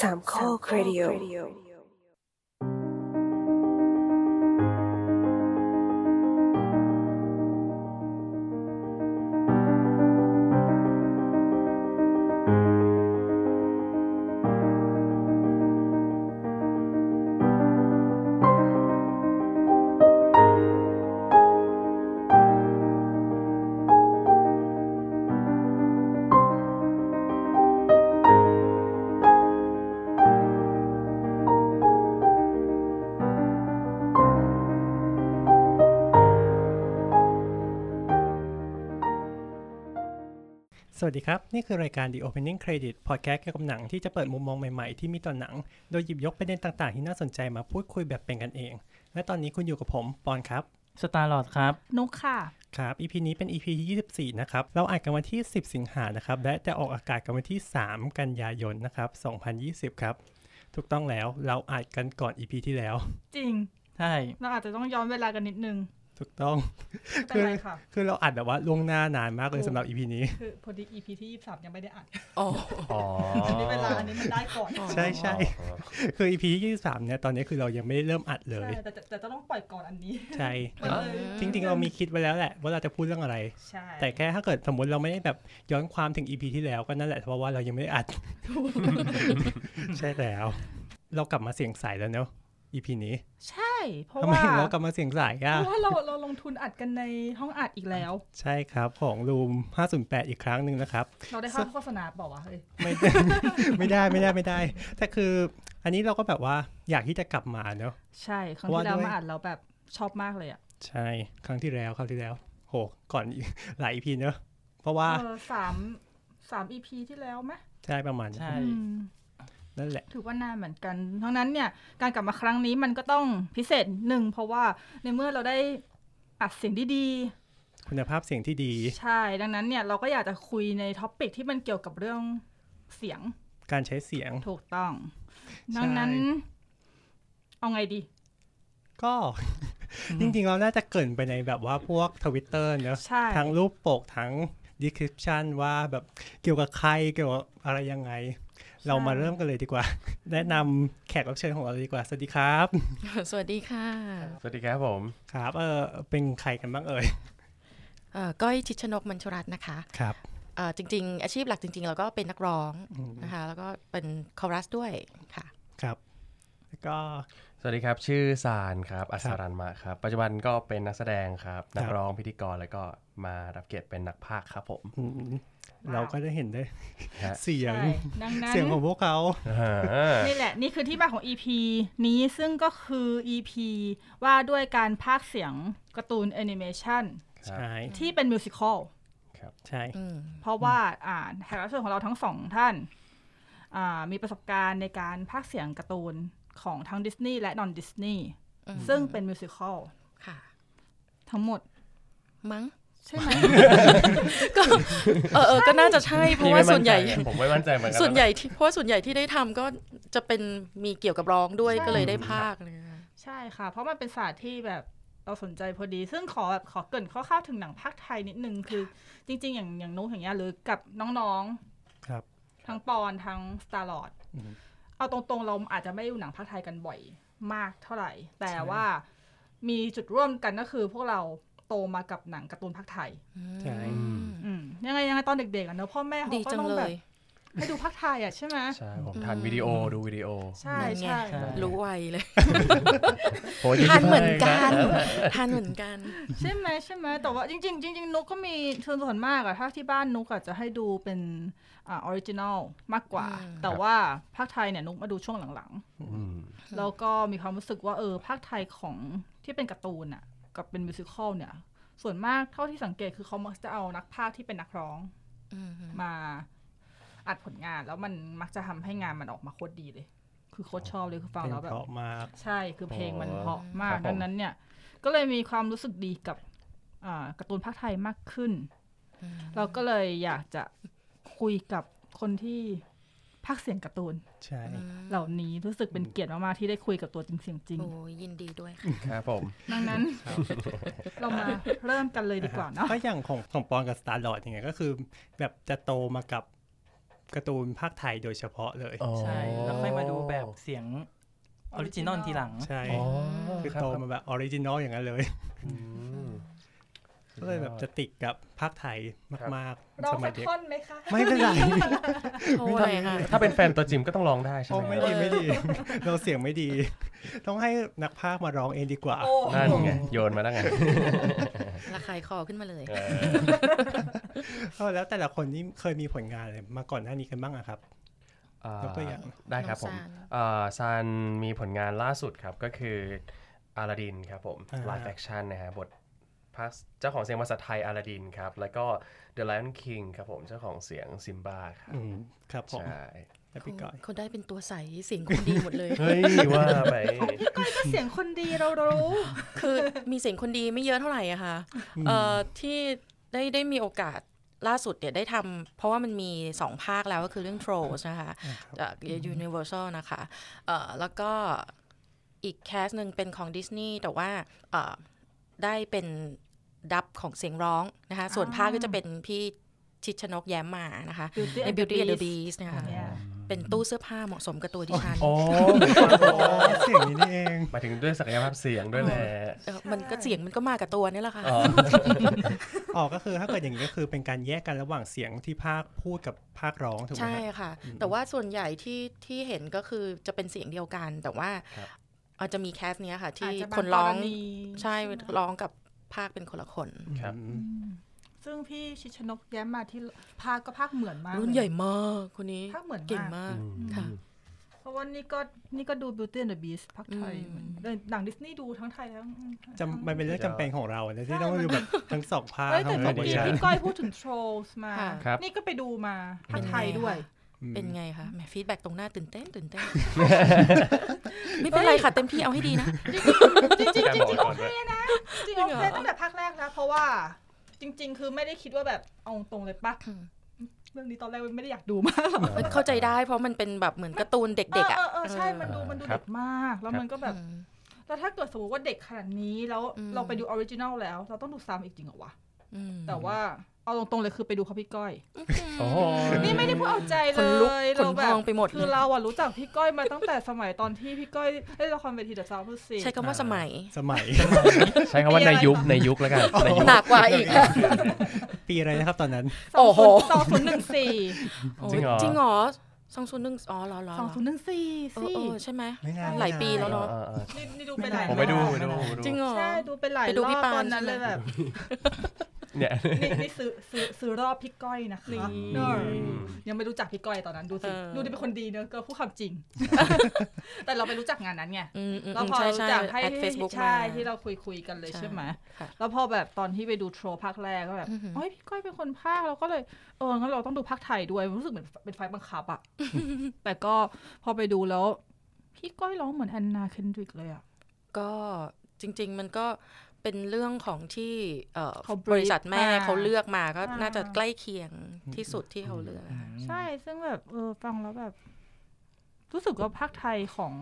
สามข้อครดิโอ สวัสดีครับ นี่คือรายการ The Opening Credit Podcast เกี่ยวกับหนังที่จะเปิดมุมมองใหม่ๆ ที่มีต่อหนัง โดยหยิบยกประเด็นต่างๆ ที่น่าสนใจมาพูดคุยแบบเป็นกันเอง และตอนนี้คุณอยู่กับผม ปอนครับ สตาร์ลอดครับ นุกค่ะ ครับ EP นี้เป็น EP ที่24 นะครับ เราอัดกันวันที่ 10 สิงหานะครับ และจะออกอากาศกันวันที่ 3 กันยายนนะครับ 2020 ครับ ถูกต้องแล้วเราอัดกันก่อน EP ที่แล้ว จริง ใช่ เราอาจจะต้องย้อนเวลากันนิดนึง ถูกต้อง ไม่เป็นไรค่ะ คือเราอัดแบบว่าล่วงหน้านานมากเลยสำหรับ EP นี้ คือพอดี EP ที่ 23 ยังไม่ได้อัด อ๋อ อ๋อ อันนี้เวลาอันนี้มันได้ก่อน อ๋อ ใช่ใช่ คือ EP ที่23เนี่ยตอนนี้คือเรายังไม่ได้เริ่มอัดเลย ใช่แต่แต่จะต้องปล่อยก่อนอันนี้ ใช่ มันเลย จริงๆ เรามีคิดไว้แล้วแหละว่าเราจะพูดเรื่องอะไร ใช่ แต่แค่ถ้าเกิดสมมติเราไม่ได้แบบย้อนความถึง EP ที่แล้วก็นั่นแหละเพราะว่าเรายังไม่ได้ อัด ใช่แล้ว เรากลับมาเสียงใสแล้วเนอะ EP นี้ ใช่ เพราะ ทำไม ว่า ถึงเรากลับมาเสียงใส เพ อ่ะ ราะว่าเราเราลงทุนอัดกันในห้องอัดอีกแล้ว ใช่ครับของรูม 508 อีกครั้งหนึ่งนะครับ เราได้ค่าโฆษณาเปล่าวะเฮ้ย ไม่ ไม่ได้ไม่ได้ไม่ได้ แต่คืออันนี้เราก็แบบว่าอยากที่จะกลับมาเนอะ ใช่ ครั้งที่แล้ว ว่าด้วย มาอัดเราแบบชอบมากเลยอ่ะ ใช่ครั้งที่แล้วคราวที่แล้ว โหก่อนอีกหลาย EP เนอะเพราะว่า เออสามสาม EP ที่แล้วไหม ใช่ประมาณนั้น ใช่ อืม นั่นแหละ ถือว่านานเหมือนกัน ทั้งนั้นเนี่ย การกลับมาครั้งนี้มันก็ต้องพิเศษหนึ่ง เพราะว่าในเมื่อเราได้อัดเสียงดี คุณภาพเสียงที่ดี ๆ ใช่ ดังนั้นเนี่ยเราก็อยากจะคุยในท็อปิกที่มันเกี่ยวกับเรื่องเสียง การใช้เสียง ถูกต้อง ดังนั้น เอาไงดี ก็ จริงๆเราน่าจะเกรินไปในแบบว่าพวกทวิตเตอร์เนอะ ใช่ ทั้งรูปปกทั้ง description ว่าแบบเกี่ยวกับใครเกี่ยวกับอะไรยังไง เรามาเริ่มกันเลยดีกว่า แนะนำแขกรับเชิญของเราเลยดีกว่า สวัสดีครับ สวัสดีค่ะ สวัสดีครับผม ครับเออเป็นใครกันบ้างเอ่ย เอ่อก้อยชิดชนกมัญชุรัตน์นะคะ ครับ เอ่อจริง ๆ อาชีพหลักจริง ๆ เราก็เป็นนักร้องนะคะ แล้วก็เป็นคอรัสด้วยค่ะ ครับ แล้วก็ สวัสดีครับ ชื่อสารครับอั ครั ศ บ รันมะครับ ปัจจุบันก็เป็นนักแสดงครับ นักร้องพิธีกรแล้วก็มารับเกียรติเป็นนักพากย์ครับผม อืมเราก็ได้เห็นได้ ฮะ เสียง ใช่ดังนั้น เสียงของพวกเขา อ่า นี่แหละ นี่คือที่มาของ EP นี้ซึ่งก็คือ EP ว่าด้วยการพากย์เสียงการ์ตูนแอนิเมชัน ครั ใช่ บ ที่เป็นมิวสิควล ครับ ใช่ อืม เพราะว่าอ่าแขกรับเชิญของเราทั้งสองท่านอ่ามีประสบการณ์ในการพากย์เสียงการ์ตูนของทั้งดิสนีย์และนอนดิสนีย์ อืม ซึ่งเป็นมิวสิควล ค่ะ ทั้งหมด มั้ง ใช่ไหม ก็เออเออก็น่าจะใช่ เพราะพี่ว่าไม่ ส่ มั่ วน น ใจ ใหญ่ อะผมไม่มั่นใจเหมือนกัน ส่วนใหญ่ที่เพราะว่าส่วนใหญ่ที่ได้ทำก็จะเป็นมีเกี่ยวกับร้องด้วยก็เลยได้ภาคเลยนะ ใช่ค่ะ เพราะมันเป็นศาสตร์ที่แบบเราสนใจพอดี ซึ่งขอแบบขอเกรินคร่าวๆถึงหนังภาคไทยนิดนึงคือจริง ๆ อย่างอย่างนุ๊กอย่างเงี้ยหรือกับน้อง ครับ ๆ ทั้งปอนทั้งสตาร์ลอด อืม เอาตรงๆ เราอาจจะไม่ได้ดูหนังภาคไทยกันบ่อยมากเท่าไหร่ แต่ว่ามีจุดร่วมกันก็คือพวกเราโตมากับหนังการ์ตูนภาคไทย ใช่ อืม อืมยังไงยังไงตอนเด็กๆอ่ะเนอะพ่อแม่เขา ดี ก็ จัง ต้องแบเลบ ย ให้ดูภาคไทยอ่ะใช่ไหม ใช่ผมทันวิดีโอดูวิดีโอ ใช่ นั่นไง ใช่ ใช่ รู้ไวเลย โหย ทานเหมือนกันทานเหมือนกัน ใช่ไหมใช่ไหมแต่ว่าจริงๆจริงๆนุกก็มีส่วนส่วนมากอะถ้าที่บ้านนุกอะจะให้ดูเป็นอ่าออริจินอลมากกว่า อืม แต่ว่าภาคไทยเนี่ยนุกมาดูช่วงหลัง อืม ๆ แล้วก็มีความรู้สึกว่าเออภาคไทยของที่เป็นการ์ตูนอะกับเป็นมิวสิควลเนี่ย ส่วนมากเท่าที่สังเกตคือเขามักจะเอานักพากย์ที่เป็นนักร้อง อืม มาอัดผลงาน แล้วมันมักจะทำให้งานมันออกมาโคตรดีเลย คือโคตรชอบเลยคือฟัง เป็น แล้วแบบ เพราะมาก ใช่คือเพลงมันเพราะมากดังนั้นเนี่ยก็เลยมีความรู้สึกดีกับอ่าการ์ตูนภาคไทยมากขึ้น เราก็เลยอยากจะคุยกับคนที่ภาคเสียงการ์ตูน ใช่ เหล่านี้รู้สึกเป็นเกียรติมากๆที่ได้คุยกับตัวจริงเสียงจริง โอ้ยยินดีด้วยค่ะ ครับผม ดังนั้น เรามาเริ่มกันเลยดีกว่าเนาะ ก็อย่างของของปอนกับสตาร์ลอดอย่างเงี้ยก็คือ แบบจะโตมากับ การ์ตูนภาคไทยโดยเฉพาะเลย อ๋อ ใช่ แล้วค่อยมาดูแบบเสียงออริจินอลทีหลัง ใช่ อ๋อ คือ รับ โตมาแบบออริจินอลอย่างนั้นเลย อืม ก็เลยแบบจะติดกับภาคไทยมาก ร้องๆสสัมัย ก เด็ก ท่อนไหมคะ ไม่เป็นไร โอ้ยค่ะ ถ้าเป็นแฟนตัวจริมก็ต้องร้องได้ใช่ โอ้ ไหม ไม่ดีไม่ดี เราเสียงไม่ดี ต้องให้นักพากย์มาร้องเองดีกว่า โอ้ นั่นไงโยนมาแล้วไง ระคายคอขึ้นมาเลย เออ เออแล้วแต่ละคนนี่เคยมีผลงานอะไรมาก่อนหน้านี้กันบ้างอะครับ อ่าย กตัวอย่าง ได้ครับผม น้องซาน อ่าซานมีผลงานล่าสุดครับก็คืออาลาดินครับผม อ่า ไลฟ์แฟคชั่นนะฮะบทภาคเจ้าของเสียงภาษาไทยอาลาดินครับ แล้วก็ The Lion King ครับผมเจ้าของเสียงซิมบ้าครับ อืมครับผม ใช่ แล้วพี่ก้อย เขาได้เป็นตัวใสเสียงคนดีหมดเลย เฮ้ยว่าไป ก้อยก็เสียงคนดีเรารู้ คือมีเสียงคนดีไม่เยอะเท่าไหร่อะค่ะเอ่อที่ได้ได้มีโอกาสล่าสุดเนี่ยได้ทำเพราะว่ามันมีสองภาคแล้วก็คือเรื่อง Trolls นะคะจาก Universal นะคะเอ่อแล้วก็อีกแคสหนึ่งเป็นของดิสนีย์แต่ว่าเอ่อได้เป็นดับของเสียงร้องนะคะ ส่วนภาคก็จะเป็นพี่ชิดชนกแย้มมานะคะ Beauty ใน and the Beauty and the Beast Beast นะคะ เนี่ย เป็นตู้เสื้อผ้าเหมาะสมกับตัวดิฉัน โอ้ อ๋อเสียงนี้นี่เอง หมายถึงด้วยศักยภาพเสียงด้วยแหละ เออมันก็เสียงมันก็มากับตัวนี่แหละค่ะ อ๋อ ออกก็คือถ้าเกิดอย่างนี้ก็คือเป็นการแยกกันระหว่างเสียงที่ภาคพูดกับภาคร้องถูกไหม ใช่ ฮะ ค่ะ แต่ว่าส่วนใหญ่ที่ที่เห็นก็คือจะเป็นเสียงเดียวกัน แต่ว่าอาจจะมีแคสเนี้ยค่ะ ที่ อาจจะบา คนร้อง กณี ใช่ ไหม ร้องกับภาคเป็นคนละคน ครับ ซึ่งพี่ชิดชนกแย้มมาที่ภาคก็ภาคเหมือนมาก รุ่น เลย ใหญ่มากคนนี้ ภาคเหมือนมาก เก่งมากค่ะ เพราะว่านี่ก็นี่ก็ดู Beauty and the Beast ภาคไทย อืม เหมือนเดินหนังดิสนีย์ดูทั้งไทยทั้ง จำมันเป็นเรื่องจำเป็นของเราอะนะที่ต้องดูแบบทั้งสองภาค เอ้ยแต่ ทั้ง เมื่อ เวกี้อร์ชัน พี่ก้อยพูดถึง Trolls มา ค่ะ ครับ นี่ก็ไปดูมาภาคไทยด้วย เป็นไงคะแหมฟีดแบ็ตรงหน้าตื่นเต้นตื่นเต้น ไม่เป็นไรค่ะ เต็มที่เอาให้ดีนะ จริงๆจริง การ ๆ บอก โอ ก่อน เค ด้วย นะ จริงๆโอเคตั้งแต่ภาคแรกนะ เพราะว่าจริง ๆ คือไม่ได้คิดว่าแบบเอาตรงเลยปะ อืม เรื่องนี้ตอนแรกไม่ได้อยากดูมากหรอก มันเข้าใจได้เพราะมันเป็นแบบเหมือนการ์ตูนเด็กๆอ่ะ เออเออเออใช่มันดูมันดู ครับ เด็กมาก แล้วมันก็แบบ อืม แล้วถ้าเกิดสมมติว่าเด็กขนาดนี้แล้ว อืม เราไปดูออริจินอลแล้ว เราต้องดูซ้ำอีกจริงเหรอวะ อืม แต่ว่าเอาตรงๆเลยคือไปดูเขาพี่ก้อย โอ้โห นี่ไม่ได้พูดเอาใจ ข เล นลุก ย ขน เรา พ แบ อบ งไปหมด คือเราอะรู้จักพี่ก้อยมาตั้งแต่สมัยตอนที่พี่ก้อยเล่นละครเวทีเดอะซาวพูดสิ ใช้คำว่าสมัย สมัย ใช้คำว่าในยุคในยุคแล้ว กันในยุค หนักกว่าอีกอะ ปีอะไรนะครับตอนนั้น ส โอ้ อง โห สองศูนย์หนึ่งสี่ โอ้ จริงเหรอ จริงเหรอสองศูนย์หนึ่งอ๋อเหรอเหรอ สอง เหรอ ศูนย์หนึ่งสี่ เออ สิ เออใช่ไหม ไม่นาน หลายปีแล้ว เอ เนาะ อเออเออ นี่นี่ดูไปหลาย ผมไปดู รอบ ไปดูไปดู จริงเหรอ ใช่ ดูไปหลาย ไปดู ร พี่ อบ ปาน ตอนนั้นเลย ใช่ไหม แบบ เนี่ย นี่นี่ซื้อซื้อซื้อรอบพี่ก้อยนะคะเนอะยังไม่รู้จักพี่ก้อยตอนนั้นดูสิ เออ ดูดิเป็นคนดีเนอะก็พูดความ จริง แต่เราไปรู้จักงานนั้นไง อืมอืม เราพอ ใช่ รู้ ใช่ จักให้ แอดเฟซบุ๊กมา ใช่ที่เราคุยคุยๆกันเลย ใช่ ใช่ไหม ค่ะ แล้วพอแบบตอนที่ไปดูโทรภาคแรกก็แบบ อือหือ เอ้ยพี่ก้อยเป็นคนภาคเราก็เลยเอองั้นเราต้องดูภาคไทยด้วยรู้สึกเหมือนเป็นไฟล์บังคับอะแต่ก็พอไปดูแล้ว พี่ก้อยร้องเหมือนแอนนาเคนดริกเลยอะ ก็จริง ๆ มันก็เป็นเเรื่องของที่เอ่อ เขา บ brief ริษัทแม่ มา เขาเลือกมาก็ อ่า น่าจะใกล้เคียงที่สุดที่เขาเลือกอะค่ะ ใช่ ซึ่งแบบเออฟังแล้วแบบ รู้สึกว่าภาคไทยของ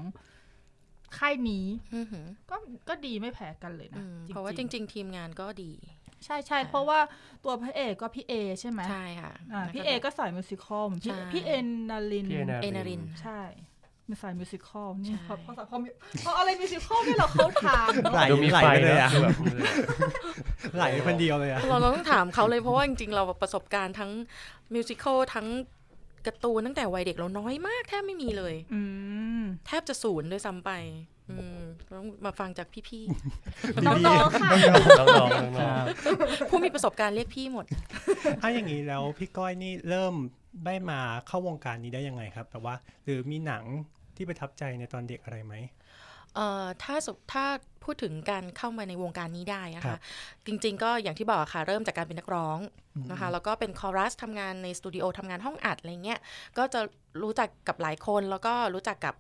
ค่ายนี้ อือหือ ก็ก็ดีไม่แพ้กันเลย อื นะ มเพราะว่าจริง ๆ ทีมงานก็ดี ๆใช่ใช่เพราะว่าตัวพระเอกก็พี่เอใช่ไหม ใช่ค่ะ อ่า แล้วก็ พี่เอก็สายมิวสิควลเหมือนพี่ ใช่ พี่เอ็นนาริน พี่เอนา เอนาริน ใช่มันสายมิวสิควลนี่ ใช่ พอพอพอพออะไรมิวสิควลเนี่ยเราเข้าทางเนอะ ไหล ดูมี ไหล ไฟ ไปเลย นะ อะ คือแบบ ไหลไปคนเดียวเลยอะ เราเราต้องถามเขาเลยเพราะว่าจริง ๆ เราประสบการณ์ทั้งมิวสิควลทั้งการ์ตูนตั้งแต่วัยเด็กเราน้อยมากแทบไม่มีเลย อืม แทบจะศูนย์ด้วยซ้ำไปอืมต้องมาฟังจากพี่ ดี น้องๆค่ะ น้องๆน้อง ๆ ผู้มีประสบการณ์เรียกพี่หมด ๆถ้าอย่างนี้แล้วพี่ก้อยนี่เริ่มได้มาเข้าวงการนี้ได้ยังไงครับ แต่ว่า หรือมีหนังที่ประทับใจในตอนเด็กอะไรไหม เอ่อถ้าสมถ้าพูดถึงการเข้ามาในวงการนี้ได้นะ ครั คะ บ จริงๆก็อย่างที่บอกอะค่ะ เริ่มจากการเป็นนักร้องนะคะแล้วก็เป็นคอรัสทำงานในสตูดิโอทำงานห้องอัดอะไรเงี้ยก็จะรู้จักกับหลายคนแล้วก็รู้จักกับ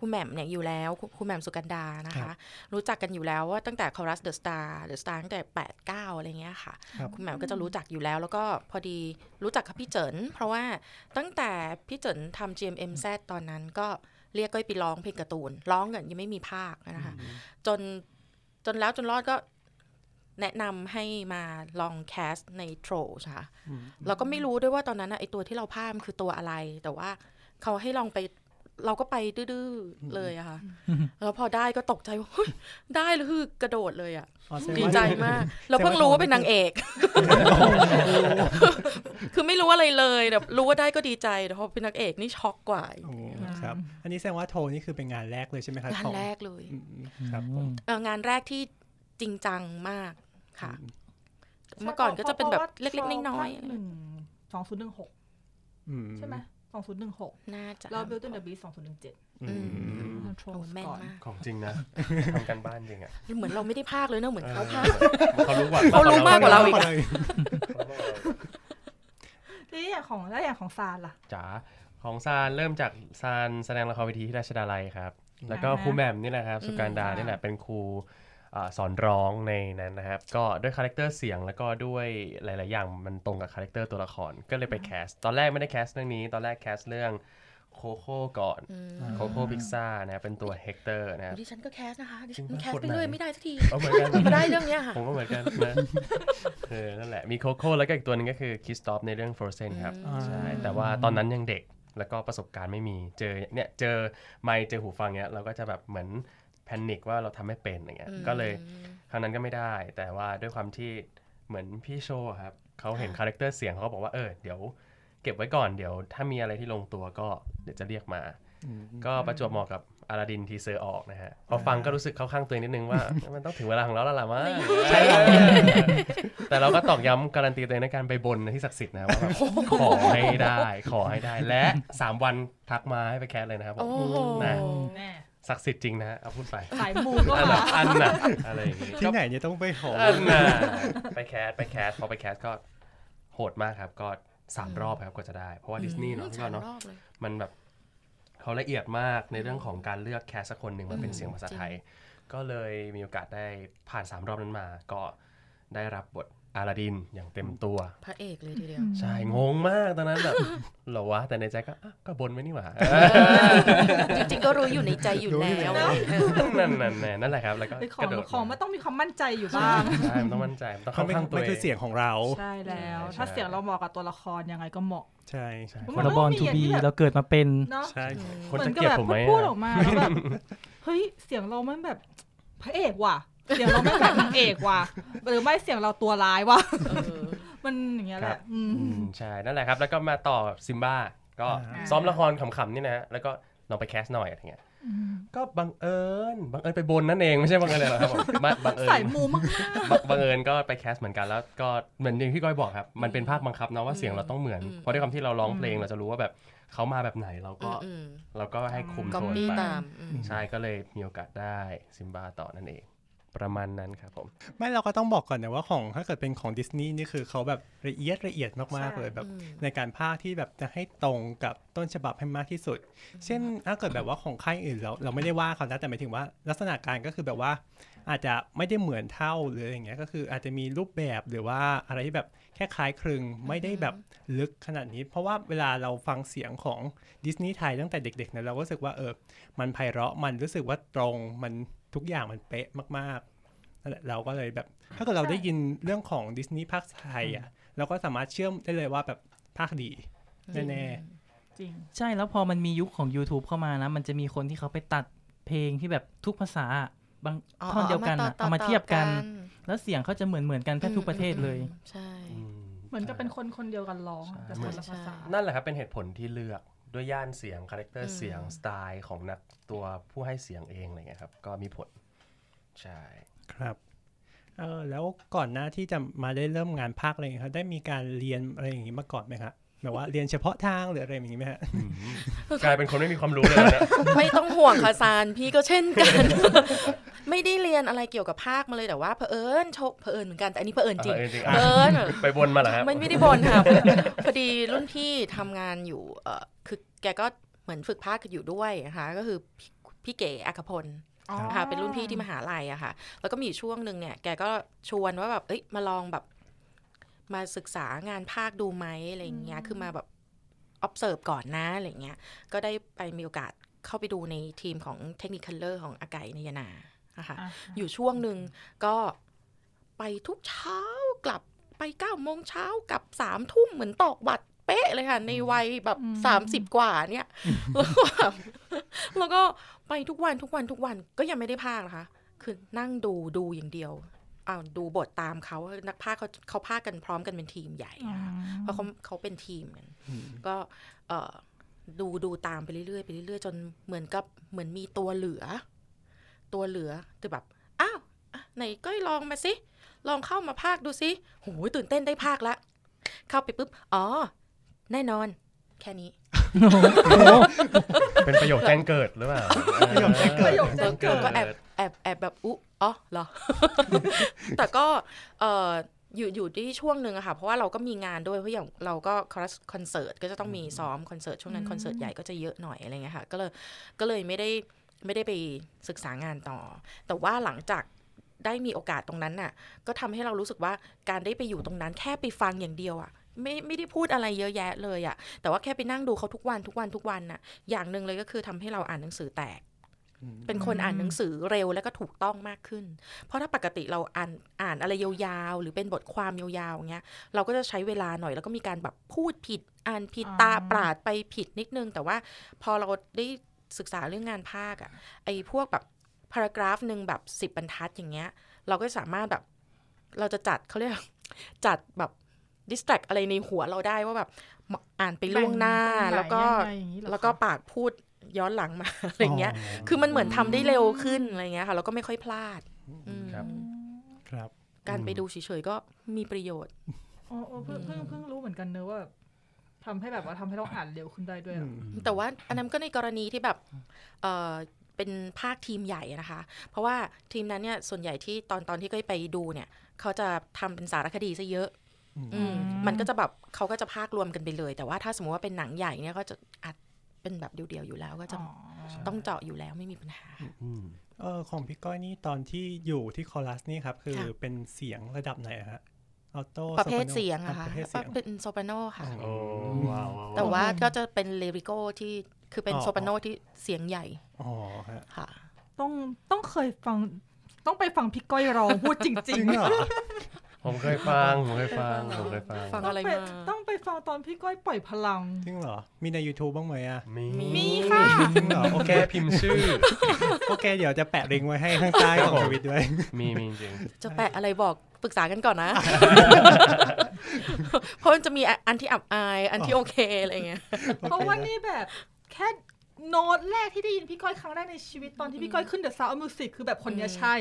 คุณแหม่มเนี่ยอยู่แล้วคุณคุณแหม่มสุกันดานะคะ รู้จักกันอยู่แล้วว่าตั้งแต่คอรัสเดอะสตาร์เดอะสตาร์ตั้งแต่ 8 9 อะไรเงี้ยค่ะ ครับ คุณแหม่มก็จะรู้จักอยู่แล้ว แล้วก็พอดีรู้จักกับพี่เจินเพราะว่าตั้งแต่พี่เจินทำ GMMZ ตอนนั้นก็เรียกก้อยไปร้องเพลงการ์ตูน ร้องกันยังไม่มีภาคนะคะ จนจนแล้วจนรอดก็ แนะนำให้มาลองแคสในโทรใช่ะ อืม เราก็ไม่รู้ด้วยว่าตอนนั้นน่ะไอตัวที่เราพามคือตัวอะไร แต่ว่าเขาให้ลองไปเราก็ไปดื้อๆเลยอะค่ะแล้วพอได้ก็ตกใจว่าเฮ้ยได้เลยคือกระโดดเลยอะ อ๋อแสดง ดี ว่า ใจมาก เราเพิ่งรู้ว่าเป็นนางเอก คือไม่รู้อะไรเลยแบบรู้ว่าได้ก็ดีใจแต่พอเป็นนางเอกนี่ช็อกกว่าอีก โอ้ครับ อันนี้แสดงว่าโทรนี่คือเป็นงานแรกเลยใช่ไหมครับ งาน ของ แรกเลย อืมครับผม เอ่องานแรกที่จริงจังมากค่ะ อืม เมื่อก่อนก็จะเป็นแบบเล็กๆน้อย หนึ่งสองศูนย์หนึ่งหก อื ใช่ไหมสองศูนย์หนึ่งหก ๆน่าจะ เราบิวต์เดอะบีสองศูนย์หนึ่งเจ็ด อืม โทร โอ้แม่น ก่อน มาก ของจริงนะทำกันบ้านจริงอ่ะ เหมือนเราไม่ได้พากย์เลยเนอะเหมือนเขาพากย์ เขารู้ว่า เขารู้มากกว่าเราอีก แล้วอย่างของแล้วอย่างของซานล่ะ จ๋าของซานเริ่มจากซานแสดงละครเวทีที่ราชดาลัยครับ แล้วก็ อ่าฮะ ครูแหม่มนี่แหละครับ สุการดา อืม นี่แหละเป็นครูเอ่อสอนร้องในนั้นนะครับ ก็ด้วยคาแรคเตอร์เสียงแล้วก็ด้วยหลาย ๆ อย่างมันตรงกับคาแรคเตอร์ตัวละครก็เลยไปแคสต์ตอนแรกไม่ได้แคสต์เรื่องนี้ ตอนแรกแคสต์เรื่องโคโค่ก่อนโคโค่พิซซ่านะครับเป็นตัวเฮกเตอร์นะครับ ดิฉันก็แคสนะคะดิฉัน จริงปะ แคส กด ไป ไหน เรื่อยไม่ได้สักที เอาเหมือนกัน มาได้เรื่องเนี้ยค่ะ ผมก็เหมือนกันนะ เออนั่นแหละ มีโคโค่แล้วก็อีกตัวหนึงก็คือคิสตอปในเรื่อง Frozen ครับ อืม ใช่ แต่ว่าตอนนั้นยังเด็ก แล้วก็ประสบการณ์ไม่มี เจอเนี่ย เจอไมค์เจอหูฟังเนี้ย เราก็จะแบบเหมือนแพนิคว่าเราทำไม่เป็นอะไรเงี้ย ก็เลยครั้งนั้นก็ไม่ได้ แต่ว่าด้วยความที่เหมือนพี่โชว์ครับ เขาเห็นคาแรคเตอร์เสียงเขาก็บอกว่า เออ เดี๋ยวเก็บไว้ก่อน เดี๋ยวถ้ามีอะไรที่ลงตัวก็เดี๋ยวจะเรียกมา อืม ก็ประจวบเหมาะกับอาราดินทีเซอร์ออกนะฮะ พอฟังก็รู้สึกเข้าข้างตัวเองนิดนึงว่า มันต้องถึงเวลาของเราแล้วล่ะมั้งใช่ แต่เราก็ตอกย้ำการันตีตัวเองในการไปบนที่ศักดิ์สิทธิ์นะว่าแบบขอให้ได้ ขอให้ได้และ 3 วันทักมาให้ไปแคสเลยนะครับผ โอ้ ม โห นะ แน่ ศักดิ์สิทธิ์จริงนะฮะเอาพูดไป สายมูก็ อัน มา น่ะอันน่ะอะไรอย่างงี้ ที่ไหนเนี่ยต้องไปหอ อันน่ะไปแคสไปแคสพอไปแคสก็โหดมากครับก็สามรอบครับก็จะได้เพราะว่าดิสนีย์เนาะพี่ก็สาม เนาะ รอบเลย มันแบบเขาละเอียดมากในเรื่องของการเลือกแคสสักคนหนึ่งมาเป็นเสียงภาษาไทย ก็เลยมีโอกาสได้ผ่าน 3 รอบนั้นมา ก็ได้รับบทอาลาดินอย่างเต็มตัว พระเอกเลยทีเดียว ใช่ งงมากตอนนั้นแบบ เหรอวะ แต่ในใจก็อ่ะก็บนไว้นี่หว่า จริงๆ ก็รู้อยู่ในใจอยู่ รู้ แล้ อยู่ ว แล้ว นั่นนั่นนั่นนั่นแหละครับ แล้วก็ ไปของ กระโดด ของมันต้องมีความมั่นใจอยู่บ้าง ใช่มันต้องมั่นใจมันต้อง เขา เข้า ไม่ ข้างตัว ไม่ เอง คือเสียงของเรา ใช่แล้ว ใช่ ถ้าเสียงเราเหมาะกับตัวละครยังไงก็เหมาะ ใช่ใช่ ผม คน ว่า ละบอล มัน ทู มีอย่าง บี ที่แบบ เราเกิดมาเป็น เนาะ ใช่ คน เหมือนกัจะบ เกลียด แบบ ผมไหม พูด อะ ออกมาแล้ว แบบเฮ้ยเสียงเรามันแบบพระเอกว่ะ เสียงเราไม่แบบนางเอกว่ะหรือไม่เสียงเราตัวร้ายว่ะ มันอย่างเงี้ยแหละอืม อืมใช่นั่นแหละครับ แล้วก็มาต่อซิมบ้าก็ อ่า ซ้อมละครขำๆนี่นะฮะแล้วก็ลองไปแคสหน่อยอะไรเงี้ย ก็บังเอิญบังเอิญไปบนนั่นเองไม่ใช่บังเอิญอะไรหรอกครับผมบังบังเอิญ สายมูมาก บังบังเอิญก็ไปแคสเหมือนกันแล้วก็เหมือนอย่างที่ก้อยบอกครับ มันเป็นภาคบังคับเนาะว่าเสียงเราต้องเหมือน อืม เพราะด้วยความที่เราร้องเพลงเราจะรู้ว่าแบบเขามาแบบไหนเราก็ อืม เราก็ให้คุม ก็ โทน มี ไป ตามอืม ใช่ก็เลยมีโอกาสได้ซิมบาต่อนั่นเอง ประมาณนั้นครับผม ไม่เราก็ต้องบอกก่อนนะว่าของถ้าเกิดเป็นของดิสนีย์นี่คือเขาแบบละเอียดละเอียดมากๆเลยแบบ อืม ในการภาคที่แบบจะให้ตรงกับต้นฉบับให้มากที่สุด เช่นถ้าเกิดแบบว่าของค่ายอื่นเราเราไม่ได้ว่าเขานะแต่หมายถึงว่าลักษณะการก็คือแบบว่า อาจจะไม่ได้เหมือนเท่าหรืออะไรอย่างเงี้ยก็คืออาจจะมีรูปแบบหรือว่าอะไรที่แบบแค่คล้ายคลึงไม่ได้แบบลึกขนาดนี้ เพราะว่าเวลาเราฟังเสียงของดิสนีย์ไทยตั้งแต่เด็กๆเนี่ยเราก็รู้สึกว่าเออมันไพเราะมันรู้สึกว่าตรงมันทุกอย่างมันเป๊ะมากๆนั่นแหละเราก็เลยแบบ ถ้าเกิดเราได้ยินเรื่องของดิสนีย์ภาคไทยอ่ะเราก็สามารถเชื่อมได้เลยว่าแบบภาคดีแน่ จริง ใช่แล้วพอมันมียุคของ YouTube เข้ามานะ มันจะมีคนที่เขาไปตัดเพลงที่แบบทุกภาษาอะบางท่อนเดียวกันอะเอามาเทียบกัน แล้วเสียงเขาจะเหมือนเหมือนๆกันแทบทุกประเทศเลย ใช่ อืม เหมือนกับเป็นคนคนเดียวกันร้องอะแต่คนละภาษา นั่นแหละครับ เป็นเหตุผลที่เลือกด้วยย่านเสียงคาแรคเตอ อื ร์ ม เสียงสไตล์ของนักตัวผู้ให้เสียงเองอะไรเงี้ยครับ ก็มีผล ใช่ ๆครับเออแล้วก่อนหน้าที่จะมาได้เริ่มงานภาคอะไรอย่างเงี้ยครับได้มีการเรียนอะไรอย่างงี้มาก่อนไหมครับแบบว่าเรียนเฉพาะทางหรืออะไรอย่างงี้ไหมฮะ กลายเป็นคนไม่มีความรู้เลยนะ ไม่ต้องห่วงค่ะซานพี่ก็เช่นกัน ไม่ได้เรียนอะไรเกี่ยวกับภาคมาเลยแต่ว่าเผอิญโชคเผอิญเหมือนกันแต่อันนี้เผอิญจริง เออจริง เผ อ่ะ อิญ ไปบนมาเหรอครับ ไม่ไม่ได้บนค่ะ พอดีรุ่นพี่ทำงานอยู่เออคือแกก็เหมือนฝึกภาคอยู่ด้วยนะคะก็คือพี่พี่เก๋อัครพลค่ะเป็นรุ่นพี่ที่มหาลัยอะค่ะ แล้วก็มีอยู่ช่วงหนึ่งเนี่ยแกก็ชวนว่าแบบเอ้ยมาลองแบบมาศึกษางานภาคดูไหมอะไรอย่างเงี้ยคือมาแบบ observe ก่อนนะอะไรอย่างเงี้ยก็ได้ไปมีโอกาสเข้าไปดูในทีมของเทคนิคคัลเลอร์ของอากาศนยนานะคะ อยู่ช่วงหนึ่งก็ ไปทุกเช้ากลับไป9ก้าโมงเช้ากลับสามทุ่มเหมือนตอกบัตรเป๊ะเลยค่ะ ในวัยแบบ อืม สามสิบกว่าเนี่ย แล้วก็แบบ แล้วก็ไปทุกวันทุกวันทุกวันก็ยังไม่ได้พากย์นะคะ คือนั่งดูดูอย่างเดียวอ่าวดูบทตามเขานักพากย์เขาเขาพากย์กันพร้อมกันเป็นทีมใหญ่ อื นะคะ ม เพราะเขาเขาเป็นทีมกัน ก็เอ่อดูดูตามไปเรื่อยๆไปเรื่อยๆ จนเหมือนกับเหมือนมีตัวเหลือ ตัวเหลือจะแบบ อ้าวอ่ะไหนก็ลองมาสิ ลองเข้ามาภาคดูสิโหยตื่นเต้นได้ภาคละ เข้าไปปุ๊บ อ๋อ แน่นอน แค่นี้ เป็นประโยคแจ้งเกิดหรือเปล่า ประโยคแจ้งเกิด ประโยคแจ้งเกิด ก็แอบแอบแอบแบบอุ๊อ๋อเหรอ แต่ก็เอออยู่อยู่ที่ช่วงหนึ่งอะค่ะ เพราะว่าเราก็มีงานด้วยเพราะอย่างเราก็คอรัสคอนเสิร์ตก็จะต้องมีซ้อมคอนเสิร์ตช่วงนั้น อืม คอนเสิร์ตใหญ่ก็จะเยอะหน่อยอะไรเงี้ยค่ะ ก็เลยก็เลยไม่ได้ไม่ได้ไปศึกษางานต่อ แต่ว่าหลังจากได้มีโอกาสตรงนั้นน่ะ ก็ทำให้เรารู้สึกว่าการได้ไปอยู่ตรงนั้นแค่ไปฟังอย่างเดียวอะไม่ไม่ได้พูดอะไรเยอะแยะเลยอะแต่ว่าแค่ไปนั่งดูเขาทุกวันทุกวันทุกวันน่ะ อย่างหนึ่งเลยก็คือทำให้เราอ่านหนังสือแตก เป็นคนอ่านหนังสือเร็วแล้วก็ถูกต้องมากขึ้น เพราะถ้าปกติเราอ่านอ่านอะไรยาวๆ หรือเป็นบทความยาวๆอย่างเงี้ย เราก็จะใช้เวลาหน่อยแล้วก็มีการแบบพูดผิด อ่านผิด อ่า ตาปราดไปผิดนิดนึง แต่ว่าพอเราได้ศึกษาเรื่องงานภาคอะไอ้พวกแบบพารากราฟหนึ่งแบบสิบบรรทัดอย่างเงี้ย เราก็สามารถแบบเราจะจัดเขาเรียก จัดแบบดิสแทรกอะไรในหัวเราได้ว่าแบบอ่านไปล่วงหน้าแล้วก็ แบ่งตรงไหนยังไงอย่างนี้เหรอ แล้วก็ คะ ปากพูดย้อนหลังมา อะไรอย่างเงี้ย คือมันเหมือนทำได้เร็วขึ้นอะไรเงี้ยค่ะแล้วก็ไม่ค่อยพลาดอืม ครับ ครับ การไปดูเฉยๆก็มีประโยชน์ อ๋ออ๋อเพิ่งเพิ่งเพิ่งรู้เหมือนกันเนอะว่าทำให้แบบว่าทำให้เราอ่านเร็วขึ้นได้ด้วยอะ แต่ว่าอันนั้นก็ในกรณีที่แบบเออเป็นภาคทีมใหญ่อะนะคะ เพราะว่าทีมนั้นเนี่ยส่วนใหญ่ที่ตอนตอนที่ก็ไปดูเนี่ย เขาจะทำเป็นสารคดีซะเยอะ อืม อืมมันก็จะแบบเขาก็จะภาครวมกันไปเลย แต่ว่าถ้าสมมติว่าเป็นหนังใหญ่เนี่ยก็จะอัดเป็นแบบเดียวๆอยู่แล้ว ก็จะ อ๋อ ต้องเจาะอยู่แล้วไม่มีปัญหา เออของพี่ก้อยนี่ตอนที่อยู่ที่คอรัสนี่ครับ คือ ค่ะ เป็นเสียงระดับไหนอะฮะออโต้ ประเภทเสียงอะค่ะ ประเภทเสียง เป็นโซปราโนค่ะ โอ้ว้าวว้าว แต่ว่าก็จะเป็นเลริโก้ที่คือเป็นโซปราโนที่เสียงใหญ่ อ๋อฮะ ค่ะ ต้องต้องเคยฟังต้องไปฟังพี่ก้อยร้องพูดจ จ ริ ริ ง งเหรอ ผมเคยฟังผมเคยฟังผมเคยฟัง ฟัๆต้งอะ อง ไร ไป มา ต้องไปฟังตอนพี่ก้อยปล่อยพลัง จริงเหรอ มีใน YouTube บ้างไหมอ่ะ มี มีค่ะ จริงเหรอ โอเค แค่พิมพ์ ชื่อ โอเคเดี๋ยวจะแปะลิงก์ไว้ให้ข้างใต้ของทวิตด้วย มีมีจริง จะแปะอะไรบอกปรึกษากันก่อนนะ เพราะมันจะมีอันที่อับอาย อันที่โอเคอะไรเงี้ย เพราะว่านี่แบบแค่โน้ตแรกที่ได้ยินพี่ก้อยครั้งแรกในชีวิตตอนที่พี่ก้อยขึ้นเดอะซาวด์มิวสิกคือแบบคนเนี้ยใช่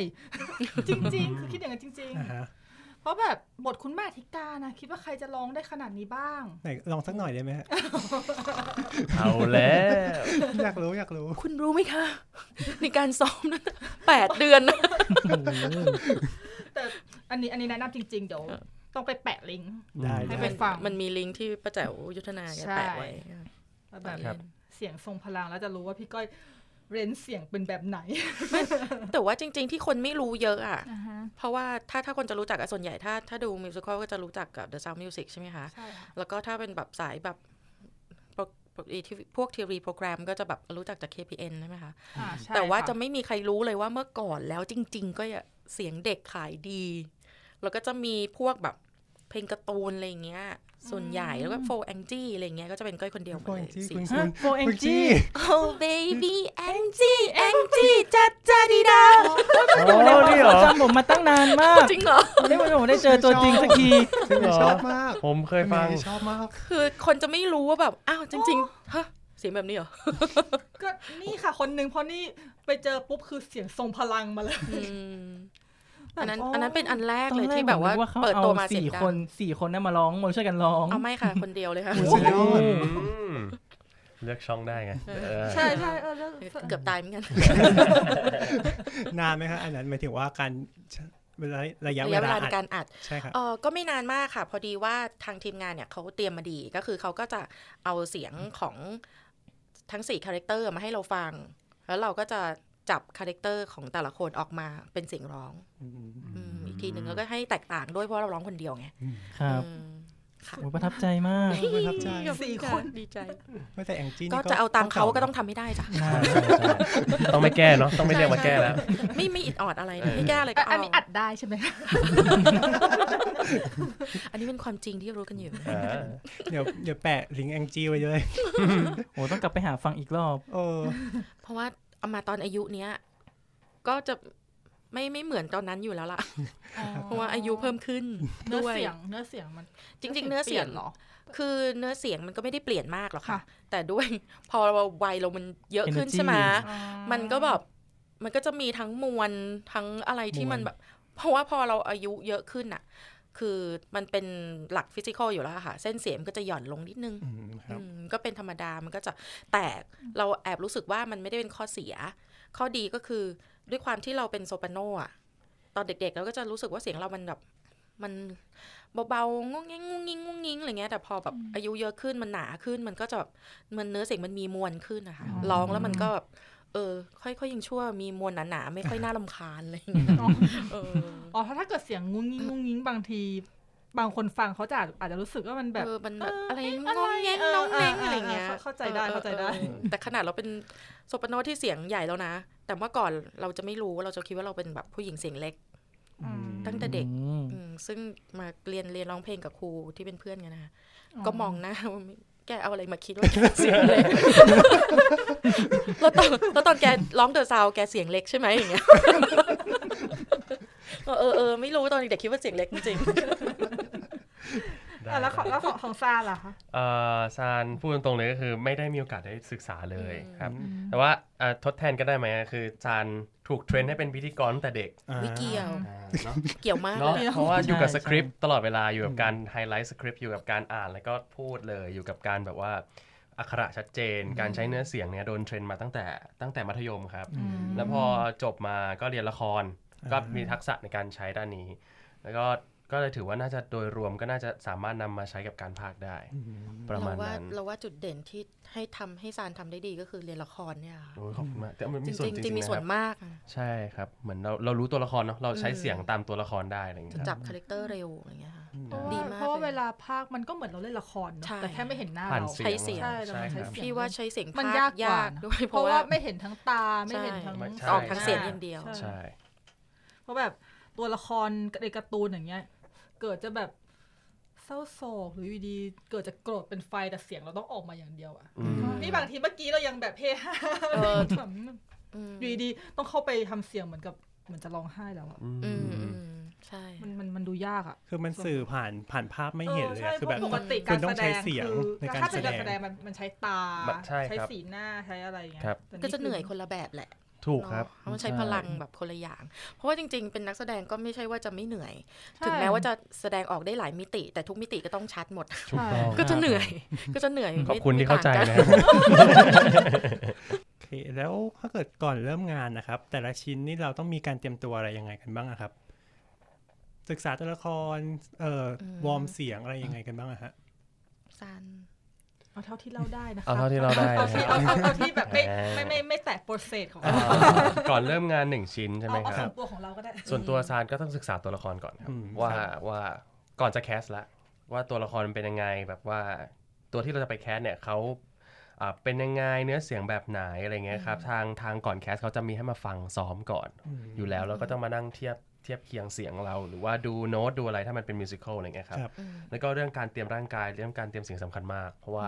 จริง ๆ คือคิดอย่างนั้นจริง อ่าฮะ ๆ เพราะแบบบทคุณแม่ธิกานะคิดว่าใครจะร้องได้ขนาดนี้บ้าง ไหนลองสักหน่อยได้ไหมฮะ เอาแล้ว อยากรู้อยากรู้ คุณรู้ไหมคะ ในการซ้อมนั้นแปดเดือนนะ แต่อันนี้อันนี้แนะนำจริง ๆ เดี๋ยว ต้องไปแปะลิงก์ ได้ ให้ ได้ ไปฟัง มันมีลิงก์ที่ประแจ๋วยุทธนาแกแปะไว้ แล้วแบบ ครับ เสียงทรงพลังแล้วจะรู้ว่าพี่ก้อยเร้นเสียงเป็นแบบไหน แต่ว่าจริง ๆ ที่คนไม่รู้เยอะอ่ะ เพราะว่าถ้าถ้าคนจะรู้จักอะส่วนใหญ่ถ้าถ้าดูมิวสิควลก็จะรู้จักกับ The Sound Music ใช่ไหมคะ ใช่ค่ะ แล้วก็ถ้าเป็นแบบสายแบบโปรโปรที่พวกทีรีโปรแกรมก็จะแบบรู้จักจาก KPN ใช่ไหมคะ อ่ใช่ แต่ว่า ค่ จะไม่มีใครรู้เลยว่าเมื่อก่อนแล้วจริง ๆ ก็อย่าเสียงเด็กขายดี แล้วก็จะมีพวกแบบเพลงการ์ตูนอะไรอย่างเงี้ย ส่วนใหญ่แล้วก็โฟแองจี้อะไรอย่างเงี้ยก็จะเป็นก้อยคนเดียวหมด โอ้ย เลย จี้ สี คุณ ส้คุมณ โฟเองจี Oh baby Angie Angie จัดจัดดีดา อยู่ในความทรงจำผมมาตั้งนานมาก จริงเหรอ ได้วันผมได้เจอตัวจริงสักที จริงเหรอ ชอบมาก ผมเคยฟัง ชอบมาก คือคนจะไม่รู้ว่าแบบ อ้าวจริงๆฮะเสียงแบบนี้เหรอ ก็นี่ค่ะคนหนึงเพราะนี่ไปเจอปุ๊บคือเสียงทรงพลังมาเลย อืมอันนั้น อ๋ออั อันนั้นเป็นอันแรก ตอน เลย แรก ที่ ผ แบบ ม ว่า นึกว่าเขา เปิด เอา ตัวมาเสียง สี่ ดัง คนสี่คนนั้นมาร้องมาช่วยกันร้อง เอาไม่ค่ะ คนเดียวเลยค่ะ โอ้ โอ้โห อืมเลือกช่องได้ไงเออ ใช่ใช่เออแล้ว เกือบตายเหมือนกัน นานไหมครับอันนั้นหมายถึงว่าการเวลาระยะเวยระะเว ลา ลาใน อัด การอัด ใช่ครับ เออก็ไม่นานมากค่ะ พอดีว่าทางทีมงานเนี่ยเขาเตรียมมาดีก็คือเขาก็จะเอาเสียงของทั้ง4คาแรคเตอร์มาให้เราฟัง แล้วเราก็จะจับคาแรคเตอร์ของแต่ละคนออกมาเป็นเสียงร้องอืมอีกทีหนึ่งแล้วก็ให้แตกต่างด้วยเพราะเราร้องคนเดียวไง ครับ อืม ค่ะ โอ้ยประทับใจมาก ประทับใจ ขอบณ สี่ ะ คน ดีใจ ไม่แต่แองจี้นี่ ก็จะเอาตามเขาก็ต้องทำไม่ได้จ้ะ ใช่ ต้องไม่แก้เนาะต้องไม่เรียกว่า ใช่ แก้แล้ว ไม่ไม่อิดออดอะไร เอ นะ อ ไม่แก้อะไรก็ อ่ะ เอา อันนี้อัดได้ใช่ไหม อันนี้เป็นความจริงที่รู้กันอยู่ เออ เดี๋ยวเดี๋ยวแปะลิงก์แองจี้ไว้ด้วย โอ้ต้องกลับไปหาฟังอีกรอบ โอ้ เพราะว่าเอามาตอนอายุเนี้ย ก็จะไม่ไม่เหมือนตอนนั้นอยู่แล้วล่ะ เพราะว่าอายุเพิ่มขึ้น เนื้อ ด้วย เสียงเนื้อเสียงมัน จริง ๆ เนื้อเสียง หรอ คือเนื้อเสียงมันก็ไม่ได้เปลี่ยนมากหรอกค่ะ ค่ะ แต่ด้วย พอเราวัยเรามันเยอะขึ้น Energy ใช่ไหมมันก็แบบมันก็จะมีทั้งมวลทั้งอะไรที่มันแบบ เพราะว่าพอเราอายุเยอะขึ้นอ่ะ คือมันเป็นหลักฟิสิกอลอยู่แล้วอะค่ะ เส้นเสียงมันก็จะหย่อนลงนิดนึง อืมครับ อืมก็เป็นธรรมดา มันก็จะแต่เราแอบรู้สึกว่ามันไม่ได้เป็นข้อเสีย ข้อดีก็คือด้วยความที่เราเป็นโซปราโนอะตอนเด็กๆเราก็จะรู้สึกว่าเสียงเรามันแบบมันเบาๆงงงงงงงงงงงอะไรเงี้ย แต่พอแบบอายุเยอะขึ้นมันหนาขึ้น มันก็จะแบบมันเนื้อเสียงมันมีมวลขึ้นนะคะ อ๋อ ร้องแล้วมันก็แบบเออ ค่อยๆยังชั่วมีมวลหนาๆไม่ค่อยน่าลำคาญอะไรอย่างเงี้ย อ๋อ เออ อ๋อเพราะถ้าเกิดเสียงงุ้งงิ้งงุ้งงิ้งบางที บางคนฟังเขาจะอาจอาจจะรู้สึกว่ามันแบบ เออมันแบบ เออ อะไร เอ๊ะ ง อะไร งแงง เออง งแงง เอออ อะไรเงี้ย เข้าใจได้ ออ เข้าใจได้ ออแต่ขนาดเราเป็นโซปราโนที่เสียงใหญ่แล้วนะ แต่เมื่อก่อนเราจะไม่รู้เราจะคิดว่าเราเป็นแบบผู้หญิงเสียงเล็ก อืม ตั้งแต่เด็ก อืม อืมซึ่งมาเรียนเรียนร้องเพลงกับครูที่เป็นเพื่อนกันนะคะก็มองหน้าว่าแกเอาอะไรมาคิดว่าแกเสียง เล็ก แล้วตอนแล้วตอนแกร้องเดอะซาวแกเสียงเล็กใช่ไหมอย่างเงี้ย เออเออเออไม่รู้ตอนเด็กๆคิดว่าเสียงเล็กจริง ได้ อ่ะแล้วของแล้วของของซาล่ะคะ เอ่อซานพูดตรงๆเลยก็คือไม่ได้มีโอกาสได้ศึกษาเลยครับ อืม แต่ว่าอ่ะทดแทนก็ได้ไหมคือซานถูกเทรนให้เป็นพิธีกรตั้งแต่เด็ก อ่า ๆไม่เกี่ยว อ่าเนาะ เกี่ยวมาก เนาะ เลยอะ เพราะว่าอยู่กับสคริปต์ตลอดเวลาอยู่กับการไฮไลท์สคริปต์อยู่กับการอ่านแล้วก็พูดเลยอยู่กับการแบบว่าอักขระชัดเจน การใช้เนื้อเสียงเนี่ยโดนเทรนมาตั้งแต่ตั้งแต่มัธยมครับ แล้วพอจบมาก็เรียนละคร อ่า ก็มีทักษะในการใช้ด้านนี้ แล้วก็ก็เลยถือว่าน่าจะโดยรวมก็น่าจะสามารถนำมาใช้กับการพากย์ได้ประมาณ เราว่า นั้น เราว่าจุดเด่นที่ให้ทำให้ซานทำได้ดีก็คือเรียนละครเนี่ยค่ะ โอ้ยขอบคุณมากแต่มัน จ มี ริง ส่วน จ จ ริงจ ริ ริ ง ง ๆ มีส่วน นะครับ มากอะ ใช่ครับเหมือนเราเรารู้ตัวละครเนาะเราใช้เสียงตามตัวละครได้อะไรอย่างเงี้ยคจะรับ จับคาแรคเตอร์เร็วอย่างเงี้ยค่ะ เพราะว่ามดีาก เพราะว่า เลย เวลาภาคมันก็เหมือนเราเล่นละครเนอะ ใช่ แต่แค่ไม่เห็นหน้า ผ่าน เรา เสียง ใช้เสียง ใช่เรา ใช่ ใช้ ครับ เสียง พี่ว่าใช้เสียง มัน ภค ยากกว่าย ากด้วย เพราะว่าไม่เห็นทั้งตาไม่เห็นทั้ง ใช่ ใช่ ออกทางเสียงอย่างเดียว ใช่ เพราะแบบตัวละครในการ์ตูนอย่างเงี้ย เกิดจะแบบเศร้าโศกหรืออยู่ดีเกิดจะโกรธเป็นไฟแต่เสียงเราต้องออกมาอย่างเดียวอะ อืม นี่บางทีเมื่อกี้เรายัง แบบเฮฮา เออ ขำ อืม อยู่ดีต้องเข้าไปทำเสียงเหมือนกับเหมือนจะร้องไห้แล้วอะ อื อืมมอืมใช่ มันมันมันดูยากอะ คือมันสื่อผ่านผ่านภาพไม่เห็นเลยอะคือแบบ พราะปกติ คุ การ ณต้อง แสด ใช้ ง เสียง คือ ในการ ถ้าเป็นการ แสดง แสดงมันมันใช้ตา มันใช่ครับ สีหน้าใช้อะไรอย่างเงี้ย ครับ แต่ ก็จะเหนื่อยคนละแบบแหละ ถูกครับ เนอะเพาะมันใช้พลังแบบคนละอย่าง เพราะว่าจริงๆ เป็นนักแสดงก็ไม่ใช่ว่าจะไม่เหนื่อย ใช่ ถึงแม้ว่าจะแสดงออกได้หลายมิติ แต่ทุกมิติก็ต้องชัดหมด ถูกต้อง ก็จะเหนื่อย ก็จะเหนื่อย ขอบคุณ ไม่ ที่เข้าใจ ไม่ต่งกั นะครับ โอเคแล้วถ้าเกิดก่อนเริ่มงานนะครับ แต่ละชิ้นนี่เราต้องมีการเตรียมตัวอะไรยังไงกันบ้างอะครับ ศึกษาตัวละครเอ่ออ ม วอร์มเสียงอะไรยังไงกันบ้างอะฮะ ซัน เอาเท่าที่เล่าได้นะคะ เอาเท่าที่เล่าได้ เอาที่เอาเอาเอาที่แบบไม่ อ่า ไม่ไม่ไม่แตะโปรเซสของ อ่า เรา ก่อนเริ่มงานหนึ่งชิ้นใช่ไหม เอาเอา ค ส่วรับ นตัวของเราก็ได้ ส่วนตัวซานก็ต้องศึกษาตัวละครก่อนครับ อืม ว่าว่าก่อนจะแคสละว่าตัวละครมันเป็นยังไงแบบว่าตัวที่เราจะไปแคสเนี่ยเขาอ่าเป็นยังไงเนื้อเสียงแบบไหนอะไรเงี้ยครับทางทางก่อนแคสเขาจะมีให้มาฟังซ้อมก่อน อยู่แล้วแล้วก็ต้องมานั่งเทียบเทียบเคียงเสียงเรา หรือว่าดูโน้ตดูอะไรถ้ามันเป็นมิวสิควลอะไรเงี้ยครับ ครับ แล้วก็เรื่องการเตรียมร่างกายเรื่องการเตรียมเสียงสำคัญมาก เพราะว่า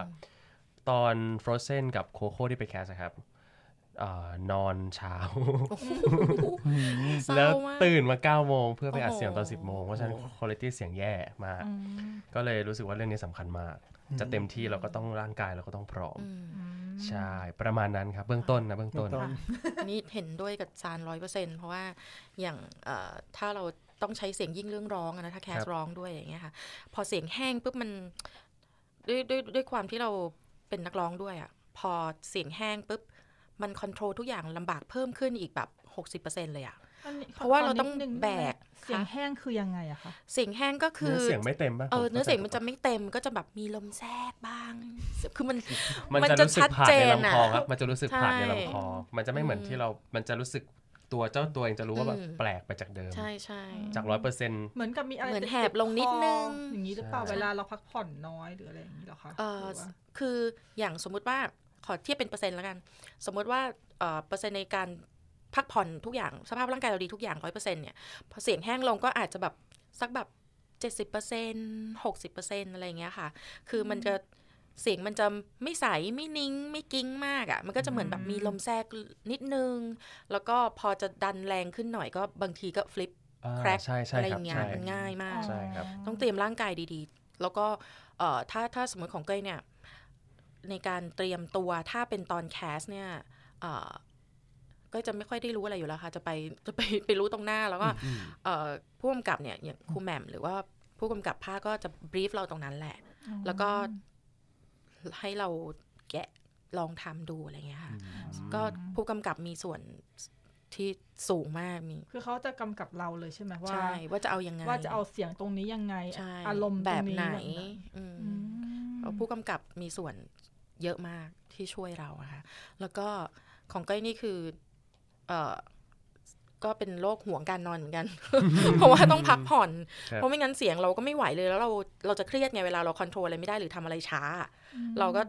ตอน Frozen กับโคโค่ที่ไปแคสอะครับอ่านอนเช้า เศร้า แล้ว มาก ตื่นมา 9 โมงเพื่อไปอัดเสียงตอน โอ้โห 10 โมง เพราะฉะนั้นคุณภาพเสียงแย่มาก ก็เลยรู้สึกว่าเรื่องนี้สำคัญมาก จะเต็มที่เราก็ต้องร่างกายเราก็ต้องพร้อม อืม ใช่ ประมาณนั้นครับ เบื้องต้นนะเบื้องต้น เบื้องต้น อันนี่เห็นด้วยกับซานร้อยเปอร์เซ็นเพราะว่าอย่างเอ่อถ้าเราต้องใช้เสียงยิ่งเรื่องร้องอะนะถ้าแคส ครับ ร้องด้วยอย่างเงี้ยค่ะ พอเสียงแห้งปุ๊บมันด้วยด้วยด้วยความที่เราเป็นนักร้องด้วยอะพอเสียงแห้งปุ๊บมันคอนโทรลทุกอย่างลำบากเพิ่มขึ้นอีกแบบ60%เลยอะ เพราะว่าเราต้องแบก เสียงแห้งคือยังไงอะคะ เสียงแห้งก็คือ เนื้อเสียงไม่เต็มป่ะ เอผอข้า เนื้อเสียงมัน ถู จะ กป ไม่เต็มก็จะแบบมีลมแทรกบ้าง คือมัน มัน มัน จะ จะ รู้สึก ชัด ผ่าน เจ ใน น ลำคอ อะ ครับ มันจะรู้สึกผ่านใน ใช่ ลำคอ มันจะไม่เหมือนที่เรา มันจะรู้สึก ตัวเจ้าตัวเองจะรู้ว่าแบบ อืม แปลกไปจากเดิม ใช่ใช่ จากร้อยเปอร์เซ็นต์ เหมือนกับมีอะไร เหมือน ติด แหบลงนิดนึง คออย่างนี้หรือเปล่า ใช่ เวลาเราพักผ่อนน้อยหรืออะไรอย่างนี้เหรอคะ เอ่อ หรือว่า คืออย่างสมมุติว่าขอเทียบเป็นเปอร์เซ็นต์แล้วกัน สมมุติว่าเอ่อเปอร์เซ็นต์ในการพักผ่อนทุกอย่างสภาพร่างกายเราดีทุกอย่างร้อยเปอร์เซ็นต์เนี่ยพอเสียงแห้งลงก็อาจจะแบบสักแบบเจ็ดสิบเปอร์เซ็นหกสิบเปอร์เซ็นอะไรอย่างเงี้ยค่ะ คือมันจะเสียงมันจะไม่ใสไม่นิ่งไม่กิ้งมากอะ่ะมันก็จะเหมือนแบบมีลมแทรกนิดนึง แล้วก็พอจะดันแรงขึ้นหน่อยก็บางทีก็ฟลิป อ่า crack ใช่ใช่ อะคไรอ รับ ย่างเงี้ย ใช่ มันง่ายมาก ใช่ครับ ต้องเตรียมร่างกายดีๆ แล้วก็เอ่อถ้าถ้าสมมติของเก้ยเนี่ย ในการเตรียมตัวถ้าเป็นตอนแคสเนี่ยเอ่อก็จะไม่ค่อยได้รู้อะไรอยู่แล้วค่ะ จะไปจะไป ไปรู้ตรงหน้าแล้วก็เอ่อผู้กำกับเนี่ยอย่างครูแหม่มหรือว่าผู้กำกับภาคก็จะบรีฟเราตรงนั้นแหละ แล้วก็ให้เราแกะลองทำดูอะไรเงี้ยค่ะ ก็ผู้กำกับมีส่วนที่สูงมากมี คือเขาจะกำกับเราเลยใช่ไหมว่า ใช่ ว่าจะเอายังไง ว่าจะเอาเสียงตรงนี้ยังไง ใช่ อารมณ์ต แบ รง บไหนอืม อืม เอ่อผู้กำกับมีส่วนเยอะมากที่ช่วยเราอะค่ะ แล้วก็ของก้อยนี่คือเออก็เป็นโรคห่วงการนอนเหมือนกัน เพราะว่าต้องพักผ่อน ครับ เพราะไม่งั้นเสียงเราก็ไม่ไหวเลย แล้วเราเราจะเครียดไงเวลาเราคอนโทรลอะไรไม่ได้หรือทำอะไรช้า เราก็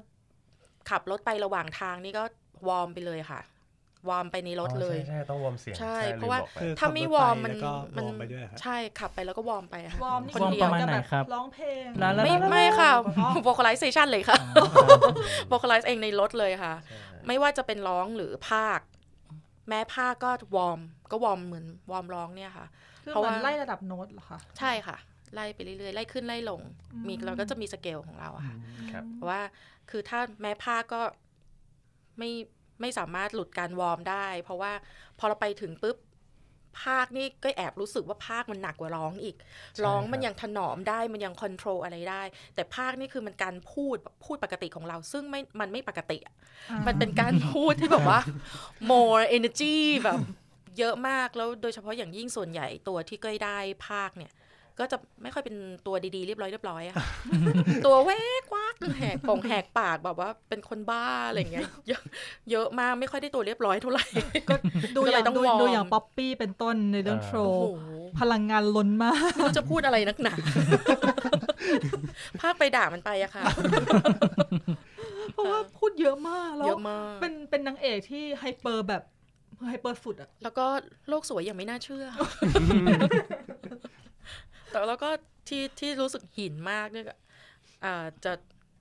ขับรถไประหว่างทางนี่ก็วอร์มไปเลยค่ะ วอร์มไปในรถเลย อ๋อใช่ใช่ต้องวอร์มเสียง ใช่ ลืม เพราะว่า บอกไป คือ ถ้าไม่ ขับรวถ อร์ม ไป มัน แล้วก็วอร์มัมไปด้วยครับ ใช่ขับไปแล้วก็วอร์มไปอะค่ะ วอร์มนี่ คนเดียว วอม ประมาณไหน แ ครับ ร้องเพลง ลาลา ไม่ ลาลา ไม่ค่ะ อ๋อ vocalization เลยค่ะ vocalize เองในรถเลยค่ะ ใช่ ไม่ว่าจะเป็นร้องหรือภาค แม้ภาคก็วอร์ม ก็วอร์มเหมือนวอร์มร้องเนี่ยค่ะ คือ เพราะ มั ว่า นไล่ระดับโน้ตเหรอคะ ใช่ค่ะ ไล่ไปเรื่อยๆ ไล่ขึ้นไล่ลง มีเราก็จะมีสเกลของเราอะค่ะ ครับ เพราะว่าคือถ้าแม้ภาคก็ไม่ไม่สามารถหลุดการวอร์มได้ เพราะว่าพอเราไปถึงปุ๊บภาคนี่ก็แอบรู้สึกว่าภาคมันหนักกว่าร้องอีก ใช่ ร้องมั คน รับ ยังถนอมได้มันยังคอนโทรลอะไรได้ แต่ภาคนี่คือมันการพูดแบบพูดปกติของเรา ซึ่งไม่มันไม่ปกติอะ มันเป็นการพูดที่แบบว่า more energy แบบเยอะมากแล้วโดยเฉพาะอย่างยิ่งส่วนใหญ่ตัวที่เก้ยได้ภาคเนี่ย ก็จะไม่ค่อยเป็นตัวดีๆเรียบร้อยเรียบร้อยอะ ค่ะ ตัวแวกวักแหกปงแหกปากแบบว่าเป็นคนบ้าอะไรอย่างเงี้ยเยอะเยอะมากไม่ค่อยได้ตัวเรียบร้อยเท่าไหร่ ก็ดู ก็ อ เล ย่าย ง ต้อง ดู วอร์ม ดูอย่างป๊อปปี้เป็นต้นในเรื่อง เออ โทร โอ้โห พลังงานล้นมาก มันจะพูดอะไรนัก หนา ภาคไปด่ามันไปอะค่ะ เพราะว่าพูดเยอะมากแล้ เยว อะมาก เป็นเป็นนางเอกที่ไฮเปอร์แบบไฮเปอร์สุดอะ แล้วก็โลกสวยอย่างไม่น่าเชื่อ แต่แล้วก็ที่ที่รู้สึกหินมากเนี่ยก็อ่าจะ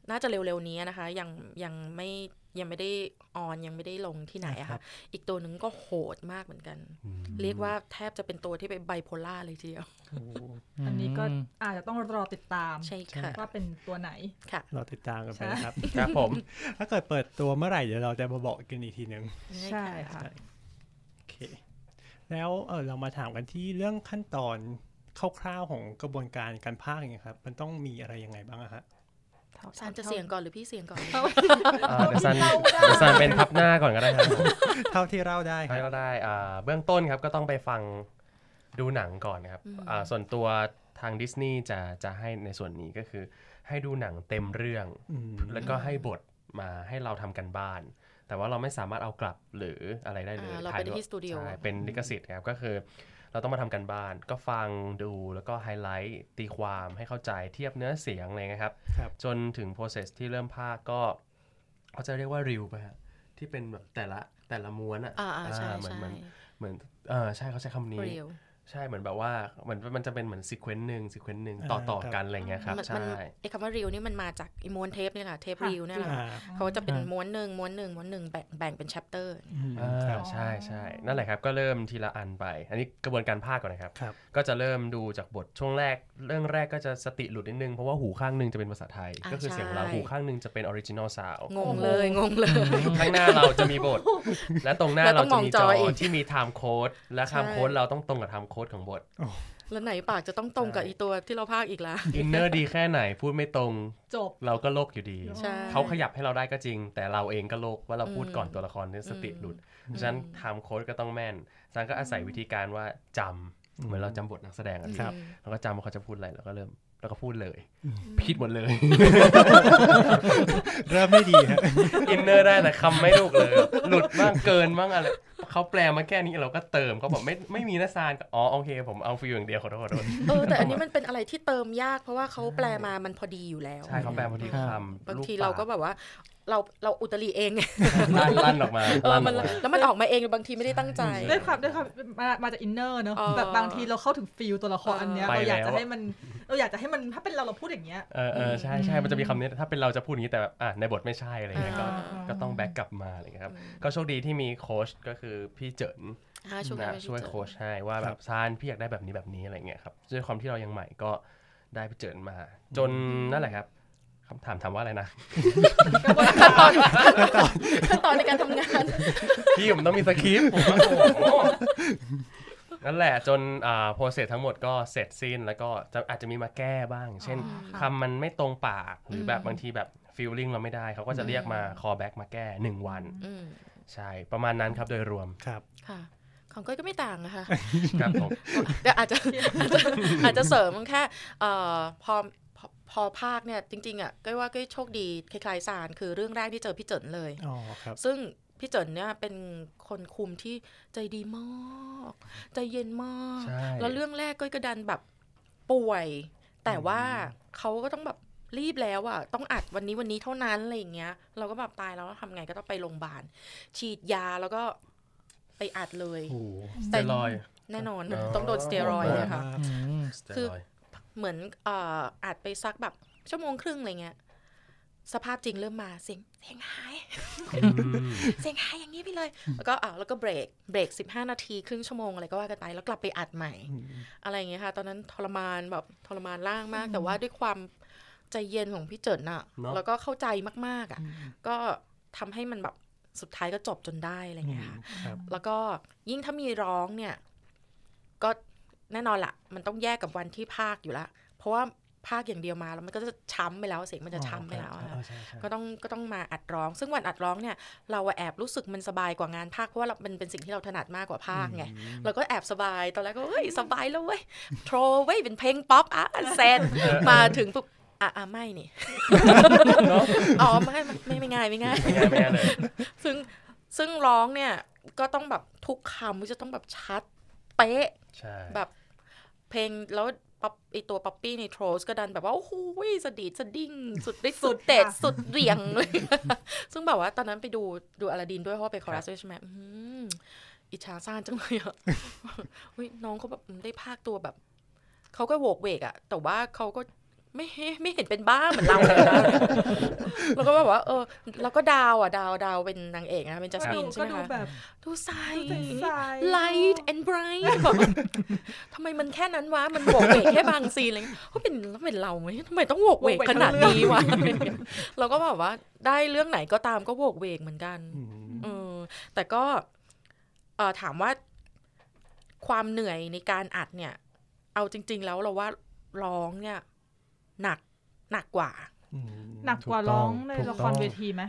น่าจะเร็วๆนี้นะคะ ยังยังไม่ยังไม่ได้ออนยังไม่ได้ลงที่ไหนอะ ครั ค่ะ บ อีกตัวหนึ่งก็โหดมากเหมือนกัน เรียกว่าแทบจะเป็นตัวที่เป็นไบโพล่าเลยทีเดียว อันนี้ก็ อืม อาจจะต้องรอติดตาม ใช่ค่ะ ว่าเป็นตัวไหน ค่ะ เราติดตามกันไปนะครับ ครับผม ถ้าเกิดเปิดตัวเมื่อไหร่เดี๋ยวเราจะมาบอกกันอีกทีหนึ่ง ใช่ค่ะ โอเค แล้วเออเรามาถามกันที่เรื่องขั้นตอนคร่าวๆของกระบวนการการพากย์เนี่ยครับ มันต้องมีอะไรยังไงบ้างอะฮ ะ ซานจะเสียงก่อนหรือพี่เสียงก่อน อ่าเดี๋ยวซันเดี๋ยวซันเป็นทับหน้าก่อนก็ได้ครับผม เท่าที่เล่าได้ค ใช่ รับ ก็ได้อ่าเบื้องต้นครับก็ต้องไปฟังดูหนังก่อนนะครับ อืม อ่าส่วนตัวทางดิสนีย์จะจะให้ในส่วนนี้ก็คือ ให้ดูหนังเต็มเรื่อง อืม แล้วก็ให้บทมาให้เราทำกันบ้าน แต่ว่าเราไม่สามารถเอากลับหรืออะไรได้เลย อ่าเราเป็น ถ่ยด้วยที่สตูดิโอ ใช่เป็นลิขสิทธิ์ครับก็คือ เราต้องมาทำกันบ้าน ก็ฟังดูแล้วก็ไฮไลท์ตีความให้เข้าใจเทียบเนื้อเสียงอะไรเลยนะครับ ครับ จนถึง process ที่เริ่มภาคก็ เขาจะเรียกว่าริวไปะฮะที่เป็นแบบแต่ละแต่ละม้วนอะ อ่าอ่าใช่ อ่าเหมือนเหมืใช่อน เหมือนเออใช่เขาใช้คำนี้ เรียว ใช่เหมือนแบบว่าเหมือนมันจะเป็นเหมือนซีเควนต์หนึ่งซีเควนต์หนึ่งต่อ อ่า ต่อ ครับ กันอะไรเงี้ยครับ มันมัน ใช่ ไอ้คำว่าริวนี่มันมาจากไอ้ม้วนเทปเนี่ยแหละเทป ค่ะ ริวเนี่ยแหละ อ่า เขาจะเป็นม้วนหนึ่งม้วนหนึ่งม้วนหนึ่งแบ่งแบ่งเป็นแชปเตอร์ อืม อ่า ครับ ใช่ใช่นั่นแหละครับก็เริ่มทีละอันไป อันนี้กระบวนการภาคก่อนนะครับ ครับ ก็จะเริ่มดูจากบทช่วงแรก เรื่องแรกก็จะสติหลุดนิดนึง เพราะว่าหูข้างหนึงจะเป็นภาษาไทย ก็คือเสียงของเราหูข้างหนึงจะเป็นออริจินอลซาว งงเลยงงเลย ข้างหน้าเราจะมีบท และตรงหน้า แล้วต้ เรา อง จะมี มองจอจออีก ที่มีไทม์โค้ดและไทม์โค้ด ใช่ เราต้องตรงกับไทม์โค้ดของบท แล้วไหนปากจะต้องตรงกับ ใช่ อีตัวที่เราภาคอีกละ อินเนอร์ดีแค่ไหนพูดไม่ตรง จบ เราก็โลกอยู่ดี ใช่ เขาขยับให้เราได้ก็จริง แต่เราเองก็โลกว่าเราพูด อืม ก่อนตัวละครเนี่ยสติ อืม หลุดเพราะฉะนั้นไทม์โค้ดก็ต้องแม่นซันก็อาศัยวิธีการว่าจำเหมือนเราจำบทนักแสดงอะ ครับ เราก็จำว่าเขาจะพูดอะไรแล้วก็เริ่มแล้วก็พูดเลยผิดหมดเลย เริ่มไม่ดีฮะ อินเนอร์ได้แต่คำไม่ถูกเลย หลุดบ้างเกินบ้างอะไร เขาแปลมาแค่นี้เราก็เติมเขาบอกไม่ไม่มีนะซานก็อ๋อโอเค ผมเอาฟิวอย่างเดียวขอโทษขอโทษ เออแต่ อันนี้มันเป็นอะไรที่เติมยาก เพราะว่าเขาแปลมามันพอดีอยู่แล้ว ใช่เขาแปลพอดีคำ บาง ลู ที ป เราก็แบบว่าเราเราอุตรีเองไง ลั่นลั่นออกมา เออ ลั่นอ มั อน กมา แล้วมันออกมาเองบางทีไม่ได้ตั้งใจ ด้วยความด้วยความมามาจากอินเนอร์เนอะ เออ แบบบางทีเราเข้าถึงฟิลตัวละครอันเนี้ย ไป เราอยาก แล้ว จะให้มันเราอยากจะให้มันถ้าเป็นเราเราพูดอย่างเงี้ย เออเออใช่ใช่มันจะมีคำนี้ถ้าเป็นเราจะพูดอย่างนี้แต่แบบอ่ะในบทไม่ใช่อะไรเงี้ยก็ อ่า ก็ต้องแบ็กกลับมาอะไรเงี้ยครับก็โชคดีที่มีโค้ชก็คือพี่เจิ๋น อ่าช่วง นะ นั้น ช่วยโค้ชให้ว่าแบบซานพี่อยากได้แบบนี้แบบนี้อะไรเงี้ยครับด้วยความที่เรายังใหม่ก็ได้ไปเจอมา จนนั่นแหละครับคำถามถามว่าอะไรนะ ขั้นตอนขั้นตอนในการทำงาน พี่ผมต้องมีสคริปต์ นั่นแหละจนอ่าโปรเซสทั้งหมดก็เสร็จสิ้นแล้วก็จะอาจจะมีมาแก้บ้าง เช่นคำมันไม่ตรงปากหรือแบบบางทีแบบฟีลลิ่งเราไม่ได้เขาก็จะเรียกมาคอแบ็กมาแก้หนึ่งวัน อืม ใช่ประมาณนั้นครับโดยร วม ครับ ค่ะ ของก้อยก็ไม่ต่างนะคะ ครับผม เดี๋ยวอาจจะ อาจจะอาจจะเสริมแค่เอ่อพอพอพอภาคเนี่ยจริงๆอ่ะก็ว่าก็โชคดีคล้ายๆสารคือเรื่องแรกที่เจอพี่เจินเลย อ๋อครับ ซึ่งพี่เจินเนี่ยเป็นคนคุมที่ใจดีมาก ใจเย็นมาก ใช่ แล้วเรื่องแรกก็กระดันแบบป่วย แต่ว่าเขาก็ต้องแบบรีบแล้วอ่ะต้องอัดวันนี้วันนี้เท่านั้นอะไรอย่างเงี้ย เราก็แบบตายแล้วแล้วทำไงก็ต้องไปโรงพยาบาลฉีดยาแล้วก็ไปอัดเลย โอ้โหส แต่ เตียรอยด์ แน่นอน อ๋อ ต้องโดนสเตียรอยด์เลยค่ะ อืม สเตีย คือ รอยด์ เหมือนเอ่ออาจไปสักแบบชั่วโมงครึ่งอะไรเงี้ย สภาพจริงเริ่มมาเสียงเสียงหาย ม เสียงหายอย่างนี้ไปเลย แล้วก็อ่ะแล้วก็เบรกเบรก15 นาทีครึ่งชั่วโมงอะไรก็ว่ากันไป แล้วกลับไปอัดใหม่ อะไรอย่างเงี้ยค่ะ ตอนนั้นทรมานแบบทรมานร่างมาก แต่ว่าด้วยความใจเย็นของพี่เจินอะ เนอะ แล้วก็เข้าใจมากๆอะก็ทำให้มันแบบสุดท้ายก็จบจนได้อะไรเงี้ยค่ะ ครับ แล้วก็ยิ่งถ้ามีร้องเนี่ย ก็แน่นอนละมันต้องแยกกับวันที่ภาคอยู่ละ เพราะว่าภาคอย่างเดียวมาแล้วมันก็จะช้ำไปแล้วเสียงมันจะช้ำไปแล้วอะค่ะ อ๋อใช่ใช่ ก็ต้องก็ต้องมาอัดร้อง ซึ่งวันอัดร้องเนี่ย เราอะแอบรู้สึกมันสบายกว่างานภาคเพราะว่าเรามันเป็นสิ่งที่เราถนัดมากกว่าภาคไงเราก็แอบสบายตอนแรกก็เฮ้ยสบายแล้วเว้ยโทรเว้ยเป็นเพลงป๊อปอ่ะเซนมาถึงปุ๊บอ่ะอ่ะไม่ นี่ อ๋อไม่ไม่ไม่ไม่ง่ายไม่ง่าย ไม่ง่ายไม่ง่ายเลย ซึ่งซึ่งร้องเนี่ยก็ต้องแบบทุกคำก็จะต้องแบบชัดเป๊ะ ใช่ แบบเพลงแล้วป๊อปไอตัวป๊อปปี้ในโทรสก็ดันแบบว่า โอ้โหสะดีดสะดิ้ง สุดฤทธิ์สุดเด็ด สุดเหรียงเลย ซึ่งแบบว่าตอนนั้นไปดูดูอลาดินด้วยเพราะว่าไปคอรัสด้วยใช่ไหมอื้อหืออิจฉาซานจังเลยอ่ะ อุ๊ยน้องเขาแบบได้ภาคตัวแบบ เขาก็โหวกเวกอะแต่ว่าเขาก็ไม่ไม่เห็นเป็นบ้าเหมือนเราเลยนะ แล้วก็แบบว่า เออ แล้วก็ดาวอะดาวดาวเป็นนางเอกนะเป็นจัส ก็ ติ ดู นใช่ ก็ดูไหมคะ แบบ ดูใส ใส light and bright แบบทำไมมันแค่นั้นวะ มันโหวกเวกแค่บางซีนเลยเขาเป็นแล้วเป็นเราไหมทำไมต้องโหวกเวกขนาดนี้วะ เราก็แบบว่าได้เรื่องไหนก็ตามก็โหวกเวกเหมือนกัน เออ แต่ก็เอ่อถามว่าความเหนื่อยในการอัดเนี่ย เอาจริง ๆ แล้วเราว่าร้องเนี่ย หนักหนักกว่า หนักกว่าร้องในละครเวทีไหม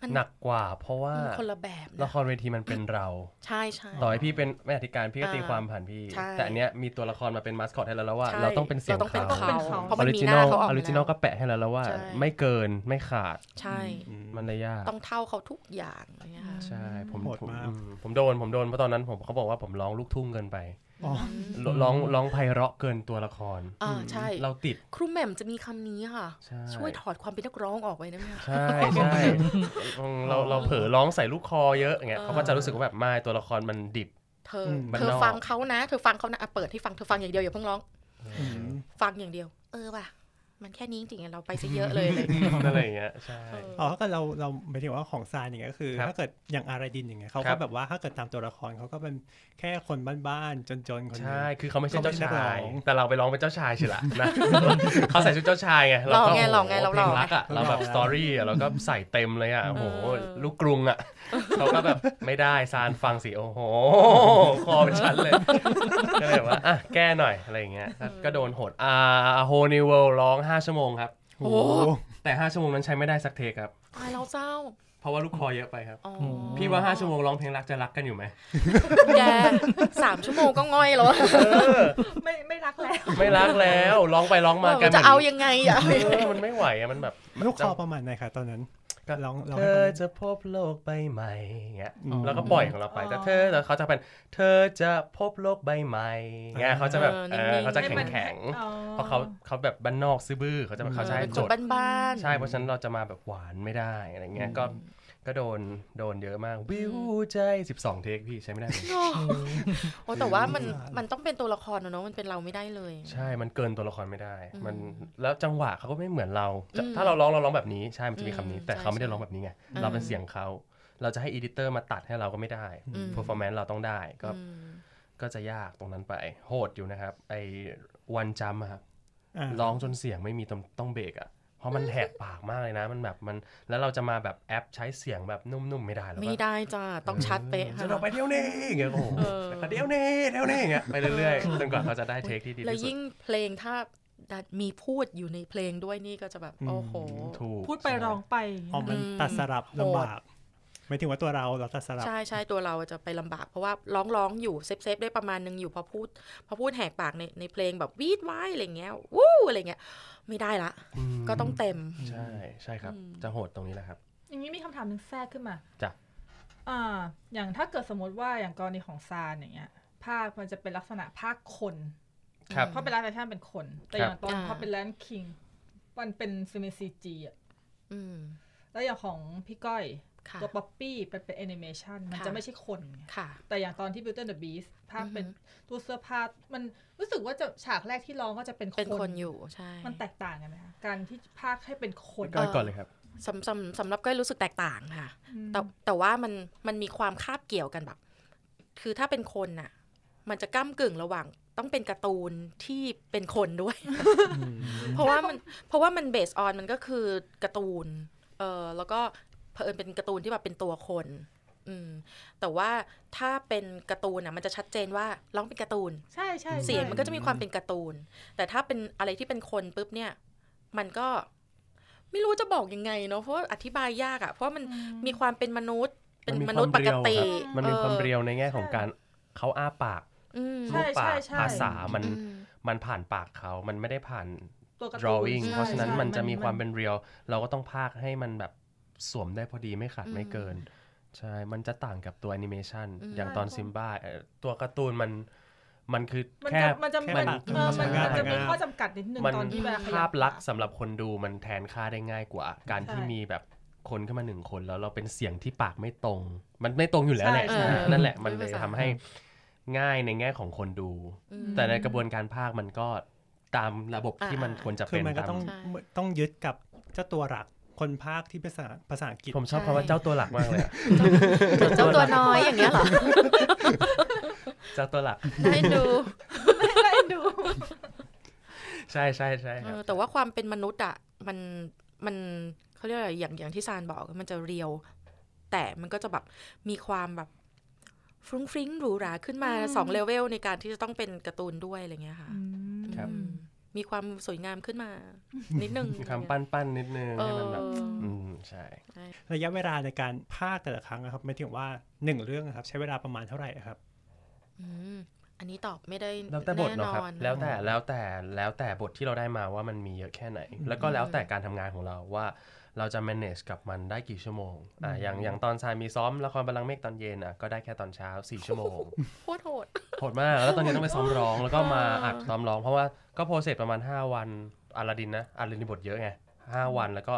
มัน หนักกว่า เพราะว่าม นคนละแบบ ละ นะ ครเวทีมันเป็นเรา ใช่ใช่ ต่อให้พี่เป็นแม่อธิการพี่ก็ตีความผ่านพี่ ใช่ แต่อันเนี้ยมีตัวละครมาเป็นมาสคอตให้แล้วแล้วว่า ใช่ เราต้องเป็นเสียง เราต้องเป็น เขา เขาเพราะ อ มัน อริ มี จิ ห นอ น้า ล เขาออกมาแล้ว ออริจินอลก็แปะให้แล้วแล้วว่า ไม่เกินไม่ขาด ใช่ มันเลยยาก ต้องเท่าเขาทุกอย่างอะไรเงี้ยค่ะ ใช่ผม โหด ผม มาก อืมผมโดนผมโดนเพราะตอนนั้นผมเขาบอกว่าผมร้องลูกทุ่งเกินไป อ๋อ ร้องร้องไพเราะเกินตัวละคร อ่าใช่ เราติด ครูแหม่มจะมีคำนี้ค่ะ ใช่ ช่วยถอดความเป็นนักร้องออกไปได้ไหมคะ ใช่ ใช่เราเราเผลอร้องใส่ลูกคอเยอะอย่างเงี้ย เออ เขาก็จะรู้สึกว่าแบบไม่ตัวละครมันดิบ เธออ ม เธอ มันนอก ฟังเขานะ เธอฟังเขานะอ่ะเปิดให้ฟังเธอฟังอย่างเดียวอย่าเพิ่งร้อง อืม ฟังอย่างเดียว เออว่ะ มันแค่นี้จริงๆเราไปซะเยอะเลยอะไรเลย อะไรอย่างเงี้ย ใช่ เออ อ๋อถ้าเกิดเราเราหมายถึงว่าของซานอย่างเงี้ยก็คือ ครับ ถ้าเกิดอย่างอาราดินอย่างเงี้ยเขา ครั ก็ บ แบบว่าถ้าเกิดตามตัวละครเขาก็เป็นแค่คนบ้านๆจนๆคนหนึง ใช่ คือเขาไม่ใช่เจ้าชา เขาไม่ใช่นักร้ ย อง แต่เราไปร้องเป็นเจ้าชายสิ ละนะ เขาใส่ชุดเจ้าชายไงเราก็ หล่อไงหล่อไงเราหล่อ เพลงรักอ่ะ เราแบบสตอรี่อ่ะเราก็ใส่เต็มเลยอ่ะ โอ้โห ลูกกรุง อ่ะ เขาก็แบบไม่ได้ซานฟังสิ โอ้โห คอเป็นชั้ นเลย ก็เลยว่า อ่ะ แก้หน่อยอะไรอย่างเงี้ย ก็โดนโหดอ่าโฮนิเวลร้อง 5 ชั่วโมงครับ โอ้โห แต่ 5 ชั่วโมงนั้นใช้ไม่ได้สักเทคครับ ตายเราเศร้า เพราะว่าลูกคอเยอะไปครับ อ๋อ พี่ว่า 5 ชั่วโมงร้องเพลงรักจะรักกัน อยู่ไหม แกสามชั่วโมงก็ง่อยแล้วอะ ไม่ไม่รักแล้ว ไม่รักแล้ว ร้องไปร้องมา จะเอายังไงอะ เออมันไม่ไหวอ่ะ มันแบบ ลูกคอประมาณไหนคะตอนนั้น ก็ลองลอง เธ ให้ อ ฟัง จะพบโลกใบใหม่เงี้ย อ๋อ แล้วก็ปล่อยของเราไปแต่เธอแต่เขาจะเป็นเธอจะพบโลกใบใหม่เงี้ย อ่า เขาจะแบบ เอ เอ อองนิ่ๆ เขาจะแข็ มั ง น แข็ง อ๋อ เพราะเขาเขาแบบบ้านนอกซื่อบื้อเขาจะแบบเขาจะให้ เป็น จ คน ด บ้านๆ ใช่เพราะฉะนั้นเราจะมาแบบหวานไม่ได้อะไรเงี้ยก็ก็โดนโดนเยอะมากวิวใจ 12 เทคพี่ใช้ไม่ได้เลย โอ้โอ้แต่ว่ามัน อืม มันต้องเป็นตัวละครอะเนอะมันเป็นเราไม่ได้เลย ใช่ มันเกินตัวละครไม่ได้ อืม มันแล้วจังหวะเขาก็ไม่เหมือนเราจะ อืม ถ้าเราร้องเราร้องแบบนี้ใช่ มันจะมีคำนี้ อืม แต่เขาไม่ได้ ใช่ ร้องแบบนี้ไง อืม เราเป็นเสียงเขา เราจะให้อีดิเตอร์มาตัดให้เราก็ไม่ได้ อืม performance เราต้องได้ ก็ อืม ก็จะยากตรงนั้นไป โหดอยู่นะครับ ไอ้วันจำอะครับ อ่า ร้องจนเสียงไม่มีต้องต้องเบรกอะเพราะมันแหกปากมากเลยนะ มันแบบมัน แล้วเราจะมาแบบแอปใช้เสียงแบบนุ่มๆไม่ได้แล้ว ไม่ได้จ้าต้องชัดเป๊ะ จะ ค่ะ เราไปเดี๋ยวนี้อย่างเงี้ยโอ้โห เออ แล้วก็เดี๋ยวนี้เดี๋ยวนี้อย่างเงี้ยไปเรื่อยๆ จนกว่าเขาจะได้เทคที่ดีที่ แล้ว สุด ยิ่งเพลงถ้าดันมีพูดอยู่ในเพลงด้วยนี่ก็จะแบบ อืม โอ้โห ถูก พูดไป ใช่ ร้องไป อ๋อมันตัดสลับ โหด ลำบากหมายถึงว่าตัวเราเราตัดสลับ ใช่ใช่ตัวเราจะไปลำบาก เพราะว่าร้องร้องอยู่เซฟเซฟได้ประมาณนึงอยู่พอพูด พอพูดแหกปากในในเพลงแบบวีดว้ายอะไรเงี้ยวู้อะไรเงี้ยไม่ได้ละ อืม ก็ต้องเต็ม ใช่ใช่ครับ อืม จะโหดตรงนี้แหละครับ อย่างนี้มีคำถามหนึงแทรกขึ้นมา จ้ะ อ่า อย่างถ้าเกิดสมมติว่าอย่างกรณีของซานอย่างเงี้ย ภาคมันจะเป็นลักษณะภาคคน ครับ เพราะเป็นร้านแฟชั่นเป็นคน แต่ ค อ รับ ย่างตอน อ่า พอเป็นร้านคิง มันเป็นซีเมซีจีอะ อืม แล้วอย่างของพี่ก้อย ค่ะ ตัวป๊อปปี้เป็นเป็นแอนิเมชันมัน ค่ะ จะไม่ใช่คนไง ค่ะ แต่อย่างตอนที่ Beauty and the Beast ภาคเป็น อือฮึ ตัวเสื้อผ้ามันรู้สึกว่าจะฉากแรกที่ร้องก็จะเป็น เป็น ค คน นอยู่ใช่ มันแตกต่างกันไหมคะการที่ภาคให้เป็นคน ก้อยก่อนเลยครับ สำสำสำหรับก้อยรู้สึกแตกต่างค่ะ อืม แต่แต่ว่ามันมันมีความคาบเกี่ยวกันแบบ คือถ้าเป็นคนน่ะ มันจะก้ากึ่งระหว่างต้องเป็นการ์ตูนที่เป็นคนด้วย เพราะว่ามันเพราะว่ามันเบสออนมันก็คือการ์ตูน เออแล้วก็เผอิญเป็นการ์ตูนที่แบบเป็นตัวคน อืม แต่ว่าถ้าเป็นการ์ตูนน่ะมันจะชัดเจนว่าร้องเป็นการ์ตูน ใช่ใช่ เสียง ใช่ มันก็จะมีความเป็นการ์ตูน แต่ถ้าเป็นอะไรที่เป็นคนปุ๊บเนี่ย มันก็ไม่รู้จะบอกยังไงเนาะ เพราะว่าอธิบายยากอะเพราะมันมีความเป็นมนุษย์ เป็นมนุษย์ปกติ มันมีความเรี ออ ยวในแง่ของการเขาอ้าปาก อืม รู ใช่ ปปา ใช่ ก ใช่ ภาษามัน อืม มันผ่านปากเขา มันไม่ได้ผ่าน ตัวการ์ตูน drawing ใช่ เพราะฉะนั้น ใช่ มันจะมีความเป็นเรียว เราก็ต้องพากย์ให้มันแบบสวมได้พอดีไม่ขาดไม่เกิน ใช่ มันจะต่างกับตัวแอนิเมชัน อืม อย่างตอนซิมบ้าตัวการ์ตูนมันมันคือ มัน แค่ จะมันจะ แค่ มัน ปาก เออมัน มัน มันจะ ทำงาน มีข้อจำกัดนิดนึง มัน ตอนที่เวลาขยับ ภาพลักษณ์สำหรับคนดูมันแทนค่าได้ง่ายกว่า การที่ ใช่ มีแบบคนขึ้นมาหนึ่งคนแล้วเราเป็นเสียงที่ปากไม่ตรง มันไม่ตรงอยู่แล้วแหละ ใช่ ใช่ไหม ใช่ นั่นแหละ ใช่ มันเลย ภาษา ทำให้ง่ายในแง่ของคนดู อืม แต่ในกระบวนการภาคมันก็ตามระบบที่มัน อ่า ควรจะ คื เป็ อน มันก็ต้อง ใช่ ต้องยึดกับเจ้าตัวหลักคนภาคที่ภาษาภาษาอังกฤษ ผมชอบคำว่าเจ้าตัวหลักมากเลยอะ เจ้าตัวน้อยอย่างเงี้ยเหรอ เจ้าตัวหลัก ได้ดู ได้ดู ใช่ใช่ใช่ค เอ รับ อแต่ว่าความเป็นมนุษย์อะมันมันเขาเรียกอะไรอย่างอย่างที่ซานบอกมันจะเรียว แต่มันก็จะแบบมีความแบบฟรุ้งฟริ้งหรูหราขึ้นมา อืม สองเลเวลในการที่จะต้องเป็นการ์ตูนด้วยอะไรเงี้ยค่ะ ครับ อืมมีความสวยงาม ขึ้นมา นิดนึง มีความปั้นปั้นๆนิดนึง เอ ให้ อ มันแบบอืมใช่ ระยะเวลาในการภาคแต่ละครั้งนะครับหมายถึงว่าหนึ่งเรื่องนะครับใช้เวลาประมาณเท่าไหร่อะครับ อืมอันนี้ตอบไม่ได้ แล้วแต่บท แน่ เนาะ น ครับ อน แล้วแต่แล้วแต่แล้วแต่บทที่เราได้มาว่ามันมีเยอะแค่ไหน แล้วก็แล้วแต่การทำงานของเราว่าเราจะ manage กับมันได้กี่ชั่วโมงอ่าอย่างอย่างตอนชายมีซ้อมละครบัลลังก์เมฆตอนเย็นอ่ะก็ได้แค่ตอนเช้าสี่ชั่วโม ง โคตรโหด โหดมาก แล้วตอนนี้ต้องไปซ้อมร้อง แล้วก็มา อ่า อัดซ้อมร้อง เพราะว่าก็โปรเซสประมาณ 5 วันอาลาดินนะอาลาดินบทเยอะไง 5 วันแล้วก็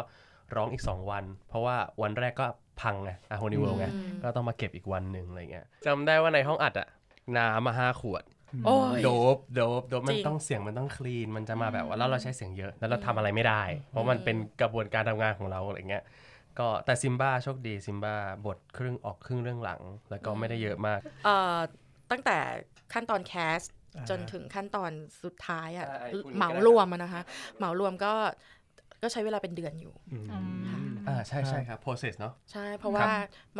ร้องอีก 2 วัน เพราะว่าวันแรกก็พังไงอะโฮนิเวลไง อืม ก็ต้องมาเก็บอีกวันหนึ่งอะไรเงี้ยจำได้ว่าในห้องอัดอะน้ำมาห้าขวด โอ้ย โดบโดบโดบมั จ น ริง ต้องเสียงมันต้องคลีน มันจะมาแบบว่าแล้วเราใช้เสียงเยอะ แล้วเราทำอะไรไม่ได้ เพราะมันเป็นกระบวนการทำงานของเราอะไรเงี้ย ก็แต่ซิมบ้าโชคดีซิมบ้าบทครึ่งออกครึ่งเรื่องหลัง แล้วก็ไม่ได้เยอะมาก เอ่อตั้งแต่ขั้นตอนแคส อ่า จนถึงขั้นตอนสุดท้ายอะ อ่าไอ้พวกนี้ก็ได้ เหมารวมอะนะคะ เหมารวมก็ก็ใช้เวลาเป็นเดือนอยู่ อืม อ่าใช่ใช่ครับโปรเซสเนาะ ใช่ เพราะว่า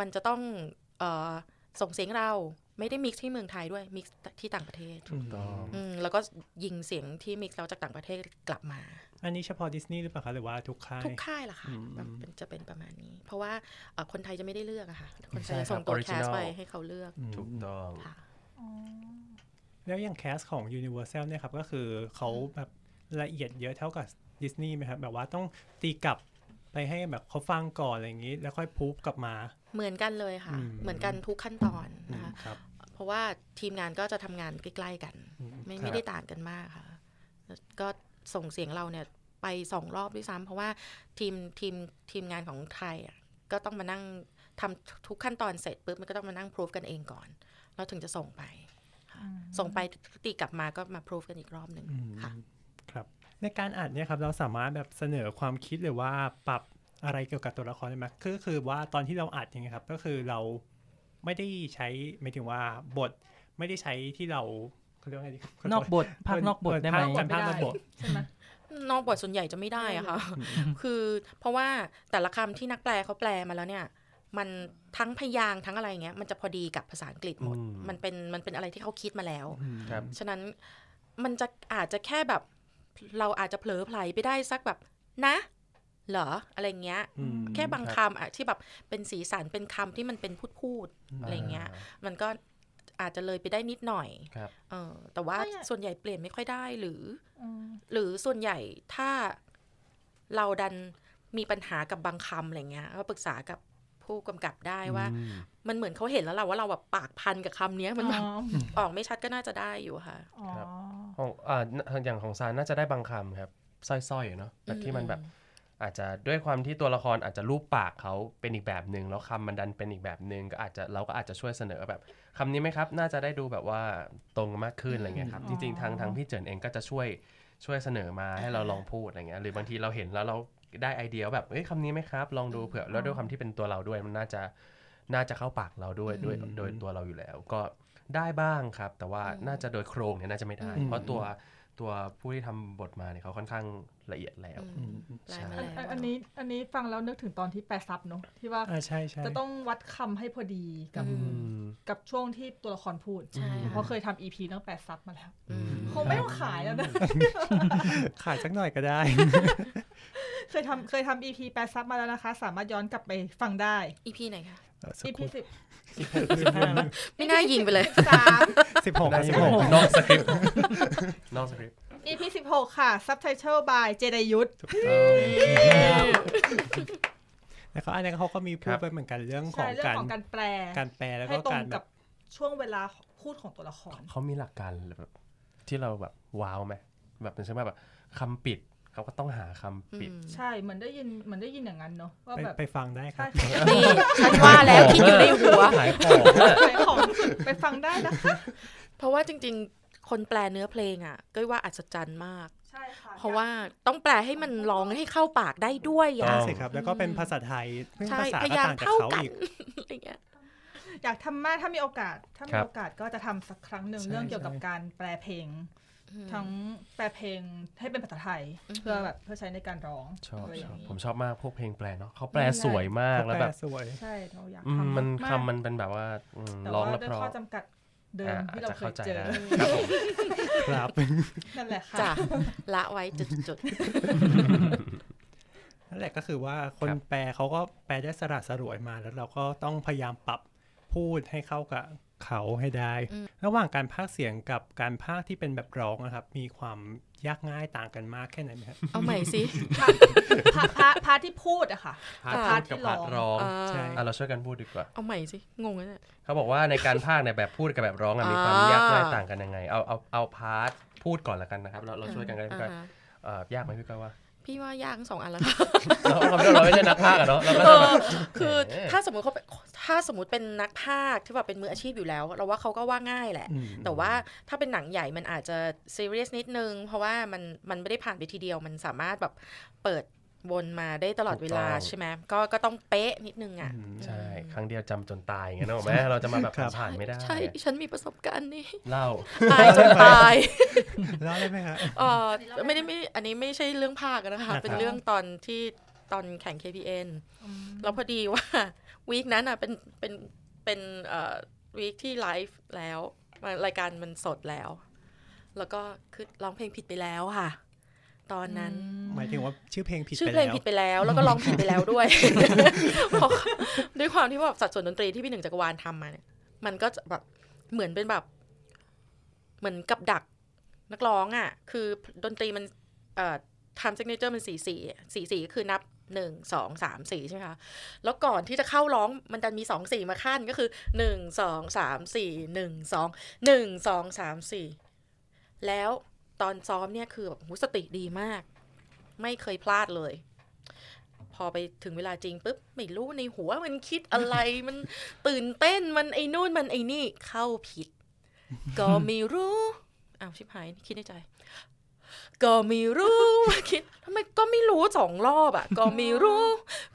มันจะต้องเอ่อส่งเสียงเราไม่ได้มิกซ์ที่เมืองไทยด้วยมิกซ์ที่ต่างประเทศอืมแล้วก็ยิงเสียงที่มิกซ์เราจากต่างประเทศกลับมา อันนี้เฉพาะดิสนีย์หรือเปล่าคะหรือว่าทุกค่าย ทุกค่ายล่ะค่ะ อืม แบบเป็นจะเป็นประมาณนี้ เพราะว่าเอ่อคนไทยจะไม่ได้เลือกอะค่ะ คนไท ใช่ ย ครับ จะส่งตัวแคส original ไปให้เขาเลือก อืม ถูกต้อง ค่ะ แล้วอย่างแคสของ Universal เนี่ยครับก็คือเขาแบบละเอียดเยอะเท่ากับดิสนีย์ไหมครับแบบว่าต้องตีกลับ ไปให้แบบเขาฟังก่อนอะไรอย่างนี้ แล้วค่อยพูฟกลับมา เหมือนกันเลยค่ะ อืม เหมือนกันทุกขั้นตอน อื นะ ม คะ ครับ เพราะว่าทีมงานก็จะทำงานใกล้ๆกัน อืม ไม่ ครับ ไม่ได้ต่างกันมากค่ะแล้วก็ส่งเสียงเราเนี่ยไปสองรอบด้วยซ้ำเพราะว่าทีมทีมทีมงานของไทยอ่ะก็ต้องมานั่งทำทุกขั้นตอนเสร็จปุ๊บมันก็ต้องมานั่งพรูฟกันเองก่อน เราถึงจะส่งไปค่ะส่งไปตีกลับมาก็มาพรูฟกันอีกรอบหนึ่ง อืม ค่ะ ครับ ในการอัดเนี่ยครับเราสามารถแบบเสนอความคิดหรือว่าปรับอะไรเกี่ยวกับตัวละครได้ไหมคือคือว่าตอนที่เราอัดอย่างเงี้ยครับ ก็คือเราไม่ได้ใช้ไม่ถึงว่าบทไม่ได้ใช้ที่เราเขาเรียกว่าไงดีครับ นอกบทภาคนอกบทได้ไหม เป็นภาคนอกบท ใช่ไหม นอกบทส่วนใหญ่จะไม่ได้อะค่ะ คือเพราะว่าแต่ละคำที่นักแปลเขาแปลมาแล้วเนี่ย มันทั้งพยางค์ทั้งอะไรเงี้ย มันจะพอดีกับภาษาอังกฤษหมด อืม มันเป็นมันเป็นอะไรที่เขาคิดมาแล้ว ครับ ฉะนั้นมันจะอาจจะแค่แบบเราอาจจะเผลอไผลไปได้สักแบบนะ เหรออะไรเงี้ย อืม แค่บางคำอะที่แบบเป็นสีสันเป็นคำที่มันเป็นพูดพูดๆอะไรเงี้ย มันก็อาจจะเลยไปได้นิดหน่อย ครับ เออแต่ว่า ก็อย่าง ส่วนใหญ่เปลี่ยนไม่ค่อยได้หรือ อืม หรือส่วนใหญ่ถ้าเราดันมีปัญหากับบางคำอะไรเงี้ยก็ปรึกษากับผู้กำกับได้ว่า มันเหมือนเขาเห็นแล้วเราว่าเราแบบปากพันกับคำเนี้ยมันแบบ อ๋อ ออกไม่ชัดก็น่าจะได้อยู่ค่ะ อ๋อ ครับ ของอ่าอย่างของซานน่าจะได้บางคำครับสร้อยๆอะเนาะแบบที่มันแบบอาจจะด้วยความที่ตัวละครอาจจะรูปปากเขาเป็นอีกแบบหนึ่งแล้วคำมันดันเป็นอีกแบบหนึ่งก็อาจจะเราก็อาจจะช่วยเสนอแบบคำนี้ไหมครับ น่าจะได้ดูแบบว่าตรงมากขึ้นอะไรเงี้ยครับจริงๆทางทางพี่เจินเองก็จะช่วยช่วยเสนอมาให้เราลองพูดอะไรเงี้ยหรือบางทีเราเห็นแล้วเราได้ไอเดียว่าแบบเอ้ยคำนี้ไหมครับ ลองดูเผื่อแล้วด้วยความที่เป็นตัวเราด้วยมันน่าจะน่าจะเข้าปากเราด้วยด้วยโดยตัวเราอยู่แล้วก็ ได้บ้างครับ แต่ว่าน่าจะโดยโครงเนี่ยน่าจะไม่ได้ อืม เพราะตัวตัวผู้ที่ทำบทมาเนี่ยเขาค่อนข้างละเอียดแล้ว อืม อืม ลายมา อัน แล้ว อันอันนี้อันนี้ฟังแล้วนึกถึงตอนที่แปลซับเนอะที่ว่า อ่าใช่ใช่ จะต้องวัดคำให้พอดีกับ อืม กับช่วงที่ตัวละครพูด ใช่ เพราะเคยทำ EP เรื่องแปดซับมาแล้ว อืม คงไม่ต้องขายแล้วนะ ขายสักหน่อยก็ได้ เคยทำเคยทำ EP แปดซับมาแล้วนะคะ สามารถย้อนกลับไปฟังได้ อีพีไหนคะ EP สิบ ไม่น่ายิงไปเลย สาม สิบหก น่า สิ จะ บ เป็น หก นอกสคริปต์นอกสคริปต์ 16 สิบหกค่ะ Subtitle by เจไดยุทธ แล้วเขาอันนี้เขาก็มีพูดครับ ไปเหมือนกันเรื่องขอ ใช่ ง เรื่อง การ ของการแปล การแปลแล้ว ให้ ก็ ตร กาง รแบ กั บบ ช่วงเวลาพูดของตัวละคร เขามีหลักการแบบที่เราแบบว้าวไหมแบบเป็นเช่นว่าแบบคำปิดเขาก็ต้องหาคำปิด ใช่ เหมือนได้ยินเหมือนได้ยินอย่างนั้นเนาะว่า ไป แบบ ไปฟังได้ค ใช่ รับ นี่ฉันว่าแล้วคิดอยู่ในหัว ขายของ ขายของไปฟังได้นะคะ เพราะว่าจริง ๆ คนแปลเนื้อเพลงอ่ะ ก็ว่าอัศจรรย์มาก ใช่ค่ะ เพราะว่าต้องแปลให้มันร้องให้เข้าปากได้ด้วย ต้ อ่ะ อง ใช่ครับ แล้วก็เป็นภาษาไทยซึ่ง ใช่ ภาษา พ ก็ ยาง ต่าง ค์ จาก เท่า เขา กัน อีก อะไรเงี้ย อยากทำมากถ้ามีโอกาส ถ้า ค มี รับ โอกาสก็จะทำสักครั้งหนึ่ง ใช่ เรื่องเกี่ยวกับ ใช่ การแปลเพลง ทั้งแปลเพลงให้เป็นภาษาไทย อืม เพื่อแบบเพื่อใช้ในการร้อง ชอบ อะไร ช อย่า อบ งนี้ ผมชอบมากพวกเพลงแปลเนาะเขาแปลสวยมาก แป แล้ว ล แบบ สวย ใช่เราอยาก อืม ทำ มัน าก คำมันเป็นแบบว่าอืม แต่ ร้อง ว่า แล้ว ด้วย เพราะ ข้อจำกัดเดิม อ่าอา ที่ จ เรา จะ เค เข้าย ใจ เจอ ได้ครับผม ครับ นั่นแหละค่ะ จ้ะละไว้จุดๆ นั่นแหละก็คือว่าคน ครับ แปลเขาก็แปลได้สระสรวยมา แล้วเราก็ต้องพยายามปรับพูดให้เข้ากับเขาให้ได้ ระหว่างการพากย์เสียงกับการพากย์ที่เป็นแบบร้องนะครับ มีความยากง่ายต่างกันมากแค่ไหนไหมครับ ๆเอาใหม่สิ พาพาพาที่พูดอะค่ะ พาร์ทพูดอ่ากับพาร์ทร้อง เออ ใช่ อ่ะเราช่วยกันพูดดีกว่า เอาใหม่สิ งงแล้วเนี่ย เขาบอกว่าในการพากย์ในยแบบพูดกับแบบร้องอะมีความ อ่าย ยากง่ายต่างกันยังไง เอาเอาเอาพาร์ทพูดก่อนละกันนะครับ เราเราช่วยกันก็ได้พี่ก้อย อ่าฮะ เอ่อยากไหมพี่ก้อยว่า พี่ว่ายากทั้งสองอันแล้วค่ะ เราเราเราไม่ใช่นักพากย์อะเนาะเราก็ เอ จะแบ อบ คือ เอ๊ะ ถ้าสมมติเขาเป็นถ้าสมมติเป็นนักพากย์ที่แบบเป็นมืออาชีพอยู่แล้ว เราว่าเขาก็ว่าง่ายแหละ อืม แต่ว่าถ้าเป็นหนังใหญ่มันอาจจะซีเรียสนิดนึง เพราะว่ามันมันไม่ได้ผ่านไปทีเดียวมันสามารถแบบเปิดวนมาได้ตลอดเวลาใช่ไหมก็ก็ต้องเป๊ะนิดนึงอ่ะ ใช่ครั้งเดียวจำจนตายอย่างเงี้ยเนอะแม่เราจะมาแบบ ครับ ผ่านๆไม่ได้ ใช่ดิฉันมีประสบการณ์นี่ เล่า ตายจนตาย แล้วได้ไหมครับ เออไม่ได้ไม่อันนี้ไม่ใช่เรื่องภาคนะคะ นะครับ เป็นเรื่องตอนที่ตอนแข่ง KPN แล้วพอดีว่า วีคนั้นอ่ะเป็นเป็นเป็นเอ่อวีคที่ไลฟ์แล้วมันรายการมันสดแล้ว แล้วก็คือร้องเพลงผิดไปแล้วค่ะ ตอนนั้น หมายถึงว่าชื่อเพลงผิด ชื่อ ไป เพลง แล้ว ผิดไปแล้ว แล้วก็ร้องผิดไปแล้ว ด้วย เพราะด้วยความที่ว่าสัดส่วนดนตรีที่พี่หนึ่งจักรวาลทำมาเนี่ย มันก็จะแบบเหมือนเป็นแบบ เหมือนกับดักนักร้องอ่ะ คือดนตรีมันเอ่อ time signature มันสี่สี่สี่สี่ก็คือนับ หนึ่งสองสามสี่ใช่ไหมคะ แล้วก่อนที่จะเข้าร้องมันดันมีสองสี่มาขั้นก็คือหนึ่งสองสามสี่หนึ่งสองหนึ่งสองสามสี่แล้วตอนซ้อมเนี่ยคือแบบหูสติดีมาก ไม่เคยพลาดเลย พอไปถึงเวลาจริงปุ๊บไม่รู้ในหัวมันคิดอะไร มันตื่นเต้นมันไอ้นู่นมันไอ้นี่เข้าผิด ก็ไม่รู้อ้าวชิบหายคิดในใจ ก็ไม่รู้ ว่าคิดทำไมก็ไม่รู้สองรอบอะก็ไม่รู้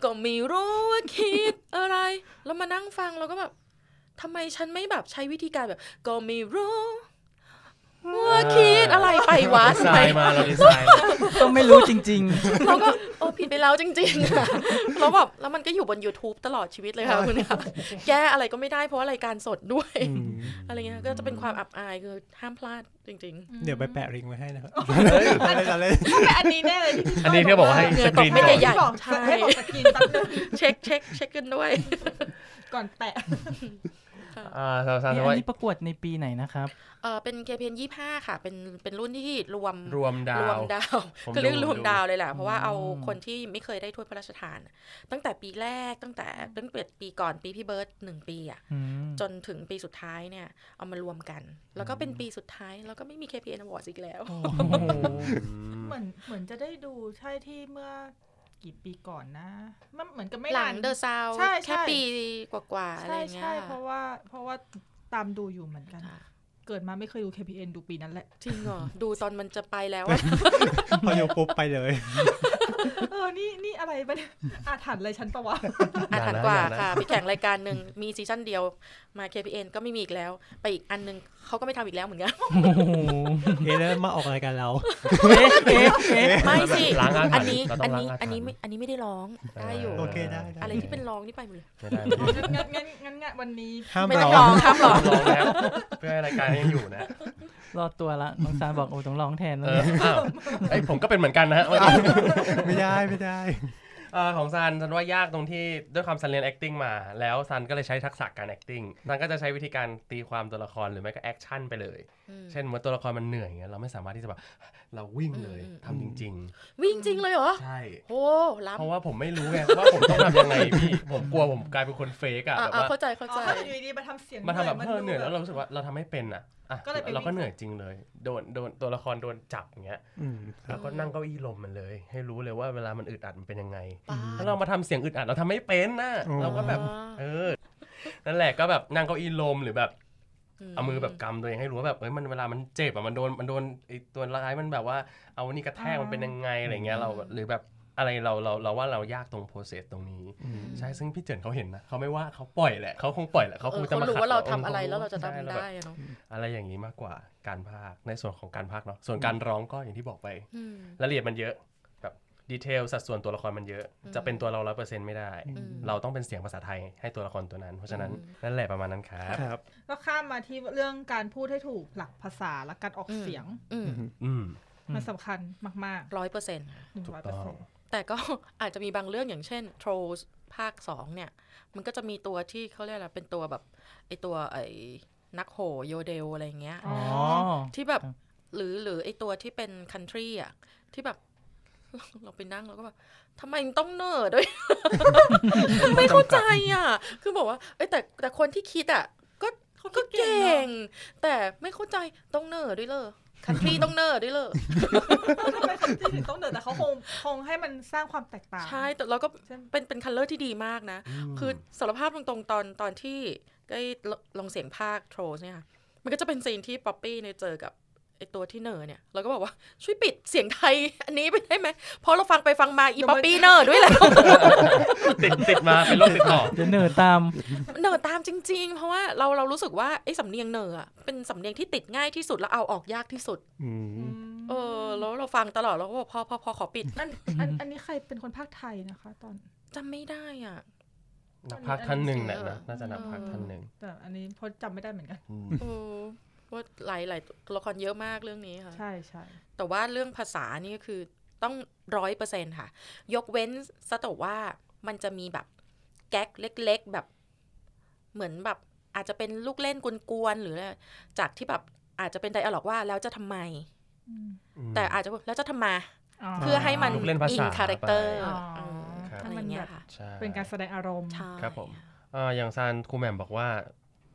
ก็ไม่รู้ว่าคิดอะไร แล้วมานั่งฟังเราก็แบบทำไมฉันไม่แบบใช้วิธีการแบบ ก็ไม่รู้ว่าคิดอะไรไปวะ ดีไซ ทำไม น์มาเราดีไซน์ ต้องไม่รู้จริง เราก็โอ้ผิดไปแล้วจริงๆ อะแล้วแบบแล้วมันก็อยู่บน YouTube ตลอดชีวิตเลยค่ะคุณค่ะแก้อะไรก็ไม่ได้เพราะว่ารายการสดด้วย อะไรเงี้ยก็จะเป็นความอับอายคือห้ามพลาดจริง เดี๋ยวไปแปะริงก์ไว้ให้นะครับเราเล่น ต้องเป็นอันนี้แน่เลยที่พี่ อันนี้ที่บอกว่าให้ เหงื่ ส อก ต รี ก น ไม่ ก่ ได้ อน ใหญ่ บอก ใช่ ให้บอกสกินแป๊บนึง ๆ เช็คเช็คเช็คกันด้วย ก่อนแตะ อ่าสาว ๆ สาว นี่ สาอันวว่า นี้ประกวดในปีไหนนะครับ เออเป็นเคเพียนยี่ห้าค่ะ เป็นเป็นรุ่นที่รวม รวมดาร วม ว ดาว ผม คือเรื่อง ดู รวม ดู ดาวเลยแหละเพราะว่าเอา อืม คนที่ไม่เคยได้ถ้วยพระราชทาน ตั้งแต่ปีแรกตั้งแต่ตั้งแต่ปีก่อนปีพี่เบิร์ตหนึ่งปีอ่ะ อืม จนถึงปีสุดท้ายเนี่ย เอามารวมกัน แล้วก็เป็นปีสุดท้าย แล้วก็ไม่มี KPN Awards อีกแล้ว โอ้โห เหมือนเหมือนจะได้ดูใช่ที่เมื่อกี่ปีก่อนนะมันเหมือนกับไม่ หลั นาง น เดอะซาว ใช่ใช่ แค่ปีกว่าๆ อะไร ใช่ เงี้ย ใช่เพราะว่าเพราะว่าตามดูอยู่เหมือนกัน ค่ะ เกิดมาไม่เคยดู KPN ดูปีนั้นแหละ จริงเหรอ ดูตอนมันจะไปแล้ว อะ พอยกปุ๊บไปเลย เออ นี่นี่อะไรปะ เนี่ยอาถรรพ์อะไรฉันปะวะ อาถรร อย่า พ์ นะ กว่า อย่านะ ค่ะ มีแข่งรายการหนึ่งมีซีซั่นเดียวมา KPN ก็ไม่มีอีกแล้ว ไปอีกอันหนึงเขาก็ไม่ทำอีกแล้วเหมือน กัน โอ้โห เอะแล้วมาออกรายการเรา เอ๊ะเอ๊ะเอ๊ะ ไม่สิ ล้างอาถรรพ์ อันนี้ เราต้ อั อน งล้าง นี้ อาถรรพ์ อันนี้ไม่อันนี้ไม่ได้ร้องได้อยู่ โเคได้ได้ อะไรที่เป็นร้องนี่ไปหมดเลย ไม่ได้ไม่ได้ งั้นงั้นงั้นงั้นวันนี้ ห้าม ไม่ต้ เรา องร้องครับ หรอง ลองแล้วเพื่อให้รายการยังอยู่นะ รอดตัวละน้องซานบอกโอ้ต้องร้องแทนแล้ว เออ เนี่ย อ้าวไอยผมก็เป็นเหมือนกันนะฮะ ไม่ได้ไม่ได้ เอ่อของซันซันว่ายากตรงที่ด้วยความซันเรียน acting มา แล้วซันก็เลยใช้ทักษะการ acting ซันก็จะใช้วิธีการตีความตัวละครหรือไม่ก็ action ไปเลย ม เช่นเมื่อตัวละครมันเหนื่อยอย่างเงี้ยเราไม่สามารถที่จะแบบ เราวิ่งเลยทำจริง วิ่งจริงเลยเหรอ ๆ ใช่ โอ้ล้ำ เพราะว่าผมไม่รู้ไง ว่าผมต้องทำยังไงพี่ ผมกลัวผมกลายเป็นคนเฟกอะ อ่ะ แบบ อ่ะ ว่า เข้าใจเข้า อ๋อ ใจ ถ้าอยู่ดีๆมาทำเสียง มาทำแบบ มั เพ้อเหนื่อยแล้ว ดู เรารู้สึกว่าเราทำไม่เป็นอะอ่ะ ก็เลยไปวิ่ง เราก็เหนื่อยจริงเลย โดนโดนตัวละครโดนจับอย่างเงี้ย อืมครับ แล้วก็นั่งเก้าอี้ลมมันเลย ให้รู้เลยว่าเวลามันอึดอัดมันเป็นยังไง ปา ถ้าเรามาทำเสียงอึดอัดเราทำไม่เป็นนะเราก็แบบ เออ นั่นแหละก็แบบนั่งเก้าอี้ลมหรือแบบเอามือแบบกำตัวเองให้รู้ว่าแบบเอ้ยมันเวลามันเจ็บอะมันโดนมันโดนไอ้ตัวร้ายมันแบบว่า เอานี่กระแทกมันเป็นยังไงอะไรเงี้ยเราหรือแบบอะไรเราเราเราว่าเรายากตรงโปรเซสตรงนี้ อืม ใช่ซึ่งพี่เจินเขาเห็นนะเขาไม่ว่าเขาปล่อยแหละเขาคงปล่อยแหละเขาค เอง อ จะ เขา มา รู้ ขัด ว่าเรา ออ ทำอะไรแล้วเราจะทำ ใช่แล้วแบบ ได้อะเนาะ อะไรอย่างนี้มากกว่าการพากย์ในส่วนของการพากย์เนาะส่วนการร้องก็อย่างที่บอกไป อืม รายละเอียดมันเยอะแบบดีเทลสัดส่วนตัวละครมันเยอะ จะเป็นตัวเราร้อเปอร์เซ็นต์ไม่ได้ อืม เราต้องเป็นเสียงภาษาไทยให้ตัวละครตัวนั้น เพราะฉะนั้นนั่นแหละประมาณนั้นครับ ครับ แล้วข้ามมาที่เรื่องการพูดให้ถูกหลักภาษาและการออกเสียง อืม อืม มันสำคัญมาก ร้อยเปอร์เซ็นต์ค่ะ ๆหนึ่ง ถูก ร้อยเปอ ต้ ร์ อง เซ็นต์ แต่ก็ อาจจะมีบางเรื่องอย่างเช่น Trolls ภาคสองเนี่ย มันก็จะมีตัวที่เขาเรียกอะไรเป็นตัวแบบไอตัวไอนักโหโยเดลอะไรอย่างเงี้ย อ๋อ ที่แบบ ครับ หรือหรือไอตัวที่เป็น country อ่ะ ที่แบบ เราไปนั่งเราก็แบบทำไมต้องเนอร์ด้วย ไม่เข้าใจอ่ะ คือบอกว่าเอ้ยแต่แต่คนที่คิดอ่ะ ก็เขาก็เก่ง แต่ไม่เข้าใจต้องเนอร์ด้วยเลย country ต้องเนอร์ด้วยเลย ทำไมเขาจริงๆต้องเดินแต่เขาคงคงให้มันสร้างความแตกต่าง ใช่ แต่เราก็ ใช่ไหม เป็นเป็นคัลเลอร์ที่ดีมากนะ คือสารภาพตรงๆ ตอนตอนที่ได้ลลงเสียงภาคโทรสเนี่ยค่ะมันก็จะเป็นซีนที่ป๊อปปี้เนี่ยเจอกับไอตัวที่เนอร์เนี่ย เราก็บอกว่า ช่วยปิดเสียงไทย อันนี้ไปได้ไหมเพราะเราฟังไปฟังมาอีป๊อปปี้เนอร์ด้วยแหละ ติดติดมาเป็นโรคติดต่อ เดี๋ยวเหนื่อยตาม เนอร์ตามจริง ๆ เพราะว่าเราเรารู้สึกว่าไอสำเนียงเนอร์อะเป็นสำเนียงที่ติดง่ายที่สุดแล้วเอาออกยากที่สุด อืม อืม เออแล้วเราฟังตลอดเราก็บอกพอพอพอขอปิด อันอันอันนี้ใครเป็นคนภาคไทยนะคะ ตอน จำไม่ได้อ่ะ นักพากย์ท่านหนึ่งแหละนะน่าจะนักพากย์ท่านหนึ่ง แต่อันนี้พอจำไม่ได้เหมือนกัน เออว่าหลายหลายๆตัวละครเยอะมากเรื่องนี้ค่ะ ใช่ใช่ แต่ว่าเรื่องภาษานี่ก็คือต้องร้อยเปอร์เซ็นค่ะ ยกเว้นซะแต่ว่ามันจะมีแบบแก๊กเล็กๆ แบบเหมือนแบบอาจจะเป็นลูกเล่นกวนๆหรืออะไรจากที่แบบอาจจะเป็นไดอะล็อกว่าแล้วจะทำไม อืม แต่อาจจะแล้วจะทำไมา อ๋อ เพื่อให้มัน ลูกเล่นภาษา อิงคาแรคเตอร์ ไป อ๋อ เอแอบบ ค่ะ ใช่ เป็นการแสดงอารมณ์ ใช่ ครับผม เอ่ออย่างซานครูแหม่มบอกว่า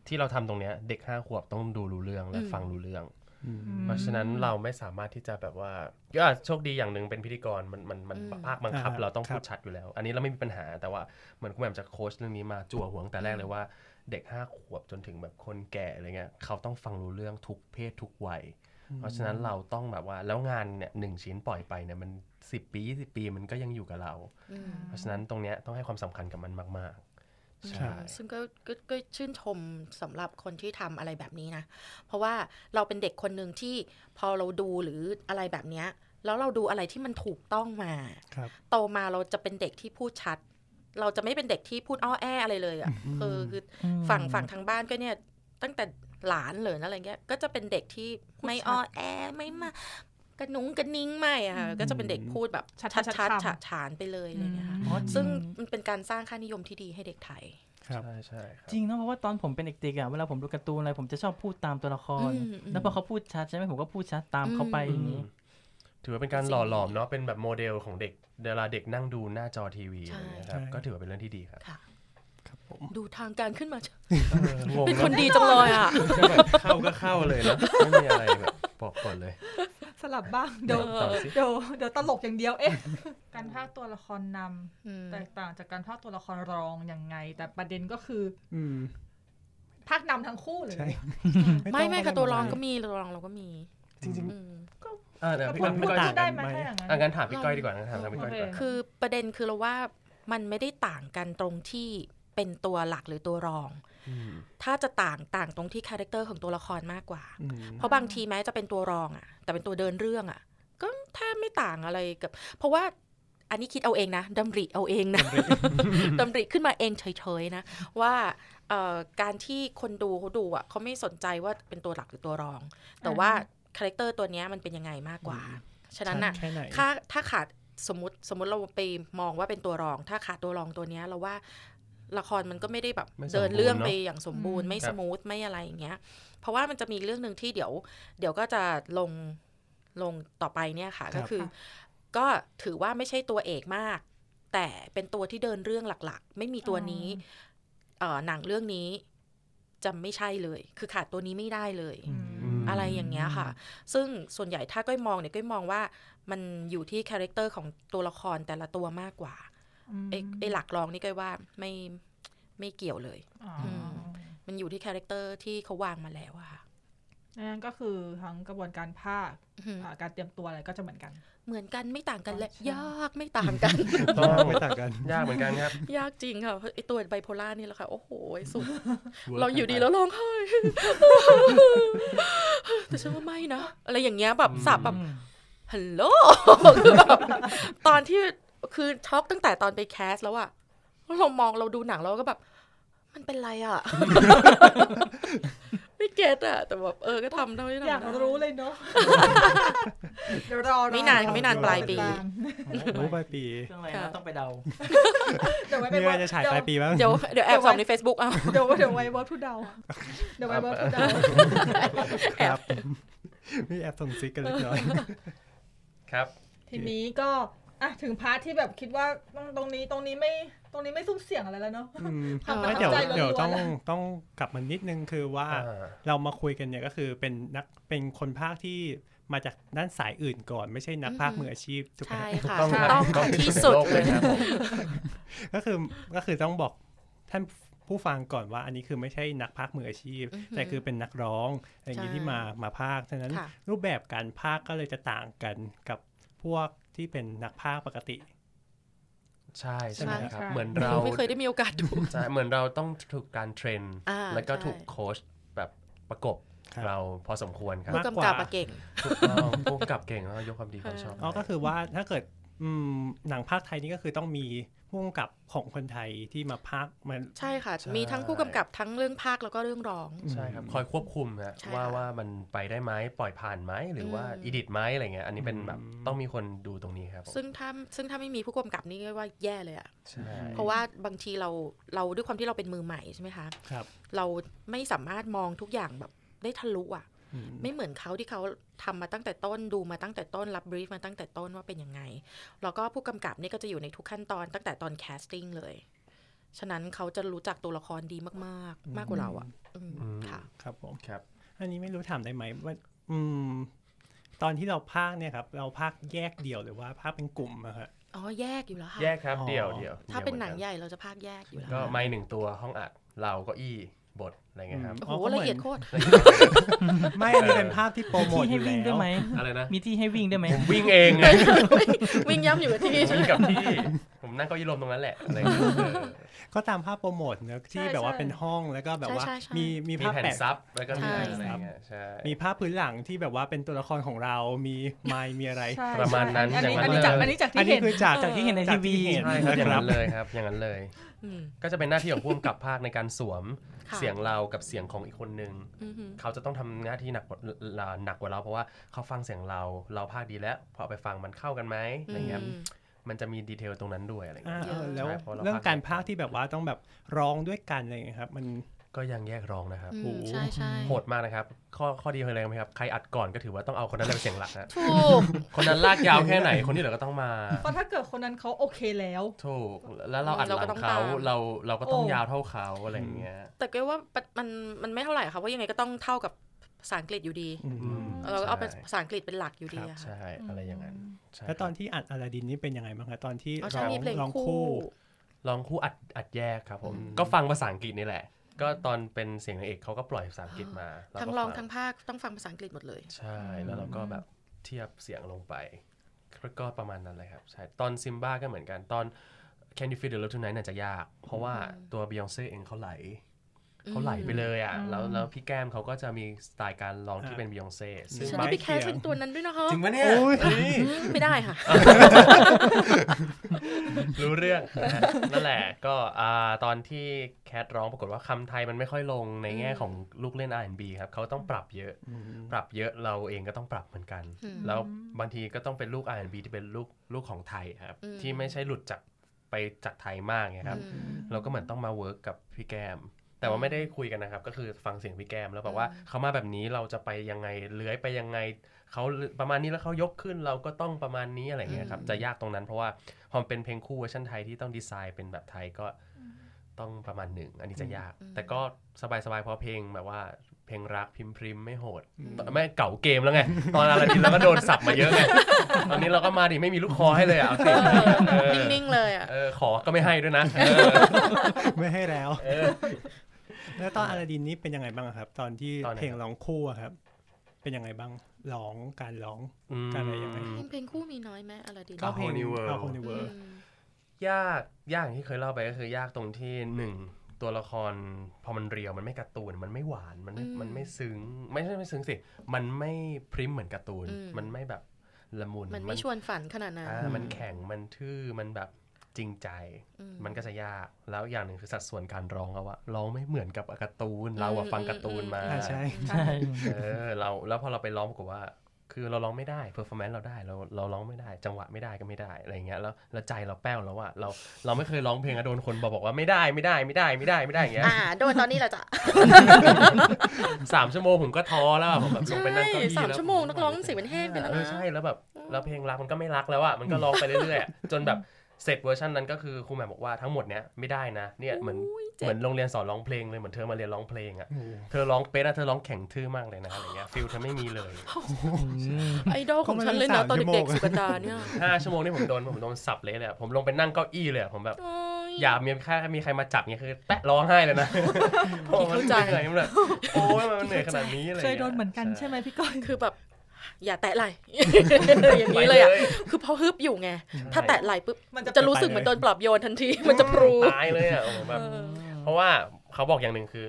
ที่เราทำตรงเนี้ยเด็กห้าขวบต้องดูรู้เรื่องและฟังรู้เรื่อง อืม ม เพราะฉะนั้นเราไม่สามารถที่จะแบบว่าก็อาจโชคดีอย่างหนึ่งเป็นพิธีกรมันมันมันภาคบังคับ อ่า เราต้อง ครับ พูดชัดอยู่แล้ว อันนี้เราไม่มีปัญหาแต่ว่าเหมือนคุณแหม่มจะโค้ชเรื่องนี้มาจั่วหัวตั้งแต่แรกเลยว่าเด็ก 5 ขวบจนถึงแบบคนแก่อะไรเงี้ยเขาต้องฟังรู้เรื่องทุกเพศทุกวัย เพราะฉะนั้นเราต้องแบบว่าแล้วงานเนี่ยหนึ่งชิ้นปล่อยไปเนี่ยมัน 10 ปี 20 ปีมันก็ยังอยู่กับเรา อืม เพราะฉะนั้นตรงเนี้ยต้องให้ความสำคัญกับมันมากๆใช่ ซึ่งก็ก็ก็ชื่นชมสำหรับคนที่ทำอะไรแบบนี้นะ เพราะว่าเราเป็นเด็กคนหนึ่งที่พอเราดูหรืออะไรแบบเนี้ยแล้วเราดูอะไรที่มันถูกต้องมา ครับ โตมาเราจะเป็นเด็กที่พูดชัด เราจะไม่เป็นเด็กที่พูดอ้อแออะไรเลยอะ่ะคือคือฝั่งฝั่งทางบ้านก็เนี่ย ตั้งแต่หลานเลยนะอะไรเงี้ยก็จะเป็นเด็กที่ไม่อ้อแอไม่มากระนุ้งกระนิ้งไม่อะค่ะก็จะเป็นเด็กพูดแบบ ชั ชั ด ด ๆ ชัชัดดๆ ฉะฉานไปเลยอะไรเงี้ยค่ะ อ๋อจริ ซึ่งมันเป็นการสร้างค่านิยมที่ดีให้เด็กไทย ครับ ใช่ใช่ครับ จริงเนอะเพราะว่าตอนผมเป็นเด็กๆอ่ะเวลาผมดูการ์ตูนอะไรผมจะชอบพูดตามตัวละคร อืมอืม แล้วพอเขาพูดชัดใช่ไหมผมก็พูดชัดตามเขาไป อืม อย่างนี้ ถือว่าเป็นการ จริง หล่อหลอมเนาะเป็นแบบโมเดลของเด็กเวลาเด็กนั่งดูหน้าจอทีวี ใช่ อะไรเงี้ยครับ ใช่ ก็ถือว่าเป็นเรื่องที่ดีครับ ค่ะ ครับผม ดูทางการขึ้นมา งง เป็น นะ คนดีจังเลยอ่ะ ก็แบบเข้าก็เข้าเลยนะไม่มีอะไรแบบบอกก่อนเลย สลับบ้างเดี๋ยว ต่อสิ เดี๋ยวเดี๋ยวตลกอย่างเดียวเอ๊ะ การภาคตัวละครนำ อืม แตกต่างจากการภาคตัวละครรองยังไง แต่ประเด็นก็คือ อืม ภาคนำทั้งคู่เลย ใช่ ไม่ อง ไม่ค่ะ ด้ ตัวรองก็ เลย มีตัวรองเราก็มี จริง อืม เออเดี๋ยวพี่ก้อย มัน พี่ก้อย ต่าง ได้ไหมถ้าอย่างนั้น อ่ะงั้นถามพี่ก้อยดีกว่านะถามพี่ก้อย โอเค ดีกว่า คือประเด็นคือเราว่ามันไม่ได้ต่างกันตรงที่เป็นตัวหลักหรือตัวรอง ม ถ้าจะต่างต่างตรงที่คาแรคเตอร์ของตัวละครมากกว่า ๆอืม เพราะบางทีแม้จะเป็นตัวรองอะแต่เป็นตัวเดินเรื่องอะก็แทบไม่ต่างอะไรกับ เพราะว่าอันนี้คิดเอาเองนะดำริเอาเองนะ ดำริขึ้นมาเองเฉยๆนะ ว่าเอ่อการที่คนดูเขาดูอะเขาไม่สนใจว่าเป็นตัวหลักหรือตัวรอง แต่ว่าคาแรคเตอร์ตัวเนี้ยมันเป็นยังไงมากกว่า ฉะนั้นน่ะ แค่ไหน ถ้าถ้าขาดสมมติสมมติเราไปมองว่าเป็นตัวรอง ถ้าขาดตัวรองตัวเนี้ยเราว่าละครมันก็ไม่ได้แบบเดินเรื่องไปอย่างสมบูรณ์ไม่สมูทไม่อะไรอย่างเงี้ย เพราะว่ามันจะมีเรื่องหนึ่งที่เดี๋ยว เดี๋ยวก็จะลงลงต่อไปเนี่ยค่ะ ก็คือ ก็ถือว่าไม่ใช่ตัวเอกมาก แต่เป็นตัวที่เดินเรื่องหลักๆ ไม่มีตัวนี้เอ่อหนังเรื่องนี้จะไม่ใช่เลย คือขาดตัวนี้ไม่ได้เลย อืม ม อะไรอย่างเงี้ยค่ะ ซึ่งส่วนใหญ่ถ้าก้อยมองเนี่ยก้อยมองว่ามันอยู่ที่คาแรคเตอร์ของตัวละครแต่ละตัวมากกว่าไอ้ไอ้หลักรองนี่ก้อยว่าไม่ไม่เกี่ยวเลย อ๋อ อืม มันอยู่ที่คาแรคเตอร์ที่เขาวางมาแล้วอะค่ะ นั่นก็คือทั้งกระบวนการภาค อื้อหือ อ่าการเตรียมตัวอะไรก็จะเหมือนกัน เหมือนกันไม่ต่างกันเลย ใช่ ยากไม่ต่างกัน ต้อง ไม่ต่างกัน ยากเหมือนกันครับ ยากจริงค่ะไอตัวไบโพล่านี่แหละค่ะ โอ้โหสุด เราอยู่ดีแล้วร้องไห้ แต่ฉันว่าไม่นะ อะไรอย่างเงี้ยแบบสับแบบ อืม ฮัลโหล คือแบบตอนที่คือช็อกตั้งแต่ตอนไปแคสแล้วอะเรามองเราดูหนังเราก็แบบ มันเป็นไรอะ ไม่เก็ตอะแต่แบบเออก็ทำเท่าที่ทำ อยาก ได้ รู้เลยเนาะ เดี๋ยวรอรอ ไม่นานค่ะไม่นานปลายปี รอติดตม รู้ปลายปี เรื่องอะไรนะ ค่ะ ต้องไปเดา เดี๋ยวไว้ไป มีอะไรจะฉายปลาย เดี๋ว ปีบ้าง เดี๋ยวเดี๋ยวแอบส่องใน Facebook เอา เดี๋ยวเดี๋ยวไว้เวิร์กทูเดาเดี๋ยวไว้เวิร์กทูเดา ครับ มีแอบส่งซิกกันเล็กน้อย ครับ ทีนี้ก็อ่ะถึงพาร์ทที่แบบคิดว่าตรงตรงนี้ตรงนี้ไม่ตรงนี้ไม่ซุ่มเสียงอะไรแล้วเนาะ อืม ความประทับ ไม่เดี๋ยว ใจล้วนๆ เดี๋ยวต้องต้องกลับมานิดนึงคือว่า อ่า เรามาคุยกันเนี่ยก็คือเป็นนักเป็นคนภาคที่มาจากด้านสายอื่นก่อน ไม่ใช่นักภาคมืออาชีพถูกไหม ใช่ ฮะ ค่ะ ต้อง ถูก รับ ต้องค่ะ ต้อง ที่สุด โลก เล เลย ย ครับผม ก็คือก็คือต้องบอกท่านผู้ฟังก่อนว่า อันนี้คือไม่ใช่นักภาคมืออาชีพ อือหื แต่คือเป็นนักร้องอะไรอย่างนี้ ใช่ ที่มามาภาคฉะนั้น ค่ะ รูปแบบการภาคก็เลยจะต่างกันกับพวกที่เป็นนักภาคปกติ ใช่ใช่ไหมครับ ใช่ เหมือนเรา ไม่เคยได้มีโอกาสดู ใช่เหมือนเราต้องถูกการเทรน อ่า แล้วก็ถูก ใช่ โค้ชแบบประกบ ครับ เราพอสมควรครับ ผู้ มากก กำ ว่า กับอะเก่ง ถูกต้องผู้กำกับเก่งแล้วยกความดีความชอบ อ๋อก็คือว่าถ้าเกิดอืมหนังภาคไทยนี่ก็คือต้องมีผู้กำกับของคนไทยที่มาภาคมัน ใช่ค่ะ มีทั้งผู้กำกับทั้งเรื่องภาคแล้วก็เรื่องร้อง ใช่ครับคอยควบคุมฮะ ใช่ ว่า ค่ะ ว่ามันไปได้ไหมปล่อยผ่านไหมหรือว่า อืม อีดิทไหมอะไรเงี้ยอันนี้เป็นแบบ อืม ต้องมีคนดูตรงนี้ครับผม ซึ่งถ้าซึ่งถ้าไม่มีผู้กำกับนี่ก็ว่าแย่เลยอะ ใช่ เพราะว่าบางทีเราเราด้วยความที่เราเป็นมือใหม่ใช่ไหมคะ ครับ เราไม่สามารถมองทุกอย่างแบบได้ทะลุอ่ะ อืม ไม่เหมือนเขาที่เขาทำมาตั้งแต่ต้นดูมาตั้งแต่ต้นรับบรีฟมาตั้งแต่ต้นว่าเป็นยังไง แล้วก็ผู้กำกับนี่ก็จะอยู่ในทุกขั้นตอนตั้งแต่ตอนแคสติ้งเลย ฉะนั้นเขาจะรู้จักตัวละครดีมาก อืม ๆ มากกว่าเราอ่ะอืม อืม ค่ะ ครับผม ครับ อันนี้ไม่รู้ถามได้ไหมว่าอืม ตอนที่เราพากย์เนี่ยครับ เราพากย์แยกเดี่ยวหรือว่าพากย์เป็นกลุ่มอะครับ อ๋อแยกอยู่แล้วค่ะ แยกครับ อ๋อ เดี่ยวเดี่ยว ถ้าเป็นหนัง ดี่ยวมือกั ใหญ่เราจะภาคแยกอยู่แล้ว ก็ไม้หนึ่งตัวห้องอัดเราเก็อี้บทอะไรเงี้ยครับ โอ้ อ๋อ โห ก็หมืน ละเอียดโคตร ไม่อันนี้เป็นภาพที่โปรโมท ที่ อ ให้ ยู่ วิ่ง แล้ ได้ ว ไหม อะไรนะ มีที่ให้วิ่งได้ไหม ผมวิ่งเองไง วิ่งย่ำอยู่กับที่ใช่ไห วิ่ ม งกับที่ ผมนั่งเก็ยี่ลมตรงนั้นแหละอะไรเงี้ยเออ ก็ตามภาพโปรโมทเนอะที่ ใช่ แบบว่า ใช่ เป็นห้องแล้วก็แบบว่ามีมี มี ภาพ แผ่น แปะ ซับแล้วก็มี ใช่ อะไรเงี้ยใช่ มีภาพพื้นหลังที่แบบว่าเป็นตัวละครของเรา มีไมค์มีอะไร ใช่ ประมาณนั้น อันนี้ อย่างนั้น อันนี้จาก เลย อันนี้จาก อัน ที่ นี้ เห็น คือจาก จากที่เห็นในทีวี จากเห็น ใช่ครับอย่าง นะ นั้นเลยครับ อย่างนั้นเลย อืม ก็จะเป็นหน้าที่ของผู้กำกับภาคในการสวม ค่ะ เสียงเรากับเสียงของอีกคนนึง อือหือ เขาจะต้องทำหน้าที่หนักกว่าเราหนักกว่าเราเพราะว่าเขาฟังเสียงเราเราภาคดีแล้ว พอเอาไปฟังมันเข้ากันไหมอะไรเงี้ย อืม มันจะมีดีเทลตรงนั้นด้วยอะไร อ่า เงี้ย เออแล้ว ใช่เพราะเรา เรื่องการพากย์ที่แบบว่าต้องแบบร้องด้วยกันอะไรอย่างเงี้ยครับ มัน ก็ยังแยกร้องนะครับ อืม โอ้โห ใช่ใช่ โหดมากนะครับ ข้อข้อดีคืออะไรรู้ไหมครับ ใครอัดก่อนก็ถือว่าต้องเอาคนนั้นเป็นเสียงหลักนะ ถูก คนนั้นลากยาวแค่ไหนคนที่เหลือก็ต้องมา เพราะถ้าเกิดคนนั้นเขาโอเคแล้ว ถูกแล้วเราอัดห เรา ลั ก็ ง ต้อง เขา ตาม เราเราก็ต้อง โอ้ ยาวเท่าเขาอะไรอย่างเงี้ย แต่ก็ว่ามันมันไม่เท่าไหร่ค่ะเพราะยังไงก็ต้องเท่ากับภาษาอังกฤษอยู่ดี อืม เราก็เอาเป็น ใช่ ภาษาอังกฤษเป็นหลักอยู่ดี ครับ อะค่ะ ใช่อะไรอย่างนั้นใช่ แล้วตอนที่อัดอลาดินนี่เป็นยังไงบ้างครับตอนที่ อ๋อร้ใช่อง มีเพลง ร้อง คู่ คู่ ลองคู่อัดอัดแยกครับผม อืม ก็ฟังภาษาอังกฤษนี่แหละ ก็ตอนเป็นเสียงนางเอกเขาก็ปล่อยภาษาอังกฤษมาเาก็ ทั้งร้องทั้งภาคต้องฟังภาษาอังกฤษหมดเลย ใช่แล้วเราก็แบบเทียบเสียงลงไปก็ประมาณนั้นเลยครับใช่ตอนซิมบ้าก็เหมือนกันตอน Can you feel the love tonight น่าจะยาก เพราะว่าตัว Beyonce เองเขาไหล เขาไหลไปเลยอ่ะ แล้วแล้วพี่แก้มเขาก็จะมีสไตล์การร้องที่เป็นบิยองเซ่ซึ่ง ฉัน บา จะ ง ไปแคสเป็นตัวนั้นด้วยนะคะ จริงปะเนี่ย อืมไม่ได้ค่ะ รู้เรื่อง นะฮะนั่นแหละก็อ่าตอนที่แคทร้องปรากฏว่าคำไทยมันไม่ค่อยลงในแง่ของลูกเล่น R&B ครับเขาต้องปรับเยอะ ปรับเยอะเราเองก็ต้องปรับเหมือนกัน อืม แล้วบางทีก็ต้องเป็นลูก R&B ที่เป็นลูกลูกของไทยครับ อืม ที่ไม่ใช่หลุดจากไปจากไทยมากไงครับ เราก็เหมือนต้องมาเวิร์กกับพี่แก้ม แต่ว่าไม่ได้คุยกันนะครับ ก็คือฟังเสียงพี่แก้มแล้วแบบว่าเขามาแบบนี้เราจะไปยังไงเลื้อยไปยังไงเขาประมาณนี้แล้วเขายกขึ้นเราก็ต้องประมาณนี้อะไรเงี้ยครับ จะยากตรงนั้นเพราะว่าพอมันเป็นเพลงคู่เวอร์ชันไทยที่ต้องดีไซน์เป็นแบบไทยก็ต้องประมาณหนึ่ง อันนี้จะยาก แต่ก็สบายๆเพราะเพลงแบบว่าเพลงรักพิมพ์พริมไม่โหดไม่เก่าเกมแล้วไง ตอนอะไรดีเราก็โดนสับมาเยอะไงตอนนี้เราก็มาดิไม่มีลูกคอให้เลยอ่ะเอาสิเออ นิ่งๆเลยอ่ะ เออขอก็ไม่ให้ด้วยนะเออ ไม่ให้แล้ว เออ แล้วตอนอลาดินนี่เป็นยังไงบ้างครับ ตอนที่ ตอนไหน เพลงร้องคู่อะครับ เป็นยังไงบ้างร้องการร้อง อืม การอะไรยังไง เพลงคู่มีน้อยไหมอลาดิน ก็ เพลง Whole New World เอาโฮนิเวิร์ อืม ยากยากอย่างที่เคยเล่าไปก็คือยากตรงที่หนึ่งตัวละครพอมันเรียวมันไม่การ์ตูนมันไม่หวานมันไม่ อืม มันไม่ซึ้งไม่ใช่ไม่ซึ้งสิ มันไม่พริมเหมือนการ์ตูน อืม มันไม่แบบละมุน มันไม่ชวนฝันขนาดนั้น อ่า อืม มันแข็งมันทื่อมันแบบจริงใจ อื มันก็จะยากแล้วอย่างหนึ่งคือสัดส่วนการร้องเขาอะร้องไม่เหมือนกับการ์ตูน เราอะ อืม ฟังการ์ตูน อืม มา อ่าใช่ ใช่ เออเราแล้วพอเราไปร้องปรากฏว่า คือเราร้องไม่ได้เพอร์ฟอร์แมนซ์เราได้เราเราร้องไม่ได้จังหวะไม่ได้ก็ไม่ได้อะไรอย่างเงี้ยแล้วแล้วใจเราแป้วแล้วว่าเราเราไม่เคยร้องเพลงอะโดนคนบอกบอกว่าไม่ได้ไม่ได้ไม่ได้ไม่ได้ไม่ได้อย่างเงี้ย อ่า โดนตอนนี้แหละจ้ะ สามชั่วโมงผมก็ท้อแล้วอะผมแบบลงไปนั่งเก้าอี้ สาม แล้ว ชั่วโมงนักร้องเสียงเป็นแห้งไปแล้ว เออ นะ ใช่แล้วแบบแล้วเพลงรักมันก็ไม่รักแล้วอะมันก็ร้องไปเรื่อยๆอะจนแบบเสร็จเวอร์ชันนั้นก็คือครูแหม่มบอกว่าทั้งหมดเนี้ยไม่ได้นะเนี่ยเหมือนเหมือนโรงเรียนสอนร้องเพลงเลยเหมือนเธอมาเรียนร้องเพลงอะเธอร้องเป๊ะนะเธอร้องแข็งทื่อมากเลยนะอะไรเงี้ยฟิลเธอไม่มีเลย ไอดอลของฉันเลยนะตอนเด็กๆ ก็ไม่ต้องสามชั่วโมง สุกตาเนี่ย ห้าชั่วโมงนี่ผมโดนผมโดนสับเละเลยอะผมลงไปนั่งเก้าอี้เลยอะผมแบบ โอ้ย อย่ามีแค่มีใครมาจับเนี่ยคือแปะร้องไห้ เลยนะ โอ้มัน เข้า เห ใจ นื่อยมันเลยโอ้ยมันเหนื่อยขนาดนี้อะไร เคยโดนเหมือนกันใช่ไหมพี่ก้อย คือแบบ อย่าแตะ ไหล อย่างนี้เลยอ่ะ คือพอฮึบอยู่ไง ถ้าแตะไหลปุ๊บ มันจะ จะรู้สึกเหมือนโดนปลอบโยนทันที มันจะพรู ตายเลยอ่ะโอ้โหแบบเพราะว่าเขาบอกอย่างหนึ่งคือ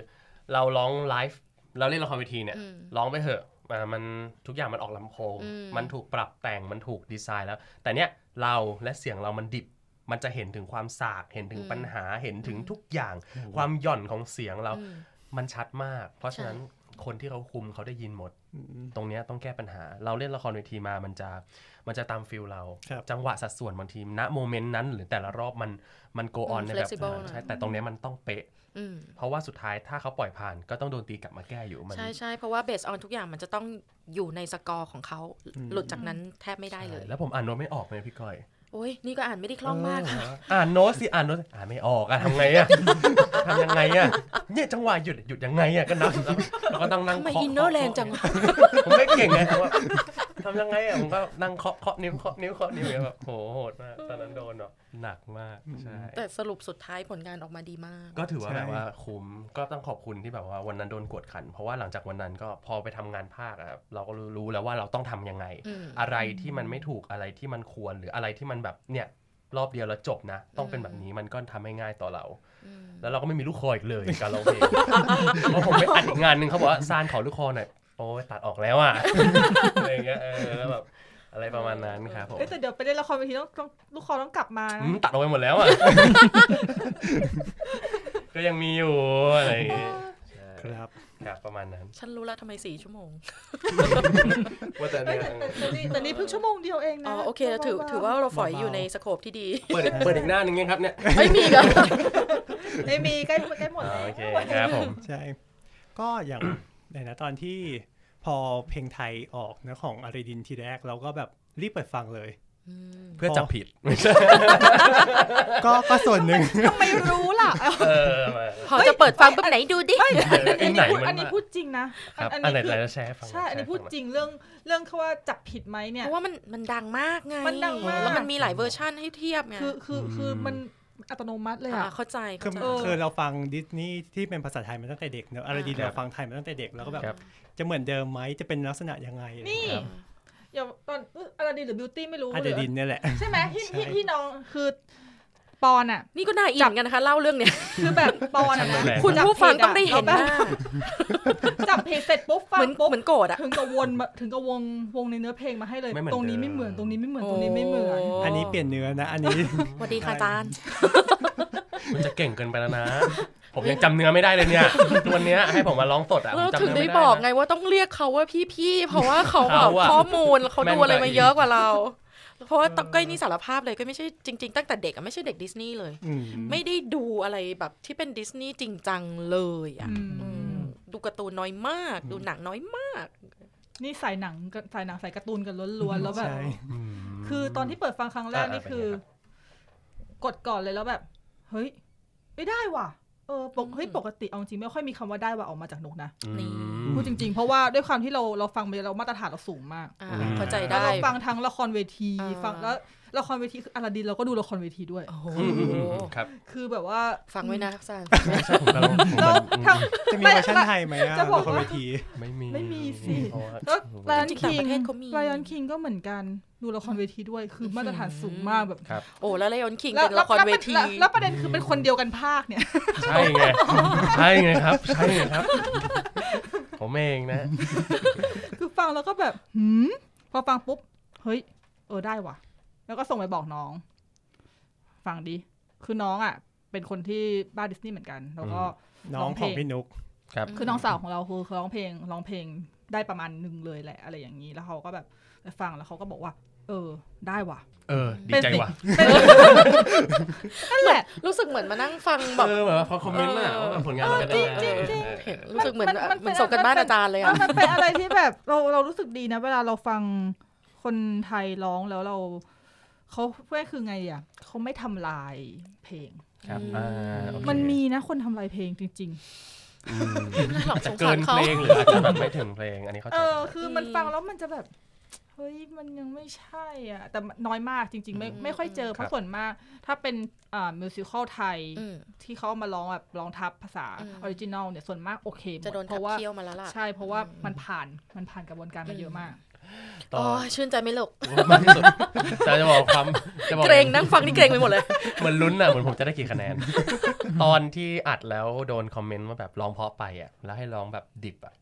เราร้องไลฟ์เราเล่นละครเวทีเนี่ย อืม ร้องไปเถอะอ่ามันทุกอย่างมันออกลำโพง อืม มันถูกปรับแต่งมันถูกดีไซน์แล้ว แต่เนี้ยเราและเสียงเรามันดิบ มันจะเห็นถึงความสาก เห็นถึงปัญหา เห็นถึงทุกอย่าง ความหย่อนของเสียงเรา อืม มันชัดมาก เพราะฉะนั้น คนที่เขาคุมเขาได้ยินหมด อืม ตรงเนี้ยต้องแก้ปัญหา เราเล่นละครเวทีมามันจะมันจะตามฟิลเรา ครับ จังหวะสัดส่วนบางทีณโมเมนต์นั้น หรือแต่ละรอบมันมันโกออน มัน ในแบบ flexible ใช่ นะ แต่ตรงเนี้ยมันต้องเป๊ะ อืม เพราะว่าสุดท้ายถ้าเขาปล่อยผ่านก็ต้องโดนตีกลับมาแก้อยู่มัน ใช่ใช่เพราะว่าเบสออนทุกอย่างมันจะต้องอยู่ในสกอร์ของเขาหลุดจากนั้นแทบไม่ได้เลย ใช่แล้วผมอ่านโน้ตไม่ออกเลยพี่ก้อย โอ้ยนี่ก็อ่านไม่ได้คล่องมาก เอ ค่ะ ออ่านโน้ตสิอ่านโน้ตอ่านไม่ออกอ่ะทำไงอ่ะ ทำยังไงอ่ะเนี่ยจังหวะหยุดหยุดยังไงอ่ะก็นับแล้วแล้วก็ต้องนั่ง ทำไม เคาะ อินเนอร์ เคาะ แรงจังวะ ผมไม่เก่งไงผมว่าทำยังไงอ่ะผมก็นั่งเคาะเคาะนิ้วเคาะนิ้วเคาะนิ้วอย่างเงี้ยแบบโหโหดมากตอนนั้นโดนแบบหนักมากใช่ แต่สรุปสุดท้ายผลงานออกมาดีมาก ก็ถือว่า ใช่ แบบว่าคุ้มก็ต้องขอบคุณที่แบบว่าวันนั้นโดนกวดขัน เพราะว่าหลังจากวันนั้นก็พอไปทำงานภาคอะครับเราก็รู้แล้วว่าเราต้องทำยังไง อืม อะไรที่มันไม่ถูกอะไรที่มันควรหรืออะไรที่มันแบบเนี่ยรอบเดียวแล้วจบนะ ต้องเป็นแบบนี้มันก็ทำให้ง่ายต่อเรา แล้วเราก็ไม่มีลูกคออีกเลยการร้องเพลงเพราะผมไปอัดอีกงานหนึ่งเขาบอกว่าซานขอลูกคอหน่อยโอ้ยตัดออกแล้วอะอะไรอย่างเงี้ยเออแล้วแบบอะไรประมาณนั้นครับผม เอ้ยแต่เดี๋ยวไปเล่นละครเวทีต้องต้องลูกคอต้องกลับมา อื นะ มตัดออกไปหมดแล้วอะ ก็ยังมีอยู่อะไรอย่างเงี้ยใช่ ครับ ครับประมาณนั้น ฉันรู้แล้วทำไมสี่ชั่วโมง ว่าแต่เนี่ย แต่นี่แต่นี่เพิ่งชั่วโมงเดียวเอง อ๋ นะ อโอเคเราถือถือว่าเราฝอยอยู่ในสโคปที่ดี เปิดเปิดอีกหน้าหนึ่งยังครับเนี่ย ไม่มีกัน ไม่มีใกล้ใกล้หมดแล้ว โอเคครับผม ใช่ ก็อย่าง ในนะตอนที่พอเพลงไทยออกนะของอาริดินทีแรกเราก็แบบรีบเปิดฟังเลย เพื่อจับผิดไม่ใช่ ก็ก็ส่วนหนึ่ง ทำไมรู้ล่ะ เออมา พอจะเปิดฟังปุ๊บไหนดูดิ ไอ้ไหนมัน อันนี้พูดจริงนะ ครับ น อันไหน นี้คือ จะแชร์ให้ฟัง ใช่ อันนี้พูดจ ริง ริงเรื่องเรื่องเขาว่าจับผิดไหมเนี่ยเพราะว่ามันมันดังมากไง มันดังมาก แล้วมันมีหลายเวอร์ชั่นให้เทียบไง คือคือคือมันอัตโนมัติเลย อ่า อะ เข้าใจ คื เข้า อเออใจคือเราฟังดิสนีย์ที่เป็นภาษาไทยมาตั้งแต่เด็กเนอะอะไรดี ครับ เราฟังไทยมาตั้งแต่เด็กแล้วก็แบบ ครับ จะเหมือนเดิมไหมจะเป็นลักษณะยังไง นี่อย่าตอนอะไรดีหรือบิวตี้ไม่รู้ อา ห เด รือ ดินเนี่ยแหละ ใช่ไหมที่ ใช่ ที่ที่น้องคือปอนอะ นี่ก็น่าอินกันนะคะ เล่าเรื่องเนี้ย คือ แบบปอนอะนะ ใช่ คุณ จับ ผู้ฟังต้องได้ ผิ เห็น อะ หน้า จับ ผิดเสร็จปุ๊บฟั เหมื ง อน ปุ๊บ เหมือนโกรธอ่ะ ถึงกับวนมาถึงกับวงวงในเนื้อเพลงมาให้เลย ไม่เหมือน ตรงนี้ เดิม ไม่เหมือนตรงนี้ไม่เหมือนตรงนี้ไม่เหมือน โอ้ อันนี้เปลี่ยนเนื้อนะ อันนี้ สวัสดีค่ะอาจารย์ มันจะเก่งเกินไปแล้วนะ ผมยังจำเนื้อไม่ได้เลยเนี่ยทุกวันเนี้ยให้ผมมาร้องสดอ่ะผม เรา จำ ถึง เนื้อ ได้ ไม่ได้ บอกไง นะ ว่าต้องเรียกเขาว่าพี่ๆ เพราะว่าเขาแบ เขา บ อะ ข้อมูลเขา แม่น ดูอะไร กว่า มา อีก เยอะกว่าเรา เพราะว่าตะก้อยนี่สารภาพเลยก็ไม่ใช่จริง ๆ ตั้งแต่เด็กอะไม่ใช่เด็กดิสนีย์เลย อืม ไม่ได้ดูอะไรแบบที่เป็นดิสนีย์จริงจังเลยอ่ะอืมดูการ์ตูนน้อยมาก ดูหนังน้อยมาก นี่สายหนังกับสายหนังสายการ์ตูนกันล้วนๆแล้วแบบ ใช่ อืม คือตอนที่เปิดฟังครั้งแรก อ่าอ่า นี่คือ เป็นไงครับ กดก่อนเลยแล้วแบบ เฮ้ยไม่ได้ว่ะเออปกเฮ้ย อืม ปกติเอาจริงไม่ค่อยมีคำว่าได้ว่ะออกมาจากนกนะ อืม นี่ พูดจริง ๆ เพราะว่าด้วยความที่เราเราฟังไปเรามาตรฐานเราสูงมาก อ่า อืม เข้าใจ แล้ว ได้ เราฟังทั้งละครเวที อ่า ฟังแล้วละครเวทีคืออลาดินเราก็ดูละครเวทีด้วย โอ้โห อืมอืมอืมครับ คือแบบว่า ฟังไว้นะซาน ผมกำลังผมกำ เรา ลัง ทั้ง จะมีเวอร์ชันไทยไหมอะ จะบอก ละคร ว่า เวที ไม่มี ไม่มีสิ เพราะว่า แล้วไลออน จริงๆ คิงต่างประเทศเขามี ไลออนคิงก็เหมือนกันดูละครเวทีด้วยคือมาตรฐานสูงมากแบบ ครับ โอ้แล้วไลออนคิง แล้ เป็นละครเวที แล้แล้วประเด็นคือเป็นคนเดียวกันภาคเนี่ย ใช่ไงใช่ไงครับ ใช่ไงครับ ผมเองนะ คือฟังแล้วก็แบบหืมพอฟังปุ๊บ เฮ้ย เออได้ว่ะ แล้วก็ส่งไปบอกน้อง ฟังดี คือน้องอ่ะ เป็นคนที่บ้านดิสนีย์เหมือนกัน แล้วก็ น้องของพี่นุก ครับ คือน้องสาวของเราคือเขาร้องเพลงร้องเพลงได้ประมาณหนึ่งเลยแหละ อะไรอย่างนี้ แล้วเขาก็แบบไปฟังแล้วเขาก็บอกว่า เออ ได้ว่ะ เออ ดีใจว่ะ นั่นแหละ รู้สึกเหมือนมานั่งฟังแบบ เออเหมือนว่าพอคอมเมนต์น่ะว่าแบบผลงานเราเป็นยังไง จริงๆจริง เออเออเออ รู้สึกเหมือน มันมัน เหมือน เป็น ส่งกัน มัน บ้าน เป็น อาจารย์เลย มั อ่ะ นมันเป็นอะไรที่แบบเราเรารู้สึกดีนะ เวลาเราฟังคนไทยร้องแล้วเราเขาเพื่อคือไงอ่ะเขาไม่ทำลายเพลง ครับอ่าโอเค มันมีนะคนทำลายเพลงจริง อืม หลอก อาจ ส จะ ง เกิ สาร น เขา เพลงหรืออาจจะแบบไม่ถึงเพลง อันนี้ๆเข้าใจ เออ ครับ คือมันฟังแล้วมันจะแบบ เฮ้ย มันยังไม่ใช่อ่ะ แต่มันน้อยมากจริง ๆ ไม่ อืม ไม่ค่อยเจอ คเพรับราะส่วนมาก ถ้าเป็นอ่ามิวสิควลไทย อืม ที่เขาเอามาร้องแบบร้องทับภาษา อืม ออริจินอลเนี่ยส่วนมากโอเคหม จะโดน เพ ทับ ราะว่า เที่ยวมาแล้วล่ะ ใช่เพราะว่ามันผ่านมันผ่านกระบวนการมาเยอะมาก ตอ โอ้ยชื่นใจไหม่หลก มากที่สุดแต่จะบอกความจะบอก เกรงนั่งฟังนี่เกรงไปหมดเลย เหมือนลุ้นอ่ะเหมือนผมจะได้กี่คะแน น ตอนที่อัดแล้วโดนคอมเมนต์ว่าแบบร้องเพราะไปอ่ะ แล้วให้ร้องแบบดิบอ่ะ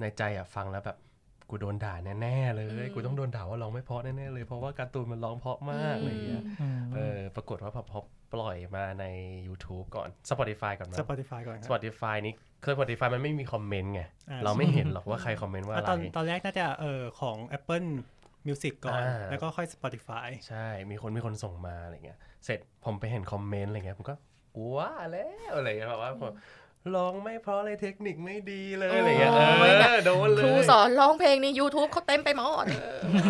ในใจอ่ะฟังแล้วแบบกูโดนด่าแน่ๆเลย กูต้องโดนด่าว่าร้องไม่เพราะแน่ๆเลย เพราะว่าการ์ตูนมันร้องเพราะมากอะไรอย่างเงี้ย อืม เออปรากฏว่าพอพอ ปล่อยมาใน YouTube ก่อน Spotify ก่อนมั้ย Spotify ก่อนครับ Spotify นี่คือ Spotify มันไม่มีคอมเมนต์ไง อ่า เราไม่เห็นหรอกว่าใครคอมเมนต์ว่า อ่ะ อะไร ตอนตอนแรกน่าจะเออของ Apple Music ก่อน อ่า แล้วก็ค่อย Spotify ใช่ มีคนมีคนส่งมาอะไรเงี้ย เสร็จผมไปเห็นคอมเมนต์อะไรเงี้ย ผมก็ว้าแล้วอะไรเงี้ยแบบว่าผมร้องไม่เพราะเลยเทคนิคไม่ดีเลยอะไรเงี้ยเอ โอ้ยแบบ อโดนเลย ครูสอนร้องเพลงใน YouTube เขาเต็มไปหมด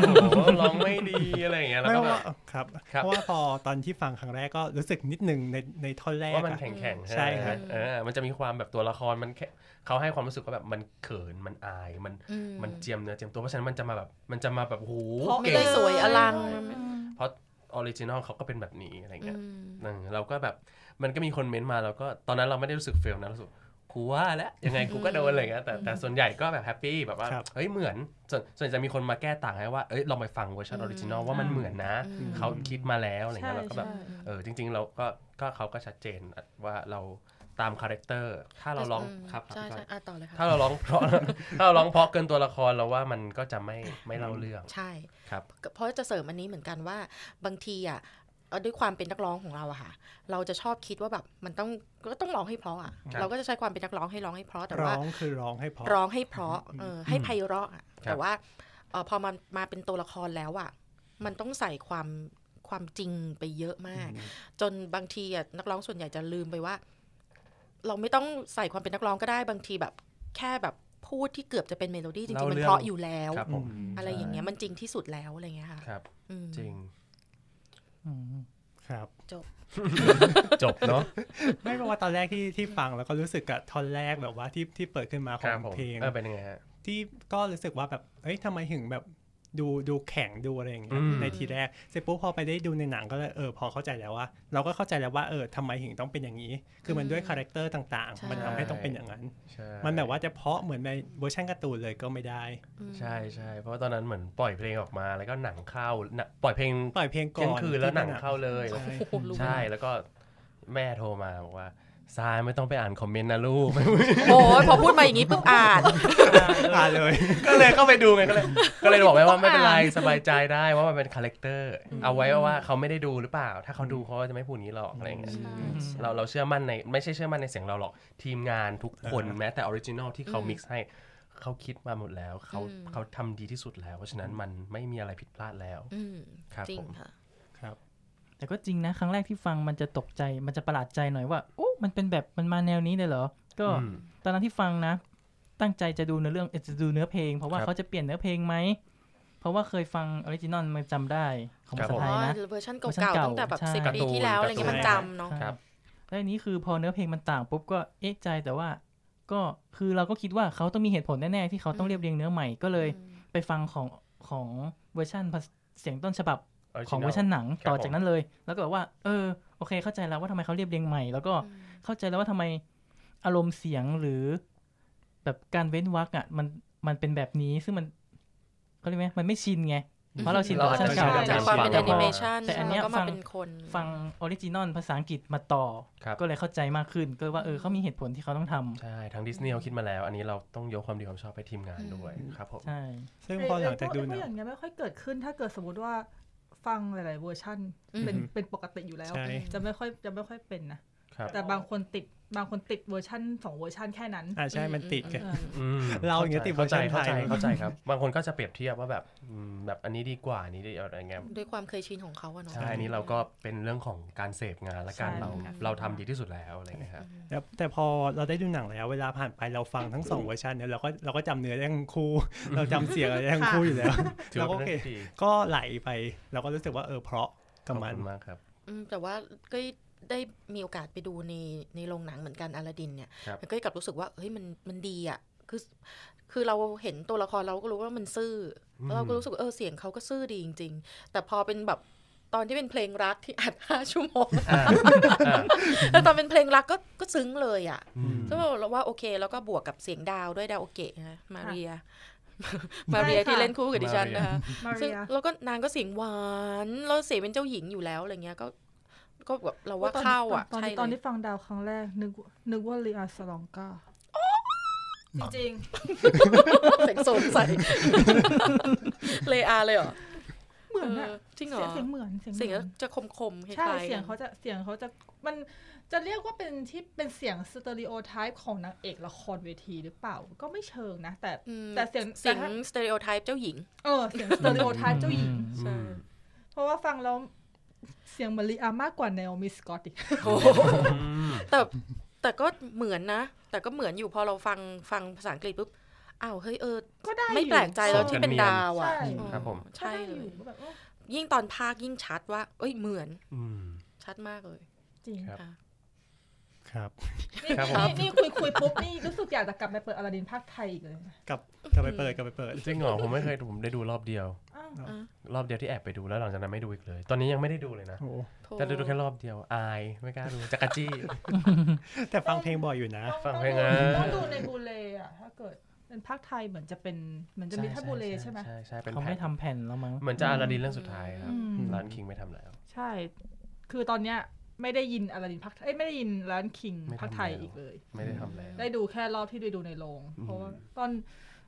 โอ้โหร้องไม่ดีอะไรเงี้ย แล้ว ไม่ ก็แบ ว่า บ ครับ ครับ เพราะว่าพอตอนที่ฟังครั้งแรกก็รู้สึกนิดหนึ่งในในท่อนแรก ว่ามัน อะ แข็งๆ ใช่ ใช่ไหม ครับ เออ มันจะมีความแบบตัวละครมันแค่เขาให้ความรู้สึกว่าแบบมันเขิน มันอาย มัน อืม มันเจียมเนื้อเจียมตัว เพราะฉะนั้นมันจะมาแบบ มันจะมาแบบโห เพราะ ไม่ เก่ ได้ ง สวยอลัง เพราะออริจินอลเขาก็เป็นแบบนี้อะไรเงี้ย อืม เออเราก็แบบมันก็มีคนเม้นต์มาเราก็ตอนนั้นเราไม่ได้รู้สึกเฟลนะรู้สึกกูว่าแล้วยังไงกูก็โดนอะไรเงี้ยแต่แต่ส่วนใหญ่ก็แบบแฮปปี้แบบว่า ครับ เฮ้ยเหมือนส่วนส่วนใหญ่จะมีคนมาแก้ต่างให้ว่าเอ้ยลองไปฟังเวอร์ชันออริจินอลว่ามันเหมือนนะ อืม เขาคิดมาแล้วอะไรเงี้ย ใช่ เราก็แบบ ใช่ เออจริง ๆ เราก็ก็เขาก็ชัดเจนว่าเราตามคาแรคเตอร์ถ้าเราร้อง ม ครับ ใช่ ครับ ใช่อ่ะต่อเลย ถ้า ค่ะ เราร้องเพราะ ถ้าเราร้องเพราะเกินตัวละครเราว่ามันก็จะไม่ไม่เล่าเรื่อง ใช่ ครับ เพราะจะเสริมอันนี้เหมือนกันว่าบางทีอ่ะเอ่อด้วยความเป็นนักร้องของเราอะค่ะ เราจะชอบคิดว่าแบบมันต้องก็ต้องร้องให้เพราะอะ ครับ เราก็จะใช้ความเป็นนักร้องให้ร้องให้เพราะแต่ ร้ ว่า องคือร้องให้เพอ ร้องให้เพราะเออให้ไพเราะอะ ครับ แต่ว่าเอ่อพอมันมาเป็นตัวละครแล้วอะมันต้องใส่ความความจริงไปเยอะมาก จนบางทีอะนักร้องส่วนใหญ่จะลืมไปว่า เราไม่ต้องใส่ความเป็นนักร้องก็ได้บางทีแบบ แค่แบบพูดที่เกือบจะเป็นเมโลดี้จริงๆมันเพราะอยู่แล้ว ครับผม อืม อะไรอย่างเงี้ยมันจริงที่สุดแล้วอะไรเงี้ยค่ะ ครับ อืม จริง อืม ครับ จบเนาะ ไม่เพราะว่าตอนแรกที่ที่ฟังแล้วก็รู้สึกกับท่อนแรกแบบว่าที่ที่เปิดขึ้นมาข ค อ รับ ง ผม เพลง เออเป็นยังไงฮะ ที่ก็รู้สึกว่าแบบ เอ้ยทำไมถึงแบบดูดูแข็งดูอะไรอย่างเงี้ย อืม ในทีแรก เสร็จปุ๊บพอไปได้ดูในหนังก็เลยเออพอเข้าใจแล้วว่า เราก็เข้าใจแล้วว่าเออทำไมถึงต้องเป็นอย่างนี้ คือมันด้วยคาแรคเตอร์ต่าง ใช่ ๆ มันทำให้ต้องเป็นอย่างนั้น ใช่ มันแบบว่าจะเพาะเหมือนในเวอร์ชันการ์ตูนเลยก็ไม่ได้ ใช่ใช่เพราะว่าตอนนั้นเหมือนปล่อยเพลงออกมาแล้วก็หนังเข้าหนังปล่อยเพลง ปล่อยเพลงก่ เที่ยง อน คืนแล้วหนัง ที่จะ เข้าเลย ใช่ ใช่แล้วก็แม่โทรมาบอกว่าซายไม่ต้องไปอ่านคอมเมนต์นะลูก โอ้ยพอพูดมาอย่างนี้ปุ๊บอ่าน อ่าเลย ก็เลยเข้าไปดูไงก็เลยก็เลยบอกแม่ว่าไม่ เป็นไรสบายใจได้ว่ามันเป็นคาแรคเตอร์เอาไว้ว่าเขาไม่ได้ดูหรือเปล่า ถ้าเขาดูเขาจะไม่พูดอย่างนี้หรอกอะไรอย่างเงี้ย เราเราเชื่อมั่นในไม่ใช่เชื่อมั่นในเสียงเราหรอก ทีมงานทุกคนแม้แต่ออริจินอลที่เขา อืม mix ให้เขาคิดมาหมดแล้วเขาเขาทำดีที่สุดแล้ว เพราะฉะนั้นมันไม่มีอะไรผิดพลาดแล้ว อืม ครับ จริง ผม ค่ะ ครับ แต่ก็จริงนะ ครั้งแรกที่ฟังมันจะตกใจมันจะประหลาดใจหน่อยว่าโอ้มันเป็นแบบมันมาแนวนี้เลยเหรอ ก็ อืม ตอนนั้นที่ฟังนะ ตั้งใจจะดูเนื้อเรื่องเอ่อจะดูเนื้อเพลง เพราะว่า ครับ เขาจะเปลี่ยนเนื้อเพลงไหม เพราะว่าเคยฟังออริจินอลมันจำได้ของ ครั ภา บ ษา ผม ไท อ๋ ย อ นะ เวอร์ชัน เวอร์ชัน เก่าๆ เก่า ตั้งแต่แบบ ใช่ สิบปีที่แล้วอะไรเงี้ยมันจำเนาะ ใช่ ครับ แล้วอันนี้คือพอเนื้อเพลงมันต่างปุ๊บก็เอ๊ะใจแต่ว่า ก็คือเราก็คิดว่าเขาต้องมีเหตุผลแน่ๆที่เขาต้องเรียบเรียงเนื้อใหม่ก็เลย ไปฟังของของเวอร์ชันภาษเสียงต้นฉบับ Original ของเวอร์ชันหนัง ครับ ต่อจากนั้นเลย แล้วก็แบบว่า เออโอเค เข้าใจแล้วว่าทำไมเขาเรียบเรียงใหม่ แล้วก็เข้าใจแล้วว่าทำไมอารมณ์เสียงหรือ แบบการเว้นวรรคอ่ะมันมันเป็นแบบนี้ซึ่งมันเขาเรียกไหมมันไม่ชินไง เพราะเราชินกับเวอร์ชันเก่า เราอาจจะ จากความเป็น ชิ แอกัน นิบ เมชัน แต่อันเนี้ย แล้วก็ ฟั มาง เป็นคน ฟังออริจินอลภาษาอังกฤษมาต่อ ครับ ก็เลยเข้าใจมากขึ้น ก็เลยว่าเออเขามีเหตุผลที่เขาต้องทำ ใช่ทั้งดิสนีย์เขาคิดมาแล้ว อันนี้เราต้องยกความดีความชอบไปทีมงานด้วยครับผม ใช่ ซึ่งพอหลังจากดูห เรื่องนังอย่างเงี้ยไม่ค่อยเกิดขึ้นถ้าเกิดสมมติว่าฟังหลาย ๆ เวอร์ชันเป็น อืม เป็นปกติอยู่แล้ว ใช่ จะไม่ค่อยจะไม่ค่อยเป็นนะครับ แต่บางคนติดบางคนติดเวอร์ชันสองเวอร์ชันแค่นั้น อ่าใช่มันติดกัน เออ อืม เราอย่างเงี้ยติดเวอ เข้า ร์ชันไทใจเข้าย ใจเข้าใจครับ บางคนก็จะเปรียบเทียบว่าแบบอืมแบบอันนี้ดีกว่าอันนี้ดีอะไรเงี้ย ด้วยความเคยชินของเขาอะเนาะ ใช่อันนี้เราก็เป็นเรื่องของการเสพงานและการ ใช่ เรา ค่ะ เราทำดีที่สุดแล้วอะไรเงี้ยครับ แล้วแต่พอเราได้ดูหนังแล้วเวลาผ่านไปเราฟังทั้งสองเวอร์ชันเนี่ยเราก็เราก็จำเนื้อได้ทั้งคู่ เราจำเสียงอะไรได้ทั้งคู่อยู่แล้ว ถือ เรา ว่า ก็ เป็น โอเค เรื่องที่ดี ก็ไหลไป เราก็รู้สึกว่าเออเพราะ ขอ กับบ มัน คุณมากครับ อืมแต่ว่าก็ได้มีโอกาสไปดูในในโรงหนังเหมือนกันอลาดินเนี่ย ครับ มันก็กลับรู้สึกว่าเฮ้ยมันมันดีอ่ะคือคือเราเห็นตัวละครเราก็รู้ว่ามันซื่ออ ม เราก็รู้สึกว่าเออเสียงเขาก็ซื่อดีจริง ๆ แต่พอเป็นแบบตอนที่เป็นเพลงรักที่อัด 5 ชั่วโมงแล้วตอนเป็นเพลงรักก็ก็ซึ้งเลยอ่ะซึ่งเราว่าโอเค แล้วก็บวกกับเสียงดาวด้วยดาวโอเกะนะมาเรี ย มาเรีย ใช่ค่ะ ที่เล่นคู่กับดิฉันนะคะ มา ซึ่ง เรีย แล้วก็นางก็เสียงหวานแล้วเสียงเป็นเจ้าหญิงอยู่แล้วอะไรเงี้ยก็ก็แบบเราว่าเข้าอ่ะ ตอน ใช่ ที่ตอน เล ที่ ย ฟังดาวครั้งแรก นึกนึกว่าลีอาสลองกาจริง เสียงสูงใส่ เลอาเลยเหรอ ๆ เหมือนอะ เออจริงเหรอ เสียงเหมือนเสียงเหมื เสี อย น งจะคมคมๆคล้ายๆ ใช่เสียง กัน เขาจะเสียงเขาจะมันจะเรียกว่าเป็นที่เป็นเสียงสเตอริโอไทป์ของนางเอกละครเวทีหรือเปล่า ก็ไม่เชิงนะ แต่ อืม แต่เสียง เสียง แต่ถ้า สเตอริโอไทป์เจ้าหญิง เออเสียงสเตอริโอไทป์เจ้าหญิง ใช่ อืม เพราะว่าฟังแล้วเสียงเหมอนลิอามากกว่าแนวมิสกอตอีก โอ้โหแต่แต่ก็เหมือนนะ แต่ก็เหมือนอยู่พอเราฟังฟังภาษาอังกฤษปุ๊บอ้าวเฮ้ยเออ ก็ได้อยู่ ไม่แป ลกใจแล้วที่เป็นดาวอ่ะ ใช่ อื ครับผม ใช่ ใช่เล อย ยู่ก็แบบเออ ยิ่งตอนภาคยิ่งชัดว่า เอ้ยเหมือน อืม ชัดมากเลย จริง ครับ ค่ะ ครับ นี่ ครับผม นี่นี่คุยคุยปุ๊บนี่รู้สึกอยากจะกลับไปเปิดอลาดินภาคไทยอีกเลยนะ กลับกลับไปเปิดกลับไปเปิด จริงเหรอผมไม่เคยดูผมได้ดูรอบเดียว อ้าว รอบเดียวที่แอบไปดูแล้วหลังจากนั้นไม่ดูอีกเลย ตอนนี้ยังไม่ได้ดูเลยนะ โอ้ โท จะดูแค่รอบเดียวอายไม่กล้าดูจักรจี้ แต่ฟังเพลงบ่อยอยู่นะ ต้อง ฟัง ต้องดูต้องเพลงนะดูในบูเลอะถ้าเกิดเป็นภาคไทยเหมือนจะเป็นเหมือนจะมีท่าบูเลใช่ไหม ใช่ใช่เป็น เขา แผ่ ไม่ น ทำแผ่นแล้วมั้ง เหมือนจะอาลาดินเรื่องสุดท้ายครัอบืม ร้านคิงไม่ทำแล้ว ใช่ คือตอนเนี้ยไม่ได้ยินอลาดินพักเอ้ยไม่ได้ยินร้านคิง ไม่ทำ พักไทย แล้ว อีกเลย ไม่ได้ทำแล้ว ได้ดูแค่รอบที่ได้ดูในโรง อืม เพราะว่าตอน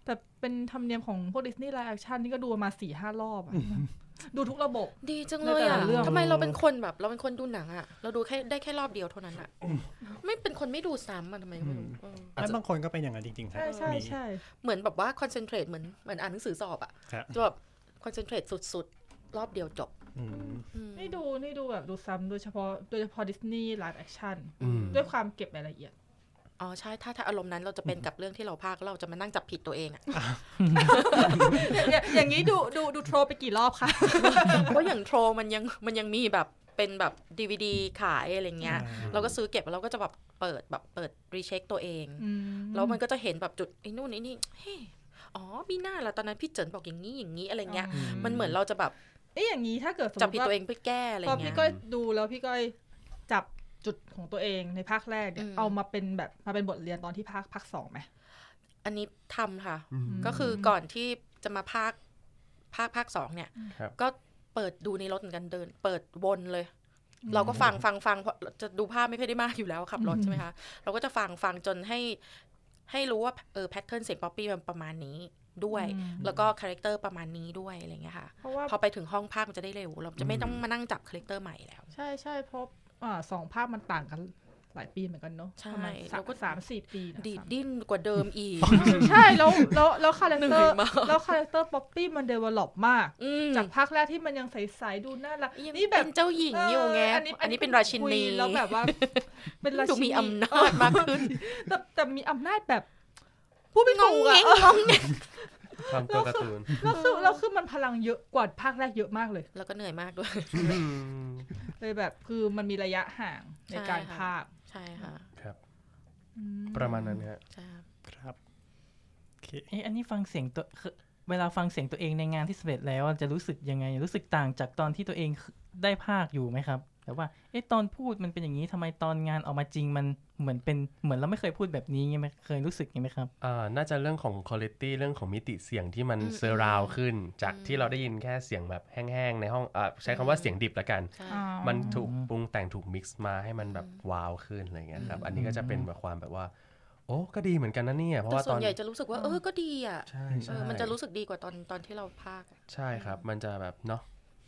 แต่เป็นธรรมเนียมของพวกดิสนีย์ไลฟ์แอคชั่นนี่ก็ดูมาสี่ห้าร อบอะดูทุกระบบ ดีจังเลในยแต่ อ่ะ ละเรื่อง ทำไมเราเป็นคนแบบ เราเป็นคนดูหนังอ่ะ เราดูแค่ได้แค่รอบเดียวเท่านั้นอ่ะ ไม่เป็นคนไม่ดูซ้ำอ่ะทำไมก็ไม่รู้เออ แล้วบางคนก็เป็นอย่างนั้นจริงๆครับ ใช่ใช่ มี ใช่ เหมือนแบบว่าคอนเซนเทรตเหมือนเหมือนอ่านหนังสือสอบอ่ะ ครับ จะแบบคอนเซนเทรตสุดๆ รอบเดียวจบ อืม อืม นี่ดูนี่ดูแบบดูซ้ำโดยเฉพาะโดยเฉพาะดิสนีย์ไลฟ์แอคชั่น อืม ด้วยความเก็บรายละเอียด อ๋อใช่ถ้าถ้าอารมณ์นั้นเราจะเป็นกับเรื่องที่เราพากย์แล้วเราจะมานั่งจับผิดตัวเองอะ อย่างอย่างนี้ดูดูดูโทรไปกี่รอบคะ เพราะอย่างโทรมันยังมันยังมีแบบเป็นแบบดีวดีขายอะไรเงี้ย เราก็ซื้อเก็บแล้วเราก็จะแบบเปิดแบบเปิดรีเช็คตัวเอง อื แล้วมันก็จะเห็นแบบจุดไอ้นู่นไอ้นี่เฮ้ยอ๋อมีหน้าละตอนนั้นพี่เจินบอกอย่างนี้อย่างนี้อะไรเงี้ย มันเหมือนเราจะแบบ เอ้ยอย่างนี้ถ้าเกิดสมม จับ ติ ผิด ว่า ตัวเองไปแก้อะไร ตอน เงี้ พี่ ย ก้อยดูแล้วพี่ก้อยจับจุดของตัวเองในภาคแรกเนี่ย อืม เอามาเป็นแบบมาเป็นบทเรียนตอนที่ภาคภาคสองไหม อันนี้ทำค่ะ อืม ก็คือก่อนที่จะมาภาคภาคภาคสองเนี่ย ครับ ก็เปิดดูในรถเหมือนกันเดิน เปิดวนเลย เราก็ฟังฟังฟังเพราะจะดูภาพไม่ค่อยได้มากอยู่แล้วขับรถ อืม ใช่ไหมคะเราก็จะฟังฟังจนให้ให้รู้ว่าเออแพทเทิร์นเสียงป๊อปปี้มันประมาณนี้ด้วย อืม แล้วก็คาแรคเตอร์ประมาณนี้ด้วยอะไรอย่างเงี้ยค่ะ เพราะว่า พอไปถึงห้องภาคมันจะได้เร็ว เราจะไม่ต้องมานั่งจับคาแรคเตอร์ใหม่แล้ว ใช่ใช่เพราะอ่าสองภาคมันต่างกันหลายปีเหมือนกันเนาะ ใช่ ประมาณสาม เราก็ สามสี่ปีนะ ดีด สาม ดิ้นกว่าเดิมอี ก ใช่แล้วแล้วแล้วคาแรค เหนื่ เตอ อย ร์ มาก แล้วคาแรคเตอร์ป๊อปปี้มันเดเวล็อปมาก อืม จากภาคแรกที่มันยังใสๆดูน่ารัก ยัง นี่แบบ เป็นเจ้าหญิงอยู่ไง เ อันนี้เป็นราชินี คุยแล้ว แบบว่า เป็นราชินี ดูมีอำนาจมากขึ้น แต่แต่มีอำนาจแบบพูดไม่ ง ถู ง ก เง อะ งงงเงง ความตัวการ์ตูน แล้วคือแล้วคือมันพลังเยอะกว่าภาคแรกเยอะมากเลย แล้วก็เหนื่อยมากด้วย อืม เลยแบบคือมันมีระยะห่างในการ ใช่ภาคค่ะใช่ค่ะ ครับ อืม ประมาณนั้นฮะ ใช่ ครับโอเค เอ๊ะอันนี้ฟังเสียงตัวคือเวลาฟังเสียงตัวเองในงานที่สำเร็จแล้วจะรู้สึกยังไง รู้สึกต่างจากตอนที่ตัวเองได้ภาคอยู่ไหมครับแต่ว่าเอ๊ะตอนพูดมันเป็นอย่างนี้ทำไมตอนงานออกมาจริงมันเหมือนเป็นเหมือนเราไม่เคยพูดแบบนี้ไงไหมเคยรู้สึกไงไหมครับ อ่าน่าจะเรื่องของคุณภาพเรื่องของมิติเสียงที่มัน อืม เซอร์ราวขึ้น จาก อืม ที่เราได้ยินแค่เสียงแบบแห้งๆในห้องอ่าใช้คำว่าเสียงดิบละกัน ใช่ อ่า มันถูกปรุงแต่งถูกมิกซ์มาให้มันแบบว้าวขึ้นอะไรเงี้ยครับ อืม อันนี้ก็จะเป็นแบบความแบบว่า โอ้ก็ดีเหมือนกันนะเนี่ยเพราะ แต่ ว่า ส่ ต ว อน น ใหญ่จะรู้สึกว่าเออก็ดีอ่ะ ใช่ เอ ใช่ อมันจะรู้สึกดีกว่าตอนตอนที่เราพากย์อะ ใช่ครับ มันจะแบบเนาะ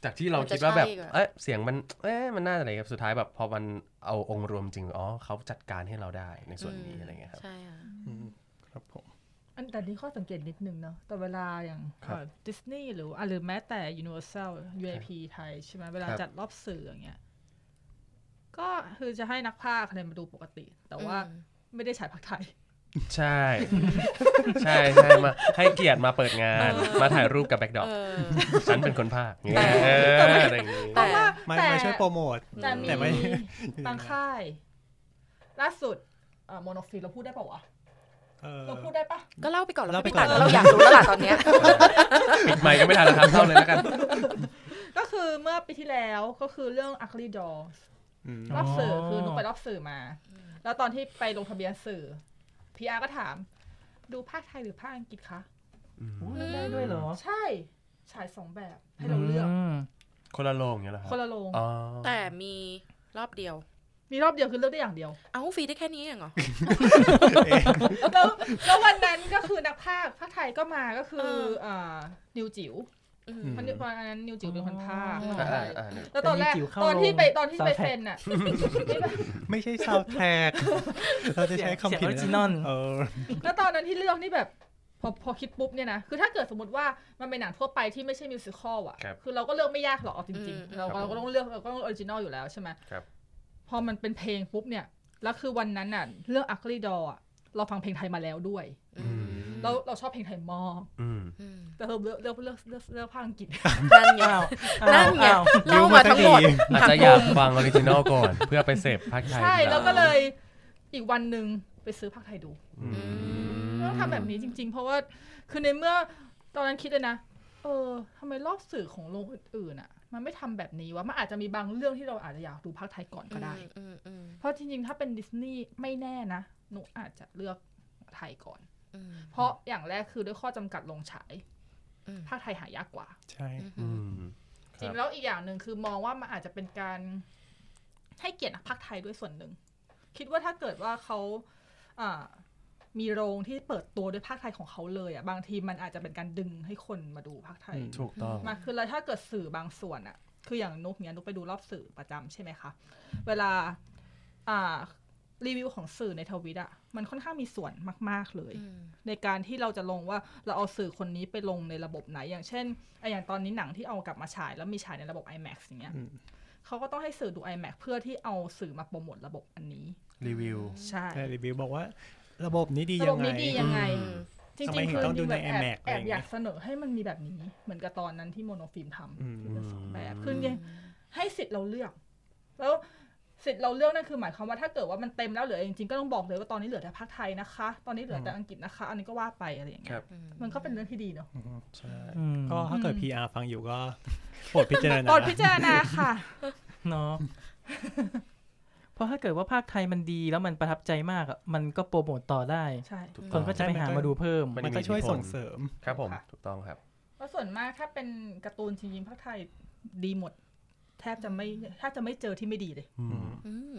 จากที่เรา มันจะ คิดว่าแบบ ใช่กว่า เอ๊ะเสียงมันเอ๊ะมันน่าจะอะไรครับสุดท้ายแบบพอมันเอาองค์รวมจริงอ๋อเขาจัดการให้เราได้ในส่วนนี้อะไรเงี้ยครับ ใช่ค่ะ อืมครับผม อันแต่นี่ข้อสังเกตนิดนึงเนาะแต่เวลาอย่าง ครับ ดิสนีย์หรืออ่ะหรือแม้แต่ Universal UAP ไทยใช่ไหมเวลา ครับ จัดรอบสื่ออย่างเงี้ยก็คือจะให้นักภาคเนี่ยมาดูปกติ แต่ว่า อืม ไม่ได้ฉายภาคไทย ใช่ ใช่ใช่มาให้เกียรติมาเปิดงาน มาถ่ายรูปกับแบ็คดรอป เออ ฉันเป็นคนภาคเงี้ยเอออะไรอย่างงี้ แต่ มา แต่ มาช่วยโปรโมท แต่ แต่ไม่ มีบางค่ายล่าสุดโมโนฟิลเราพูดได้ปะวะ เออ เราพูดได้ปะ ก็เล่าไปก่อนแล้ว เล่าไป พี่ตัด ก่อน เราอยากรู้แล้วล่ะตอนเนี้ย ปิดไมค์ก็ไม่ทันแล้วครับเข้าเลยแล้วกัน ก็คือเมื่อปีที่แล้วก็คือเรื่อง Ugly Dolls อืม รอบสื่อ อ คือนุกไปรอบสื่อมา แล้วตอนที่ไปลงทะเบียนสื่อ PR ก็ถาม ดูภาคไทยหรือภาคอังกฤษคะ โอ้มันได้ด้วยเหรอ ใช่ฉายสองแบบให้เราเลือก ม คนละโรงอย่างเงี้ยเหรอครับ คนละโรง อ๋อ แต่มีรอบเดียว มีรอบเดียวคือเลือกได้อย่างเดียว เอ้าฟรีได้แค่นี้เองเหรอ แล้วแล้ววันนั้นก็คือนักภาคภาคไทยก็มาก็คือ เออ เอ่อนิวจิ๋ว อืม อืม มันตอนอันนั้นนิวจิ๋วเป็นคนพากย์ อ๋อ อ่าอ่าอ่า แล้วตอนแรก แต่นิวจิ๋วเข้า ตอนที่ไปตอนที่ไป ซาวด์แทร็ก เซ็นอะ ไม่ใช่ซาวแทกเราจะใช้คำผิด เสียง original เออ แล้วตอนนั้นที่เลือกนี่แบบพอพอคิดปุ๊บเนี่ยนะ คือถ้าเกิดสมมติว่ามันเป็นหนังทั่วไปที่ไม่ใช่มิวสิควลอ่ะ ครับ คือเราก็เลือกไม่ยากหรอกเอาจริง อืม ๆ เราก็ ครับ เราก็ต้องเลือกเราก็ต้องออริจินอลอยู่แล้วใช่ไหม ครับ พอมันเป็นเพลงปุ๊บเนี่ย แล้วคือวันนั้นน่ะเรื่องอักลีดอ่ะเราฟังเพลงไทยมาแล้วด้วย อืม เราเราชอบเพลงไทยมาก อืม อืม แต่เราเลือกเลือกเลือกเลือกเลือกภาคอังกฤษ นั่นไง อ้าว นั่นไง อ้าว เล่ามาทั้งหมด ดี อาจจะอยากฟังออริจินอลก่อน เพื่อไปเสพภาคไทย ใช่ ทีหง แล้วก็เลยอีกวันหนึ่งไปซื้อภาคไทยดู อื อื ม ม ต้องทำแบบนี้จริง ๆ เพราะว่าคือในเมื่อตอนนั้นคิดเลยนะ เออทำไมรอบสื่อของโรงอื่นๆอ่ะ มันไม่ทำแบบนี้วะมันอาจจะมีบางเรื่องที่เราอาจจะอยากดูภาคไทยก่อนก็ได้ อืมอืม เพราะจริง ๆ ถ้าเป็นดิสนีย์ไม่แน่นะหนูอาจจะเลือกไทยก่อน อืม เพราะอย่างแรกคือด้วยข้อจำกัดโรงฉาย อืม ภาคไทยหายากกว่า ใช่ อื อื ม ม จริงแล้วอีกอย่างหนึ่งคือมองว่ามันอาจจะเป็นการให้เกียรติภาคไทยด้วยส่วนหนึ่ง คิดว่าถ้าเกิดว่าเขาอ่ามีโรงที่เปิดตัวด้วยภาคไทยของเขาเลยอ่ะบางทีมันอาจจะเป็นการดึงให้คนมาดูภาคไทย อืม ถูกต้อง มาคือแล้วถ้าเกิดสื่อบางส่วนอ่ะ คืออย่างนุกเนี้ยนุกไปดูรอบสื่อประจำใช่ไหมคะ เวลาอ่ารีวิวของสื่อในทวิตอ่ะมันค่อนข้างมีส่วนมาก ๆเลย ในการที่เราจะลงว่าเราเอาสื่อคนนี้ไปลงในระบบไหน อย่างเช่นไออย่างตอนนี้หนังที่เอากลับมาฉายแล้วมีฉายในระบบ IMAX อย่างเงี้ย อืม เขาก็ต้องให้สื่อดู IMAX เพื่อที่เอาสื่อมาโปรโมทระบบอันนี้ รีวิว ใช่ แต่รีวิวบอกว่า ระบบนี้ดี ระ ยั บบ งไง นี้ดียังไง อืม จริง ทำไม ๆ ถึง คือ ต้องดูใน แบบแอบ IMAX แอบ อะไรอย่างเงี้ย อยากเสนอให้มันมีแบบนี้ เหมือนกับตอนนั้นที่โมโนฟิล์มทำ อืม ที่เป็นสองแบบ อืม คือไงให้สิทธิ์เราเลือก แล้วสิทธิ์เราเลือกนั่นคือหมายความว่าถ้าเกิดว่ามันเต็มแล้วเหลือจริงๆก็ต้องบอกเลยว่าตอนนี้เหลือแต่ภาคไทยนะคะ ตอนนี้เหลือแต่อังกฤษนะคะ อันนี้ก็ว่าไปอะไรอย่างเงี้ย มันก็เป็นเรื่องที่ดีเนาะ อืมใช่ อืม ก็ถ้าเกิด PR ฟังอยู่ก็โปรดพิจารณา โปรดพิจารณาค่ะ เนาะ เพราะถ้าเกิดว่าภาคไทยมันดีแล้วมันประทับใจมากอะมันก็โปรโมตต่อได้ ใช่ ถู คนก็จะไปหามาดูเพิ่ม มันก็ช่วยส่งเสริม ครับผม ค่ะ ถูกต้องครับ เพราะส่วนมากถ้าเป็นการ์ตูนจริงๆภาคไทยดีหมด แทบจะไม่แทบจะไม่เจอที่ไม่ดีเลย อืม อืม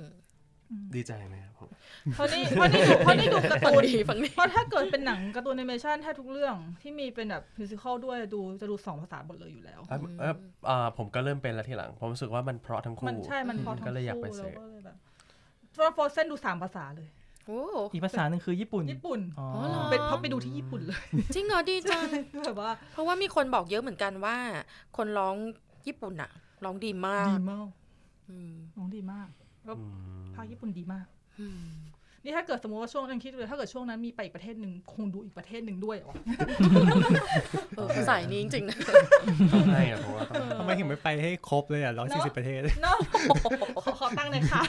ดีใจไหมครับผม เพราะ นี่เพราะนี่ดูเพราะนี่ดูการ์ ฝั่ง ตูน ดีฝั่งนี้ เพราะถ้าเกิดเป็นหนังการ์ตูนแอนิเมชันแทบทุกเรื่องที่มีเป็นแบบมิวสิควลด้วยดูจะดูสองภาษาหมดเลยอยู่แล้ว เอ่อเอ่ออ่าผมก็เริ่มเป็นแล้วทีหลัง ผมรู้สึกว่ามันเพราะทั้ง มั คู่ นใช่มันพอทั้ง ก็เลยอยากไป คู่ เส เรา พ ก็เลยแบบตัวโฟเซนดูสามภาษาเลย โอ้ อีกภาษาหนึ่งคือญี่ปุ่น ญี่ปุ่น อ๋อ อ๋อเหรอ เป็นเพราะไปดูที่ญี่ปุ่นเลย จริงเหรอดีจัง แบบว่า เพราะว่ามีคนบอกเยอะเหมือนกันว่า คนร้องญี่ปุ่นอะร้องดีมาก ดีมาก อืม น้องดีมากแล้ว อืม ภาคญี่ปุ่นดีมาก อืม นี่ถ้าเกิดสมมติว่าช่วงนั้นคิดเลยถ้าเกิดช่วงนั้นมีไปอีกประเทศหนึ่งคงดูอีกประเทศหนึ่งด้วยเหรอ เออสายนี้จริงๆนะ ต้องให้อะเพราะว่าต้อง ทำไมถึงไม่ไปให้ครบเลยอ่ะ 140 ประเทศ เนาะ ขอขอตั้งเลยค่ะ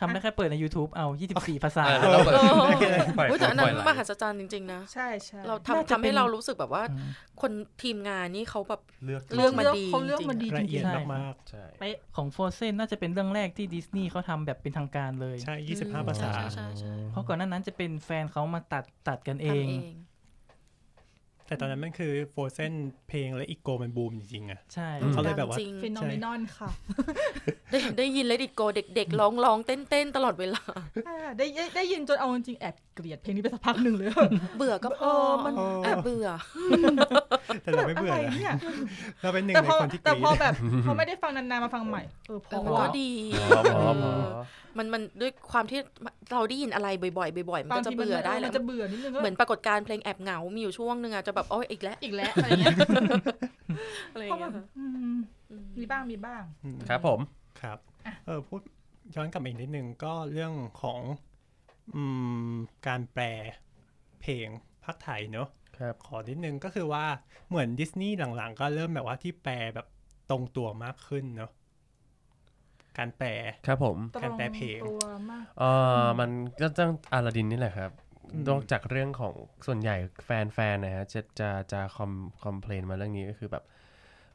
ทำได้แค่เปิดใน YouTube เอา 24 ภาษา เออแล้วเราเปิดปล่อย อุ๊ยแต่อันนั้น ปล่ย ม ไหล หัศจรรย์จริงๆนะ ใช่ใช่ เรา น่า ทำ จะ ทำ เป็ ให้ น เรารู้สึกแบบว่า อืม คนทีมงานนี่เขาแบบ เลือก เลือกมาดี เขาเลือกมาดีจ ละ ริ เอีย ง ด ๆ มาก ใช่ เป๊ะ ของ Frozen น่าจะเป็นเรื่องแรกที่ดิสนีย์เขาทำแบบเป็นทางการเลย ๆ ใช่ อืม 25 ภาษา ใช่ใช่ใช่ เพราะก่อนหน้านั้นจะเป็นแฟนเขามาตัดตัดกันเองทำเอง แต่ตอนนั้นมันคือโฟเซนเพลงและอีโกมันบูมจริงๆอ่ะ ใช่ อืม เขาเลยแบบว่า ดังจริง ฟินอมินอนค่ะ ได้ได้ยินเลยดิโกเด็กๆ ร้องร้องเต้นเต้นๆ ตลอดเวลา อ่าได้ได้ได้ยินจนเอาจริงๆแอบเกลียดเพลงนี้ไปสักพักหนึ่งเลย เบื่อก็พอ เออมัน แอบเบื่อ แต่เราไม่เบื่อ อะไร นะ เนี่ย เราเป็นหนึ่ง แต่ ใน พอ คนที่ก แต่ รี๊ พอ ด แบบพอไม่ได้ฟังนานๆมาฟังใหม่ เออพ เอ อ อมัน ว่ะ ก็ดี พอพอพอ มันมันด้วยความที่เราได้ยินอะไรบ่อยๆบ่อยๆ มัน บาง ก็จะ ทีมัน เบื่อได้แห มั ละ นจะเบื่อนิดนึงก็ เหมือนปรากฏการณ์เพลงแอบเหงา มีอยู่ช่วงหนึ่งอะจะแบบโอ้ยอีกแล้ว อีกแล้วอะไรเงี้ย อะไรอ เพ ย่า ราะ ง มันเงี้ยค่ะ อืม อืม มีบ้างมีบ้าง ครับผม ครับ เออพูดย้อนกลับมาอีกนิดนึงก็เรื่องของอืมการแปลเพลงภาคไทยเนอะ ครับ ขอนิดนึงก็คือว่าเหมือนดิสนีย์หลังๆ ก็เริ่มแบบว่าที่แปลแบบตรงตัวมากขึ้นเนอะการแปล ครับผม ตร การ ง แปลเพลง ตัวมาก เออมันก็ต้องอาลาดินนี่แหละครับ อืม นอกจากเรื่องของส่วนใหญ่แฟนๆนะฮะจะจะจะคอมคอมเพลนมาเรื่องนี้ก็คือแบบ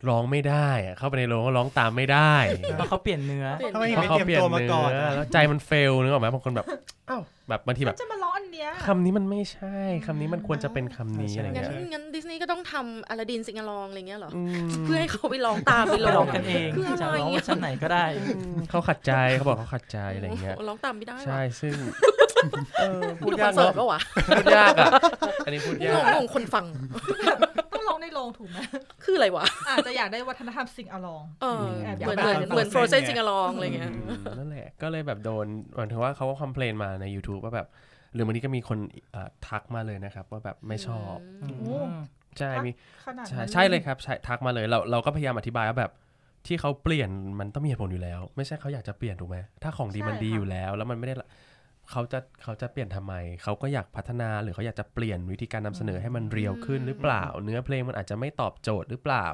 ร้องไม่ได้อะเข้าไปในโรงก็ร้องตามไม่ได้ เพราะเขาเปลี่ยนเนื้อ ทำไม เพราะ ไม่ เขา เตรียม เปลี่ยน ตัวมา เนื้ ก่อน อ อะ แล้วใจมันเฟลนึกออกไหมบางคนแบบอ้าวแบบบางทีแบบ จะมาร้องอันเนี้ย คำนี้มันไม่ใช่คำนี้มันควรจะเป็นคำนี้ ใช่ อะไร งั้น เงี้ย งั้นดิสนีย์ก็ต้องทำอลาดินสิงห์ลองอะไรเงี้ยเหรอ อืม เพื่อให้เขาไปร้องตามไป ไป ร้ ร้ อ อง งกันเอง คืออะไร จะร้อง อะ เวอร์ชันไหนก็ได้ เขาขัดใจเขาบอกเขาขัดใจอะไรเงี้ย โร้องตามไม่ได้ ใช่ ว่ะ ซึ่งเออพู พู ด ด ยากคอนเสิร์ต เน ปะ อะ วะ พูดยากอ่ะอันนี้พูด ง ยาก งงคนฟัง ต้องร้อง ในโรงถูกไหม คืออะไรวะ อาจจะอยากได้วัฒนธรรมสิ่งอลอง เออ แอบอยาก เหมือน ไป เหมือตอนนเหมือน Frozen โฟรเซน ไง ซิงอลองอะไรเงี้ย อืมนั่นแหละ ก็เลยแบบโดนหมายถึงว่าเขาก็คอมเพลนมาใน YouTube ว่าแบบ หรือวันนี้ก็มีคนเอ่อทักมาเลยนะครับ ว่าแบบไม่ชอบ โอ้ ใช่ ทัก มี ขนาด ใช่ นั้น ใช่เลยครับใช่ทักมาเลยเราเราก็พยายามอธิบายว่าแบบ ที่เขาเปลี่ยนมันต้องมีเหตุผลอยู่แล้ว ไม่ใช่เขาอยากจะเปลี่ยนถูกไหมถ้าของดีมันดีอยู่แล้ว แล้วมันไม่ได้ละเขาจะเขาจะเปลี่ยนทำไม เขาก็อยากพัฒนาหรือเขาอยากจะเปลี่ยนวิธีการนำเสนอให้มันเรียวขึ้นหรือเปล่า เนื้อเพลงมันอาจจะไม่ตอบโจทย์หรือเปล่า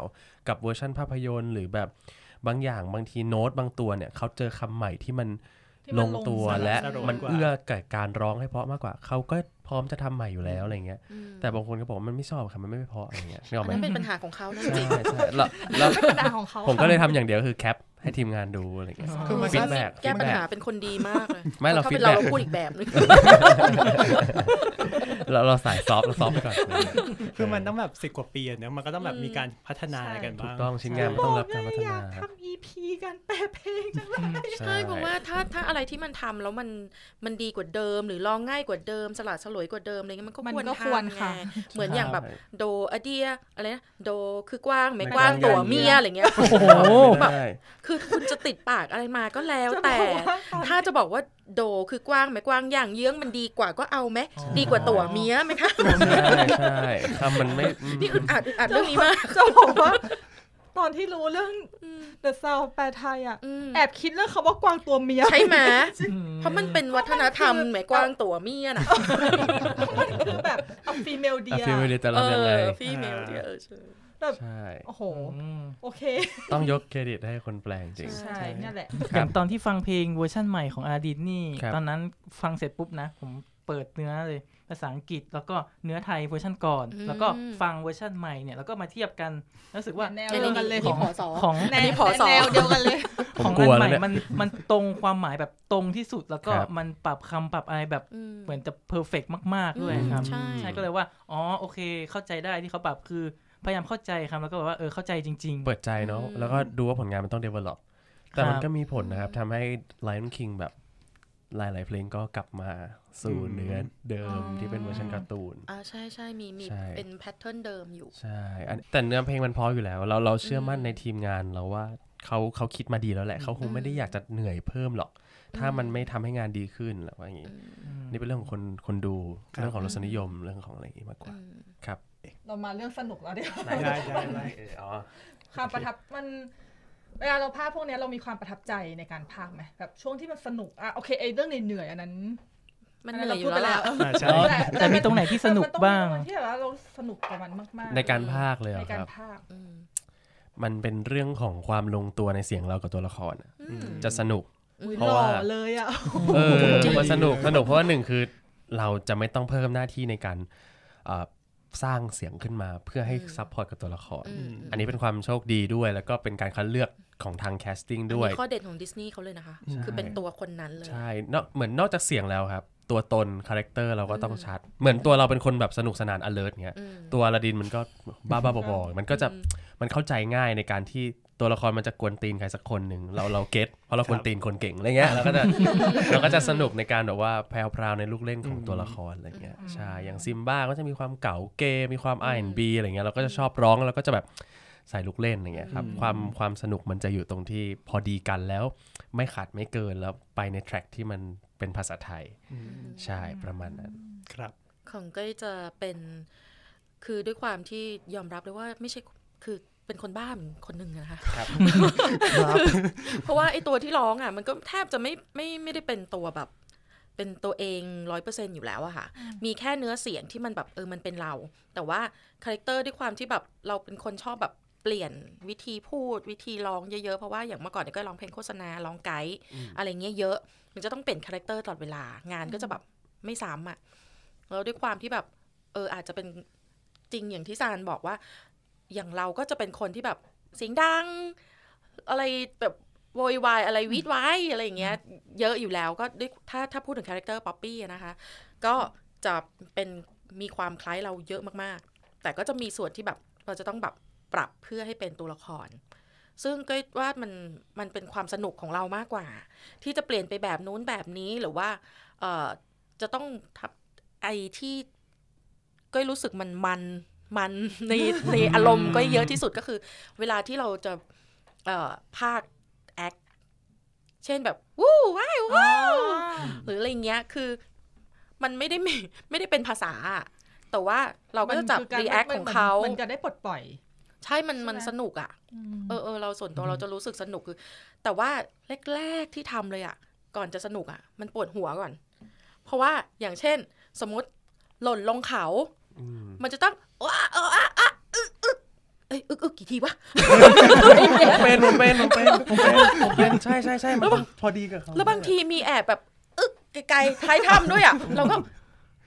กับเวอร์ชันภาพยนตร์หรือแบบบางอย่างบางทีโน้ตบางตัวเนี่ยเขาเจอคำใหม่ที่มัน ที่ ล มัน งตัวและ สรุป มัน กว่า เอื้อกับการร้องให้เพราะมากกว่า เขาก็พร้อมจะทำใหม่อยู่แล้วอะไรเงี้ย แต่บางคนก็บอกว่ามันไม่ชอบค่ะมันไม่เพราะอะไรเงี้ยไม่ออก อัน ไหม นั้นเป็นปัญหาของเขานะ ใช่ใช่แล้วแล้ว เป็นปัญหาของเขา ผมก็เลยทำอย่างเดียวคือแคปให้ทีมงานดูอะไรเงี้ย คือมัน feedback แก้ปัญหา feedback เป็นคนดีมากเลย ไม่เรา ถ้าเป็นเรา feedback เราพูดอีกแบบนึง เราเราสายซอฟต์เราซอฟต์ไปก่อน คือมันต้องแบบสิบ10 กว่าปีอะเนอะมันก็ต้องแบบมีการพัฒนาอะไรกัน ถูก บ้าง ต้องชิ้นงานมัน บ ต้ อ อก งรับ เล การพั ย ฒ อยา นา กทำ EP กันแปลเพลงจังเลย ใช่ผมว่าถ้าถ้าอะไรที่มันทำแล้วมันมันดีกว่าเดิม หรือลองง่ายกว่าเดิม สลัดสลวยกว่าเดิมอะไรเงี้ยมันก็ มัน ควร ก็ควร ทำไง ค่ะ เหมือนอย่างแบบ ใช่ โดอเดียอะไรนะโดคือกว้างไม่กว้างตัวเมียอะไรเงี้ย โอ้โหไม่ได้ คือคุณจะติดปากอะไรมาก็แล้ว จะบ แต่ อกว่าตอน ถ้าจะบอกว่าโดคือกว้างไหมกว้างอย่างเยื้องมันดีกว่าก็เอาไหมดีกว่าตั๋วเมียไหมคะ ใช่ใช่ทำมันไม่อืม นี่อึดอัดอึดอัดเรื่องนี้มาก จะบอกว่า ตอนที่รู้เรื่อง The Sound แปลไทยอ่ะ อืม แอบคิดเรื่องคำว่ากวางตัวเมีย ใช่ไหมเพราะมันเป็นวัฒนธรรมไหมกว้างตั๋วเมียน่ะ มันคือแบบเอาฟีเมลเดีย ฟิลเดียแต่เรา เอ ยังไง อฟีเมลเดียเออใช่ ใช่ โอ้โห โอเค ต้องยกเครดิตให้คนแปลงจริง ใช่ ใช่เนี่ยแหละ ค อ รับ ย่างตอนที่ฟังเพลงเวอร์ชั่นใหม่ของอาดินนี่ ครับ ตอนนั้นฟังเสร็จปุ๊บนะ ผมเปิดเนื้อเลยภาษาอังกฤษแล้วก็เนื้อไทยเวอร์ชันก่อน อืม แล้วก็ฟังเวอร์ชันใหม่เนี่ยแล้วก็มาเทียบกันรู้สึกว่า แนว ไอ้ เดียวกันเลย นี่พอสอ ของ อันนี้พอสอ แนวเดียวกันเลย ผ ข ม อง ก อั ลัวน ให แล้ว ม่ เนี่ย มันมันตรงความหมายแบบตรงที่สุดแล้วก็ ครับ มันปรับคำปรับอะไรแบบ อืม เหมือนจะเพอร์เฟกมาก ๆ ด้วย อืม ครับ ใช่ ใช่ก็เลยว่า อ๋อโอเค เข้าใจได้ที่เขาปรับคือพยายามเข้าใจครับแล้วก็แบบว่าเออเข้าใจจริง เปิดใจเนาะ อืม แล้วก็ดูว่าผลงานมันต้อง develop แต่มัน ครับ ก็มีผลนะครับทำให้ Lion King แบบหลาย ๆ เพลงก็กลับมาสู่ อืม เนื้อเดิมที่เป็นเวอร์ชันการ์ตูน อ่าใช่ใช่มีมี ใช่ เป็นแพทเทิร์นเดิมอยู่ ใช่อันแต่เนื้อเพลงมันเพออยู่แล้ว เราเราเชื่อมั่นในทีมงานเราว่าเขาเขาคิดมาดีแล้วแหละ เขาคงไม่ได้อยากจะเหนื่อยเพิ่มหรอก ถ้ามันไม่ทำให้งานดีขึ้นหรือว่าอย่างนี้ นี่เป็นเรื่องของคนคนดูเรื่องของรสนิยมเรื่องของอะไรอย่างนี้มากกว่าครับ เรามาเรื่องสนุกแล้วเดี๋ยว ได้ได้ได้ได้ เอออ๋อ ความประทับมัน เวลาเราพากย์พวกเนี้ยเรามีความประทับใจในการพากย์ไหมแบบช่วงที่มันสนุกอ่ะโอเคไอ้เรื่องเหนื่อยๆอันนั้น มันเหนื่อยอยู่ อั แล้วล่ะ เออ อ่าใช่ แต่มีตรงไหนที่สนุก มัต้องมี บ้าง ตรที่แบบว่าเราสนุกกับมันมากๆ ในการภาคเลยเหร ใน อค การ รับ พากย์ อืม มันเป็นเรื่องของความลงตัวในเสียงเรากับตัวละครอะจะสนุก อุ๊ย เพ ห ราะ ล่อ ว่า เลยอ่ะ เออมันสนุกสนุกเพราะว่าหนึ่งคือเราจะไม่ต้องเพิ่มหน้าที่ในการเอ่อสร้างเสียงขึ้นมาเพื่อให้ซัพพอร์ตกับตัวละคร อันนี้เป็นความโชคดีด้วย แล้วก็เป็นการคัดเลือกของทางแคสติ้งด้วย อันนี้ข้อเด่นของดิสนีย์เขาเลยนะคะ คือเป็นตัวคนนั้นเลย ใช่เนอะเหมือนนอกจากเสียงแล้วครับ ตัวตนคาแรคเตอร์เราก็ต้องชัด เหมือนตัวเราเป็นคนแบบสนุกสนาน alert เงี้ย อืม ตัวอลาดินมันก็บ้าบ้าๆบอๆมันก็จะมันเข้าใจง่ายในการที่ตัวละครมันจะกวนตีนใครสักคนหนึ่งเราเราเก็ตเพราะเรากวนตีนคนเก่งอะไรเงี้ยเราก็จะ เราก็จะสนุกในการแบบว่าแพรวๆในลูกเล่นของตัวละครอะไรเงี้ยใช่อย่างซิมบ้าก็จะมีความเก๋าเกย์มีความ R&B อะไรเงี้ยเราก็จะชอบร้องแล้วก็จะแบบใส่ลูกเล่นอะไรเงี้ยครับความความสนุกมันจะอยู่ตรงที่พอดีกันแล้ว ไม่ขาดไม่เกินแล้วไปในแทร็กที่มันเป็นภาษาไทยใช่ประมาณนั้น ครับ ของเก็จะเป็นคือด้วยความที่ยอมรับเลยว่าไม่ใช่คือเป็นคนบ้าเหมือนคนหนึ่งอะนะคะ คือเพราะว่าไอ้ตัวที่ร้องอ่ะ มันก็แทบจะไม่ไม่ไม่ได้เป็นตัวแบบ เป็นตัวเองร้อยเปอร์เซ็นอยู่แล้วอะค่ะ มีแค่เนื้อเสียงที่มันแบบเออมันเป็นเรา แต่ว่าคาแรคเตอร์ด้วยความที่แบบเราเป็นคนชอบแบบเปลี่ยนวิธีพูดวิธีร้องเยอะๆ เพราะว่าอย่างเมื่อก่อนเนี่ยก็ร้องเพลงโฆษณาร้องไกด์อะไรเงี้ยเยอะ มันจะต้องเปลี่ยนคาแรคเตอร์ตลอดเวลางานก็จะแบบไม่ซ้ำอะ แล้วด้วยความที่แบบ เอออาจจะเป็นจริงอย่างที่ซานบอกว่า อย่างเราก็จะเป็นคนที่แบบเสียงดัง อะไรแบบโวยวายอะไรวีดวายอะไรอย่างเงี้ย เยอะอยู่แล้วก็ด้วยถ้าถ้าพูดถึงคาแรคเตอร์ป๊อปปี้นะคะ ก็จะเป็นมีความคล้ายเราเยอะมากๆ แต่ก็จะมีส่วนที่แบบเราจะต้องแบบปรับเพื่อให้เป็นตัวละคร ซึ่งก็ว่ามันมันเป็นความสนุกของเรามากกว่า ที่จะเปลี่ยนไปแบบนู้นแบบนี้หรือว่าเออจะต้องทับ ไอ้ที่ก็รู้สึกมันมัน มัน ในในอารมณ์ก็เยอะที่สุดก็คือ เวลาที่เราจะเอ่อภาคแอคเช่นแบบวู้ว้ายว้าวหรืออะไรเงี้ยคือ มันไม่ได้มีไม่ได้เป็นภาษาอะแต่ว่าเราก็จะจับ มันคื รีแอค มัน ของเขาม นจะได้ปลดปล่อย ใช่มันมัน ใช่ไหม สนุกอ่ะ เออเออเราส่วนตัวเราจะรู้สึกสนุกคือ แต่ว่าแรก ๆที่ทำเลยอะ่ะ ก่อนจะสนุกอะ่ะ มันปวดหัวก่อน เพราะว่าอย่างเช่น สมมติหล่นลงเขา อืม มันจะต้องว้าเอออะอะอึกอึกเอ้ยอึกอึกกี่ทีวะ ผมเป็นผมเป็นผมเป็นผมเป็นผมเป็นใช่ใช่ใช่มันพอดีกับเขา แล้วบางทีมีแอบแบบอึกไกล ๆท้ายถ้ำด้วยอะ่ะ เราก็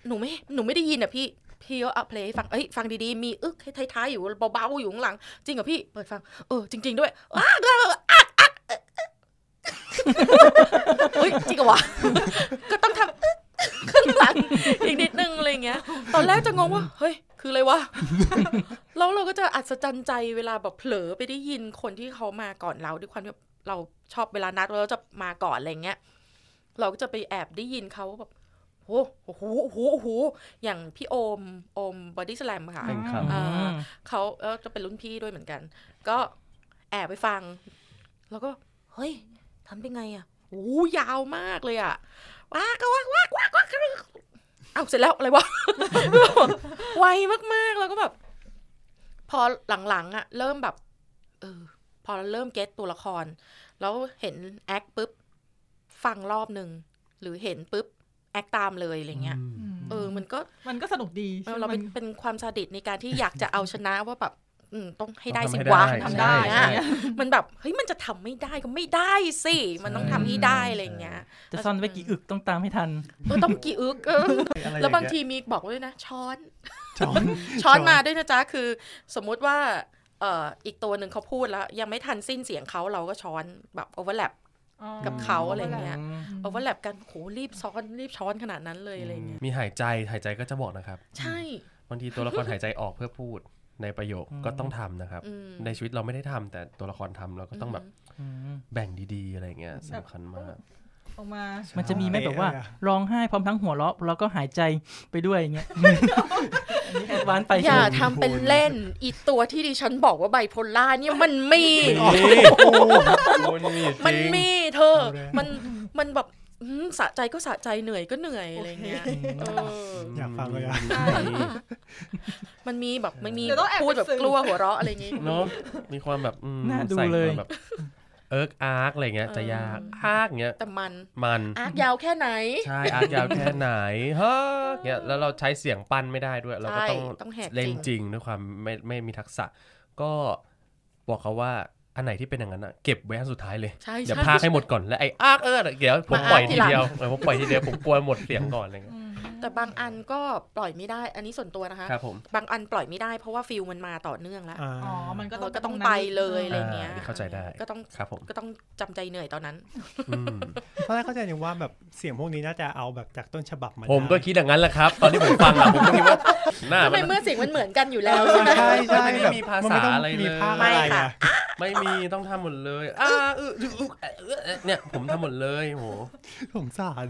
หนูไม่หนูไม่ได้ยินอ่ะพี่พี่ก็เอาเพลงฟังเอ้ยฟังดีๆมีอึกท้ายๆอยู่เบาๆอยู่ข้างหลัง จริงเหรอพี่เปิดฟังเออจริง ๆด้วยอ้าวอ้าวอ้าวอ้าวเออเฮ้ยจริงเหรอวะ ก็ต้องทำอึ๊กข้างหลังอีกนิดนึงอะไรอย่างเงี้ย ตอนแรกจะงงว่า เฮ้ย คืออะไรวะ แล้วเราก็จะอัศจรรย์ใจเวลาแบบเผลอไปได้ยินคนที่เขามาก่อนเราด้วยความที่เราชอบเวลานัดแล้วเราจะมาก่อนอะไรเงี้ย เราก็จะไปแอบได้ยินเขาแบบโอ้โหโอ้โหโอ้โหอย่างพี่โอมโอมบอดี้สแลมค่ะ เป็นครับ อ่า อืม เขาเออจะเป็นรุ่นพี่ด้วยเหมือนกัน ก็แอบไปฟัง แล้วก็เฮ้ยทำได้ไงอ่ะโอ้ยาวมากเลยอ่ะว้ากว้ากว้ากว้ากว้ากเอาเสร็จแล้วอะไรวะ ไวมากๆแล้วก็แบบ พอหลังๆอ่ะ เริ่มแบบ เออ พอเริ่มเก็ตตัวละคร แล้วเห็นแอคปุ๊บ ฟังรอบหนึ่งหรือเห็นปุ๊บ แอคตามเลยอะไรเงี้ยเออมันก็ มันก็สนุกดี เออเราเป็น มัน เป็นความซาดิสในการที่อยากจะเอาชนะว่าแบบอืมต้องให้ได้ ต้อง สิ ทำให้ วะ ได้ ทำ ทำ ได้ ได้ ใช่อะไรอะเงี้ย มันแบบเฮ้ยมันจะทำไม่ได้ก็ไม่ได้สิมันต้องทำให้ได้อะไรอย่างเงี้ย จะซ่อนไว้กี่อึกต้องตามให้ทัน เออต้องกี่อึกเออะอไรอย่เย แล้วบางทีมีบอกไว้ด้วยนะ ช้ อน ช้อน ช้อน ช้อน มาด้วยนะจ๊ะคือ สมมุติว่าเอ่ออีกตัวหนึ่งเขาพูดแล้ว ยังไม่ทันสิ้นเสียงเขาเราก็ช้อนแบบโอเวอร์แลป กับเขาอะไรเงี้ย โอเวอร์แลปกันโหรีบซ้อนรีบช้อนขนาดนั้นเลยอะไรเงี้ย มีหายใจหายใจก็จะบอกนะครับ ใช่ บางทีตัวละครหายใจออกเพื่อพูดในประโยค อืม ก็ต้องทำนะครับ อืม ในชีวิตเราไม่ได้ทำแต่ตัวละครทำเราก็ต้องแบบ อืม แบ่งดีๆ อะไรอย่างเงี้ยสำคัญมาก ออกมา มันจะมีไหม ใช่ แบบว่า เออ ร้องไห้พร้อมทั้งหัวเราะแล้วก็หายใจไปด้วยอย่างเงี้ยอันนี้แอดวานซ์ไป อย่า ใช่ไหม ทำเป็นเล่น อีตัวที่ดิฉันบอกว่าไบโพล่าเนี่ยมันมี มันมีจริง มันมีเธอ เอาแล้ว มันมันแบบอืมสะใจก็สะใจเหนื่อยก็เหนื่อยอะไรเงี้ยเออ อยากฟังเลยอะ มันมีแบบมันมี เดี๋ยวต้องแอบ พูดแบบ ไปซื้อ กลัวหัวเราะอะไรอย่างงี้ เนาะมีความแบบอืม น่าดู ใส่ เลย ความแบบเอิร์กอาร์กอะไรเงี้ย เออ จะยากอาร์กเงี้ย แต่มัน มัน อาร์คยาวแค่ไหน ใช่อาร์กยาวแค่ไหนฮะเงี้ยแล้วเราใช้เสียงปั้นไม่ได้ด้วย เราก็ ใช่ ต้อง ต้องแหกจริง เล่นจริงด้วยความไม่ไม่มีทักษะ ก็บอกเขาว่าอันไหนที่เป็นอย่างนั้นอ่ะเก็บไว้อันสุดท้ายเลย ใช่ เดี๋ยว ใช่ พากให้หมดก่อนและไอ้อาร์กเออเดี๋ยวผม มาปอาร์คล่อย ที ที หลัง เดียวเออผมปล่อยทีเดียวผมกลัวหมดเสียงก่อนอะไรเงี้ย แต่บางอันก็ปล่อยไม่ได้ อันนี้ส่วนตัวนะคะ ครับผม บางอันปล่อยไม่ได้เพราะว่าฟิลมันมาต่อเนื่องแล้ว อ่า อ๋อ มันก็ต้อ เรา ง ก็ต้องไปเลยอะไรเงี้ย อ่าเข้าใจได้ ก็ต้อง ครับ ผม ก็ต้องจำใจเหนื่อยตอนนั้น อืม ตอนแรกเข้าใจอยู่ว่าแบบเสียงพวกนี้น่าจะเอาแบบจากต้นฉบับมา ผมก็ ได้ คิดอย่างนั้นแหละครับ ตอนที่ผมฟังอะผมก็คิดว่าหน้า ทำไม มัน เมื่อเสียงมันเหมือนกันอยู่แล้วใช่ไหม ใช่ใช่แบบนต้งมีภาคอะไร ไม่ค่ะ อ่ะ ไม่มีต้องทำหมดเลยอ้าเอออึ๊กเอ่อเอ่อเนี่ยผมทำหมดเลยโห สงสาร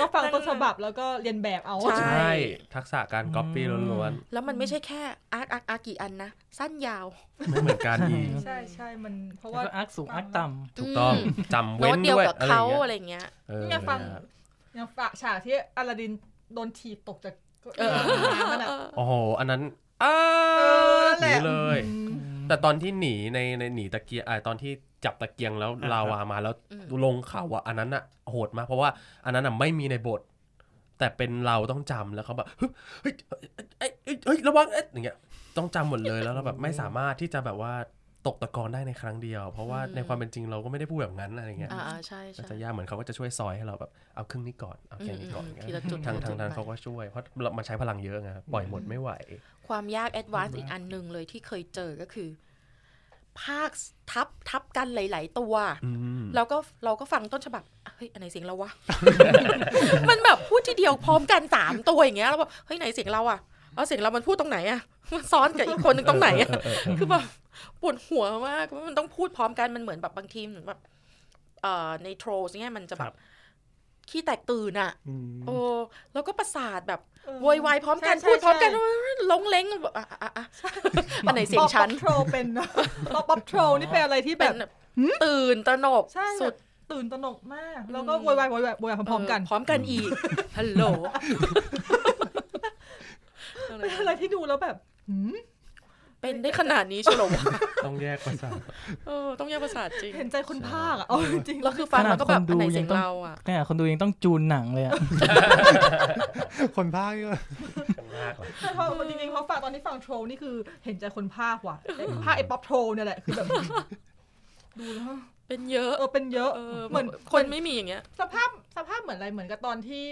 ก็ฟังต้นฉบับแล้วก็เรียนแบบเอา ใช่ ใช่ทักษะการก๊อปปี้ล้วน แล้วมันไม่ใช่แค่อาร์คอาร์คอาร์คกี่อันนะ สั้นยาว ๆไม่เหมือนการอีก ใช่ใช่มันเพราะ แล้ ว่า วก็อาร์คสูงอาร์คต่ำ ถูกต้องจำ โน้ เว้ ต น เดียว ด้วย กับ อะไร เขา อย่าง อะไร เงี้ย เงี้ย เออ เนี่ยฟัง ยังฝากฉากที่อลาดินโดนถีบตกจากเก้าอี้มันอะ โอ้โหอันนั้นอ้า อนั่นแหหนี ละ เลย แต่ตอนที่หนีในในหนีตะเกียงอ่าตอนที่จับตะเกียงแล้วลาวามาแล้ว อืม ลงเขาอ่ะอันนั้นอ่ะโหดมากเพราะว่าอันนั้นอ่ะไม่มีในบท แต่เป็นเราต้องจำแล้วเขาแบบเฮ้ยเฮ้ยเฮ้ยเฮ้ยเฮ้ยระวังเอ๊ะอย่างเงี้ยต้องจำหมดเลยแล้วเราแบบไม่สามารถที่จะแบบว่าตกตะกอนได้ในครั้งเดียว เพราะว่าในความเป็นจริงเราก็ไม่ได้พูดแบบนั้นอะไรเงี้ย อ่าๆใช่ ก็ ใช่ จะยากเหมือนเขาก็จะช่วยซอยให้เราแบบเอาครึ่งนี้ก่อนเอาแค่นี้ก่อน อืมอืม เงี้ย ทีละจุด ทาง ทีทางละจุด นั้น ไป เขาก็ช่วยเพราะเรามันใช้พลังเยอะไงปล่อยหมดไม่ไหว ความยากแอดวานซ์อีกอันหนึ่งเลยที่เคยเจอก็คือ ภาคทับทับกันหลาย ๆ ตัว อืม แล้วก็เราก็ฟังต้นฉบับอ่ะเฮ้ยอันไหนเสียงเราวะ มันแบบพูดทีเดียวพร้อมกันสามตัวอย่างเงี้ยแล้วแบบเฮ้ยไหนเสียงเราอ่ะเอาเสียงเรามันพูดตรงไหนอ่ะมันซ้อนกับอีกคนหนึ่งตรงไหนอ่ะ คือแบบปวดหัวมากว่ามันต้องพูดพร้อมกันมันเหมือนแบบบางทีเหมือนแบบเอ่อในโทรสเนี่ยมันจะแบบ ขี้แตกตื่นอ่ะ อืม โอ้แล้วก็ประสาทแบบ เออ โวยวายพร้อมกัน ใช่ใช่ พูดพร้อมกัน ใช่ ลงเล้งแบบอ่ะอ่ะอ่ะอันไหนเสียงฉัน ป๊อปโทรเป็นเน อะป๊อปป๊อปโทรนี่เป็นอะไรที่แบ เป็ บ นตื่นตระหนก ใช่แบบ สุด ตื่นตระหนกมาก แล้วก็ อืม โวยวายโวยวายโวยวายพร้อมๆกัน พร้อมกันอี กฮัลโหล เป็นอะไรที่ดูแล้วแบบหืม เป็นได้ขนาดนี้เฉลวะ ต้องแยกภาษาท เออต้องแยกประสาทจริง เห็นใจคนภาคอ่ะเอาจริงๆ แล้วคือฟังแล้วก็แบบอันไหนเสียงเราอ่ะ เนี่ยคนดูยังต้องจูนหนังเลยอะ คนภาคก็ กันมากเหรอ ใช่เพราะจริงๆเขาฟังตอนที่ฟังโทรนี่คือเห็นใจคนภาคว่ะไอ้ภาคไอ้ป๊อปโทรเนี่ยแหละคือแบบ ดูแล้ว เป็นเยอะ เออเป็นเยอะ เออ เหมือน คนไม่มีอย่างเงี้ย สภาพสภาพเหมือนอะไรเหมือนกับตอนที่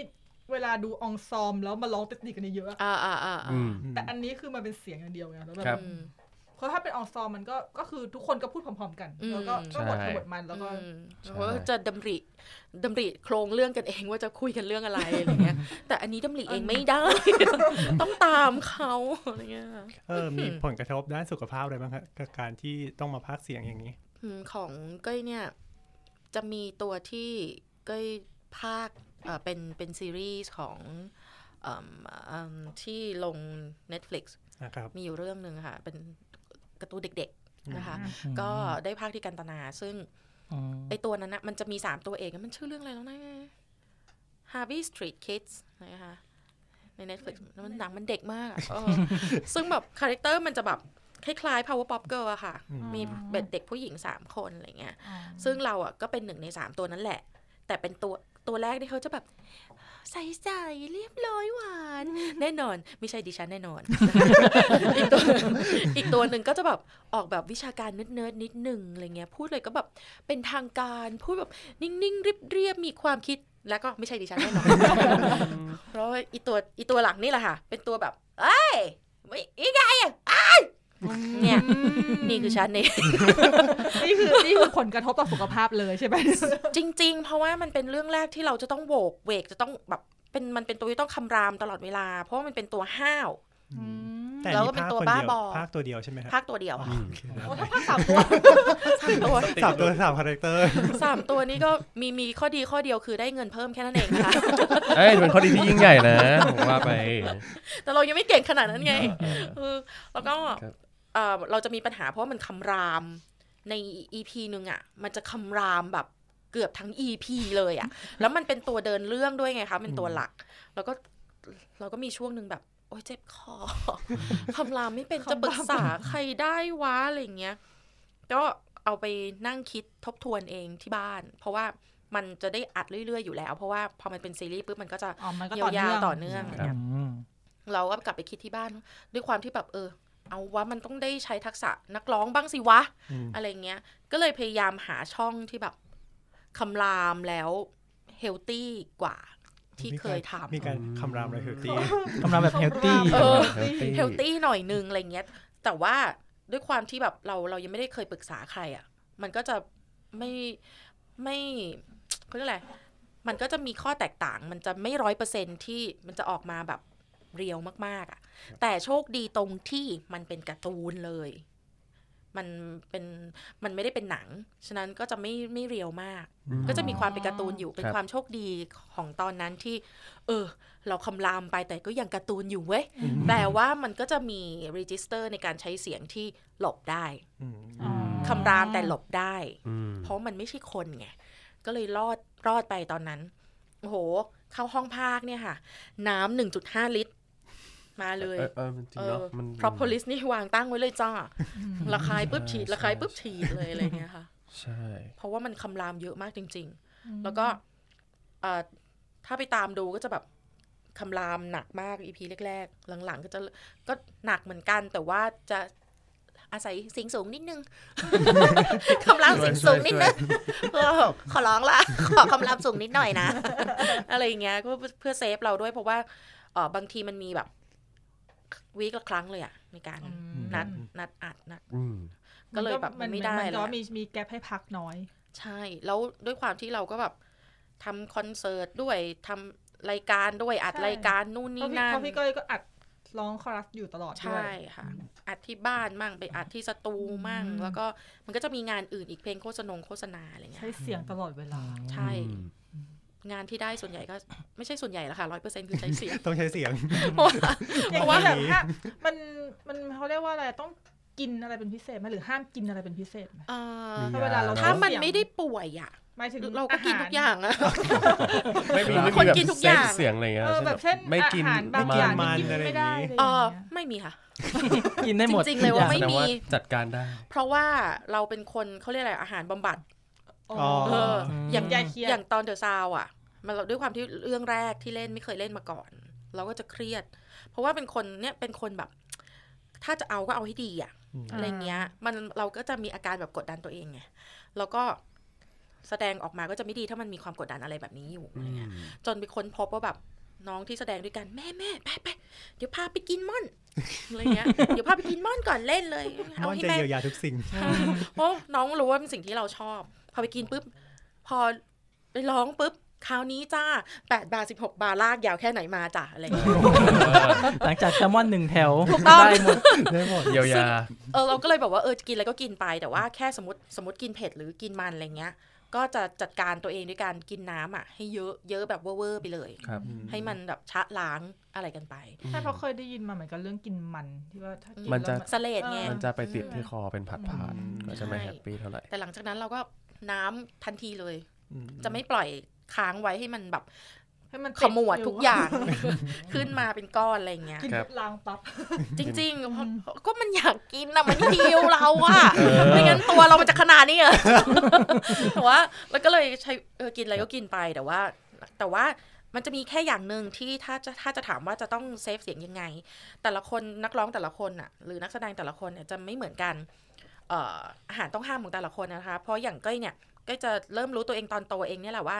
เวลาดูอองซอมแล้วมาร้องติดๆกันเยอะๆอะ อ่าอ่าอ่าอ่า อืม แต่อันนี้คือมันเป็นเสียงอย่างเดียวไงแล้วแบ ครับ บ อืม เพราะถ้าเป็นอองซอมมันก็ก็คือทุกคนก็พูดพร้อมๆ กัน อืม แล้วก็ก็บท ใช่ ขบทมันแล้วก็ อืม ใช่ เพราะว่าจะดำริดำริโครงเรื่องกันเองว่าจะคุยกันเรื่องอะไรอะไรเงี้ย แต่อันนี้ดำริเองไม่ได้ ต้องตามเขาอะไรเงี้ย เออมีผลกระทบด้านสุขภาพอะไรบ้างครับกับการที่ต้องมาภาคเสียงอย่างนี้ อืมของก้อยเนี่ย จะมีตัวที่ก้อยภาคเอ่อเป็นเป็นซีรีส์ของเอิ่มเอิ่มที่ลง Netflix นะครับ มีอยู่เรื่องหนึ่งค่ะ เป็นการ์ตูนเด็กๆนะคะ อืม ก็ได้ภาคที่กันตนา ซึ่ง อืม ไอตัวนั้นนะมันจะมี 3 ตัวเอกมันชื่อเรื่องอะไรแล้วนะ Harvey Street Kids นะคะใน Netflix มันหนังมันเด็กมากอะเออ ซึ่งแบบคาแรคเตอร์มันจะแบบ คล้ายๆ Power Pop Girl อะค่ะ อืม มีเด็กผู้หญิง 3 คนอะไรเงี้ย ซึ่งเราอ่ะก็เป็นหนึ่งในสามตัวนั้นแหละ แต่เป็นตัวตัวแรกที่เขาจะแบบ ใส่ใส่เรียบร้อยหวาน แน่นอน ไม่ใช่ดิฉันแน่นอน อีกตัวอีกตัวหนึ่งก็จะแบบออกแบบวิชาการเนิร์ดๆนิดนึงอะไรเงี้ยพูดเลยก็แบบเป็นทางการพูดแบบนิ่งๆเรียบๆมีความคิดแล้วก็ไม่ใช่ดิฉันแน่นอน เพราะว่าอีตัวอีตัวหลังนี่แหละค่ะ เป็นตัวแบบเอ้ยไม่อีไงอ่ะเอ้ยเนี่ยนี่คือฉันเอง นี่คือนี่คือผลกระทบต่อสุขภาพเลยใช่ไหม จริง ๆ เพราะว่ามันเป็นเรื่องแรกที่เราจะต้องโบกเวกจะต้องแบบเป็นมันเป็นตัวที่ต้องคำรามตลอดเวลา เพราะว่ามันเป็นตัวห้าว แต่ แล้ว นี่ ก็เป็น ภาค ตัว คน บ้า เดียว บอ ภาคตัวเดียวใช่ไหมครับ ภาคตัวเดียว อ๋อ ค่ะ โอโอ้เคได้ถ้าภาคสามตัว สามตัว สามตัวสามคาแรคเตอร์ สามตัวนี้ก็มีมีข้อดีข้อเดียวคือได้เงินเพิ่มแค่นั้นเองนะคะ เอ้ยเป็นข้อดีที่ยิ่งใหญ่นะ ผมว่าไป แต่เรายังไม่เก่งขนาดนั้นไง เออ เออแล้วก็ ครับ เอ่อเราจะมีปัญหาเพราะว่ามันคำรามใน EP หนึ่งอ่ะ มันจะคำรามแบบเกือบทั้ง EP เลยอ่ะ แล้วมันเป็นตัวเดินเรื่องด้วยไงคะเป็นตัวหลัก แล้วก็เราก็มีช่วงหนึ่งแบบ โอ๊ยเจ็บคอ คำรามไม่เป็นจะปรึกษาใครได้วะอะไรอย่างเงี้ยก็เอาไปนั่งคิดทบทวนเองที่บ้าน เพราะว่ามันจะได้อัดเรื่อยๆอยู่แล้ว เพราะว่าพอมันเป็นซีรีส์ปุ๊บมันก็จะ อ๋อมันก็ ย ต่อเนื่ า อ ว ง ๆต่อเนื่อง ครับ อืม เราก็กลับไปคิดที่บ้านด้วยความที่แบบเออ เอาว่ามันต้องได้ใช้ทักษะนักร้องบ้างสิวะ อืม อะไรเงี้ย ก็เลยพยายามหาช่องที่แบบคำรามแล้วเฮลตี้กว่าที่เคย มี ทำ การคำรามอะไรเฮลตี้ กำลังแบบเฮลตี้ เออ healthy เฮลตี้หน่อยนึงอะไรเงี้ย แต่ว่าด้วยความที่แบบเราเรายังไม่ได้เคยปรึกษาใครอะ่ะ มันก็จะไม่ไม่เขาเรียกอะไรมันก็จะมีข้อแตกต่าง มันจะไม่ร้อยเปอร์เซ็นที่มันจะออกมาแบบเรียวมากๆอะ่ะ แต่โชคดีตรงที่มันเป็นการ์ตูนเลย มันเป็นมันไม่ได้เป็นหนัง ฉะนั้นก็จะไม่ไม่เรียวมาก ก็จะมีความเป็นการ์ตูนอยู่เป็น ครับ ความโชคดีของตอนนั้นที่ เออ เราคำรามไปแต่ก็ยังการ์ตูนอยู่เว้ยแปลว่ามันก็จะมีรีจิสเตอร์ในการใช้เสียงที่หลบได้ อืม อ๋อ คำรามแต่หลบได้ อืม เพราะมันไม่ใช่คนไง ก็เลยรอดรอดไปตอนนั้น โอ้โห เข้าห้องพากย์เนี่ยค่ะ น้ำหนึ่งจุดห้าลิตร มาเลย เออเออจริง เอ เนาะ อ มัน propolis นี่วางตั้งไว้เลยจ้าระคายปุ๊บฉีดระคายปุ๊บฉีดเลยอะไรเงี้ยค่ะ ใช่ เพราะว่ามันคำรามเยอะมากจริง ๆ แล้วก็เอ่อถ้าไปตามดูก็จะแบบคำรามหนักมากอีพีแรกๆ หลังๆ ก็จะก็หนักเหมือนกัน แต่ว่าจะอาศัยเสิงสูงนิดนึง คำรามเสิงสูงนิดนึงเออขอร้องละขอคำรามสูงนิดหน่อยนะ อะไรอย่างเงี้ยก็เพื่อเซฟเราด้วยเพราะว่าเอ่อบางทีมันมีแบบวีคละครั้งเลยอะในการนัดนัดอัดนัด อืม ก็เลยแบบมันไม่ได้ มัน เล ก็ ยอะ มีมีแกลให้พักน้อย ใช่ แล้วด้วยความที่เราก็แบบทำคอนเสิร์ตด้วยทำรายการด้วยอัด ใช่ รายการนู่น เพ นี่ ราะพี่ นั่น เพราะพี่ก้อยก็อัดร้องคอรัสอยู่ตลอดด้ว ใช่ ย ค่ะ อัดที่บ้านมั่งไปอัดที่สตูมั่ง อืม แล้วก็มันก็จะมีงานอื่นอีกเพลงโฆษณงโฆษณาอะไรเงี้ ใช้ ย เสียงตลอดเวลา ใช่ งานที่ได้ส่วนใหญ่ก็ ไม่ใช่ส่วนใหญ่ละค่ะร้อยเปอร์เซ็นต์คือใช้เสียง ต้องใช้เสียง เพราะว่า อย่างนี้แบเพราะว่าบห้ามมันมันเขาเรียกว่าอะไรต้องกินอะไรเป็นพิเศษไหมหรือห้ามกินอะไรเป็นพิเศษไหม เอ่อ ถ้าเวลาเรา ถ้ามันไม่ได้ป่วยอ่ะ หมายถึง เราก็กินทุกอย่างอะ ไม่มีไม่ คน มีแบบ กินทุกอย่าง เซฟเสียงอะไรเงี้ย เออแบบเช่น ไม่กิน อาหารบาง มั อย่าง มั ที่ น กินไม่ได้อะไรอย่าง เออ เงี้ย ไม่มีค่ะ กินได้หมด จริงๆเลยว่า อ ไม่ แสด มี งจัดการได้ เพราะว่าเราเป็นคนเขาเรียกอะไรอาหารบำบัด อ๋อ เออ อย่าง ยาเครียด อย่างตอนเดอะซาวอ่ะ มันเราด้วยความที่เรื่องแรกที่เล่นไม่เคยเล่นมาก่อน เราก็จะเครียด เพราะว่าเป็นคนเนี่ยเป็นคนแบบ ถ้าจะเอาก็เอาให้ดีอ่ะ อืม อะไรเงี้ย มันเราก็จะมีอาการแบบกดดันตัวเองไงแล้วก็แสดงออกมาก็จะไม่ดีถ้ามันมีความกดดันอะไรแบบนี้อยู่อะไรเงี้ย จนไปค้นพบว่าแบบน้องที่แสดงด้วยกันแม่แม่ไปไปเดี๋ยวพาไปกินม่อนอะไรเงี้ยเดี๋ยวพาไปกินม่อนก่อนเล่นเลยเอา ม่อน ให้ จะ แม่ เยียวยาทุกสิ่ง เพราะน้องรู้ว่าเป็นสิ่งที่เราชอบ พอไปกินปุ๊บ พอไปร้องปุ๊บ คราวนี้จ้า 8 บาท 16 บาทลากยาวแค่ไหนมาจ้ะอะไรเงี้ย หลังจากแซลมอนหนึ่งแถว ถูกต้อง ได้หมด ได้หมด เยียวยา เออเราก็เลยบอกว่าเออจะกินอะไรก็กินไปแต่ว่าแค่สมมติสมมติกินเผ็ดหรือกินมันอะไรเงี้ย ก็จะจัดการตัวเองด้วยการกินน้ำอ่ะ ให้เยอะเยอะแบบเวอร์ๆไปเลย ครับ ให้มันแบบชะล้างอะไรกันไป ใช่เพราะเคยได้ยินมาเหมือนกันเรื่องกินมันที่ว่าถ้ากิน มันจะ แล้ว สเลดไง มันจะไปติดที่คอเป็นผัดผ่าน อืม ก็จะไม่ ใช่ แฮปปี้เท่าไหร่ แต่หลังจากนั้นเราก็น้ำทันทีเลย อื จะไม่ปล่อยค้างไว้ให้มันแบบ ให้มัน ขมวดทุกอย่าง ขึ้นมาเป็นก้อนอะไรเงี้ย กิน ครับ ล้างปั๊บ จริงๆเพราะก็มันอยากกินอะมันหิวเราอะไม่งั้นตัวเรามันจะขนาดนี้เหรอ แต่ว่าแล้วก็เลยใช้เออกินอะไรก็กินไปแต่ว่า แต่ว่ามันจะมีแค่อย่างหนึ่งที่ถ้าจะถ้าจะถามว่าจะต้องเซฟเสียงยังไง แต่ละคนนักร้องแต่ละคนอะหรือนักแสดงแต่ละคนเนี่ยจะไม่เหมือนกันเอ่ออาหารต้องห้ามของแต่ละคนนะคะ เพราะอย่างก้อยเนี่ยก็จะเริ่มรู้ตัวเองตอนโตเองเนี่ยแหละว่า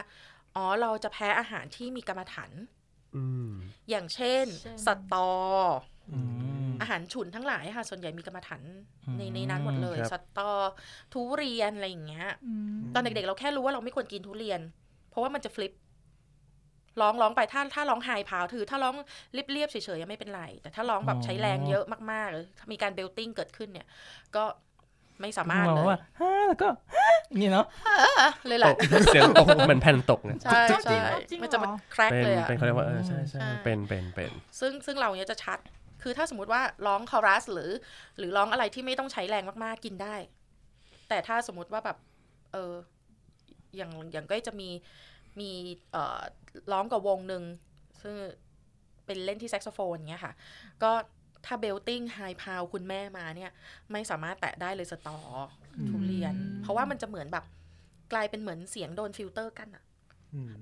อ๋อเราจะแพ้อาหารที่มีกรรมฐาน อืม อย่างเช่น เช่น สตอ อืม อาหารฉุนทั้งหลายค่ะ ส่วนใหญ่มีกรรมฐาน อืม ในในนั้นหมดเลย ครับ สตอทุเรียน อะไรอย่างเงี้ย อืม ตอนเด็กๆ เราแค่รู้ว่าเราไม่ควรกินทุเรียน เพราะว่ามันจะฟลิปร้องร้องไปถ้าถ้าร้องไฮพาวถือ ถ้าร้องเรียบๆเฉยๆยังไม่เป็นไร แต่ถ้าร้องแบบใช้แรงเยอะมากๆหรือถ้ามีการเบลติ้งเกิดขึ้นเนี่ย ก็ไม่สามารถ ห เล อย ว่าฮ่าแล้วก็ฮ่าอย่างนี่เนาะ เลยแหละ ตกเสียงตกเหมือนแผ่นตกเนี่ย ใช่จใช่ริงเหรอ มันจะมันแครก เป็น เลยอะ เป็นเขาเรียกว่าเออใช่ใช่ ใช่ เป็นเป็นเป็น ซึ่งซึ่งเราเนี้ยจะชัด คือถ้าสมมติว่าร้องคอรัสหรือ หรือร้องอะไรที่ไม่ต้องใช้แรงมากๆกินได้ แต่ถ้าสมมติว่าแบบ เอออย่างอย่างก็จะมีมีเอ่อร้องกับวงหนึ่งซึ่งเป็นเล่นที่แซกโซโฟนอย่างเงี้ยค่ะ ก็ถ้าเบลติ้งไฮพาวคุณแม่มาเนี่ย ไม่สามารถแตะได้เลยสตอทุเรียน เพราะว่ามันจะเหมือนแบบ กลายเป็นเหมือนเสียงโดนฟิลเตอร์กันอะ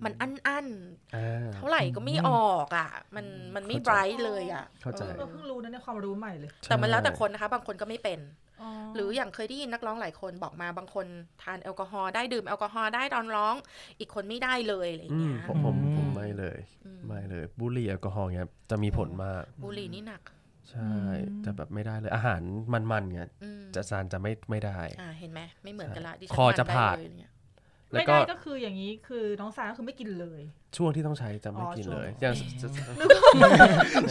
มันอั้นอันๆ อ่า เท่าไหร่ก็ไม่ออกอ่ะ มันมันไม่ไบร เข้าใจ ท์เลยอ่ะ เข้าใจ อ เออ อ เพิ่งรู้นะเนี่ยความรู้ใหม่เลย แต่มันแล้วแต่คนนะคะ บางคนก็ไม่เป็น ห ห รื รือ อ อย่างเคยได้ยินนักร้องหลายคนบอกมาบางคนทานแอลกอฮอล์ได้ดื่มแอลกอฮอล์ได้ตอนร้อง อีกคนไม่ได้เลยอะไรอย่าง อืม เงี้ย ผมผม อืม ผมไม่เลย อืม ไม่เลยบุหรี่แอลกอฮอล์เงี้ยจะมีผลมาก บุหรี่นี่หนัก ใช่จะแบบไม่ได้เลยอาหารมันๆเงี้ย อืม จะซานจะไม่ไม่ได้ อ่าเห็นไหมไม่เหมือนกันละดิฉั คอจะ ทนได้ ผาด เลยเนี่ย แล้ว ไม่ ก็ ได้ก็คืออย่างนี้คือน้องสายก็คือไม่กินเลย ช่วงที่ต้องใช้จะไม่ อ๋อ กิน ช่วง เลยอย่าง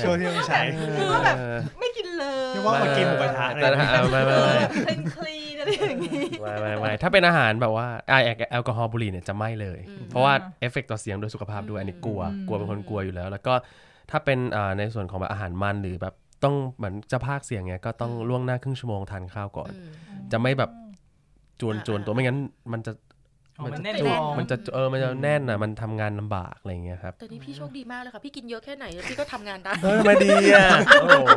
ช่วงที่ต้องใช้ คือว่าแบบ เออ ไม่กินเลย เรียกว่าอดกินหมูกระทะอะไร แต่ถ้าเอาไม่ไม่ไม่ เป็นคลีนอะไรอย่างนี้ ไม่ไม่ไม่ถ้าเป็นอาหารแบบว่าอ่ะแอลแอลกอฮอล์บุหรี่เนี่ยจะไม่เลย เพราะว่าเอฟเฟกต์ต่อเสียงโดยสุขภาพด้วยอันนี้กลัว อืม กลัวเป็นคนกลัวอยู่แล้ว แล้วก็ถ้าเป็นอ่าในส่วนของแบบอาหารมันหรือแบบต้องเหมือนจะพากย์เสียงเงี้ยก็ต้องล่วงหน้าครึ่งชั่วโมงทานข้าวก่อน อืม จะไม่แบบจวน อ่า จวนตัวไม่งั้นมันจะ อ๋อ มัมันนจะ แน่น จุก ท้อง มันจะเออมันจะแน่นอ่ะมันทำงานลำบากอะไรเงี้ยครับ แต่นี่พี่โชคดีมากเลยค่ะ พี่กินเยอะแค่ไหนพี่ก็ทำงานได้ เออมาดีอ่ะโอ้โห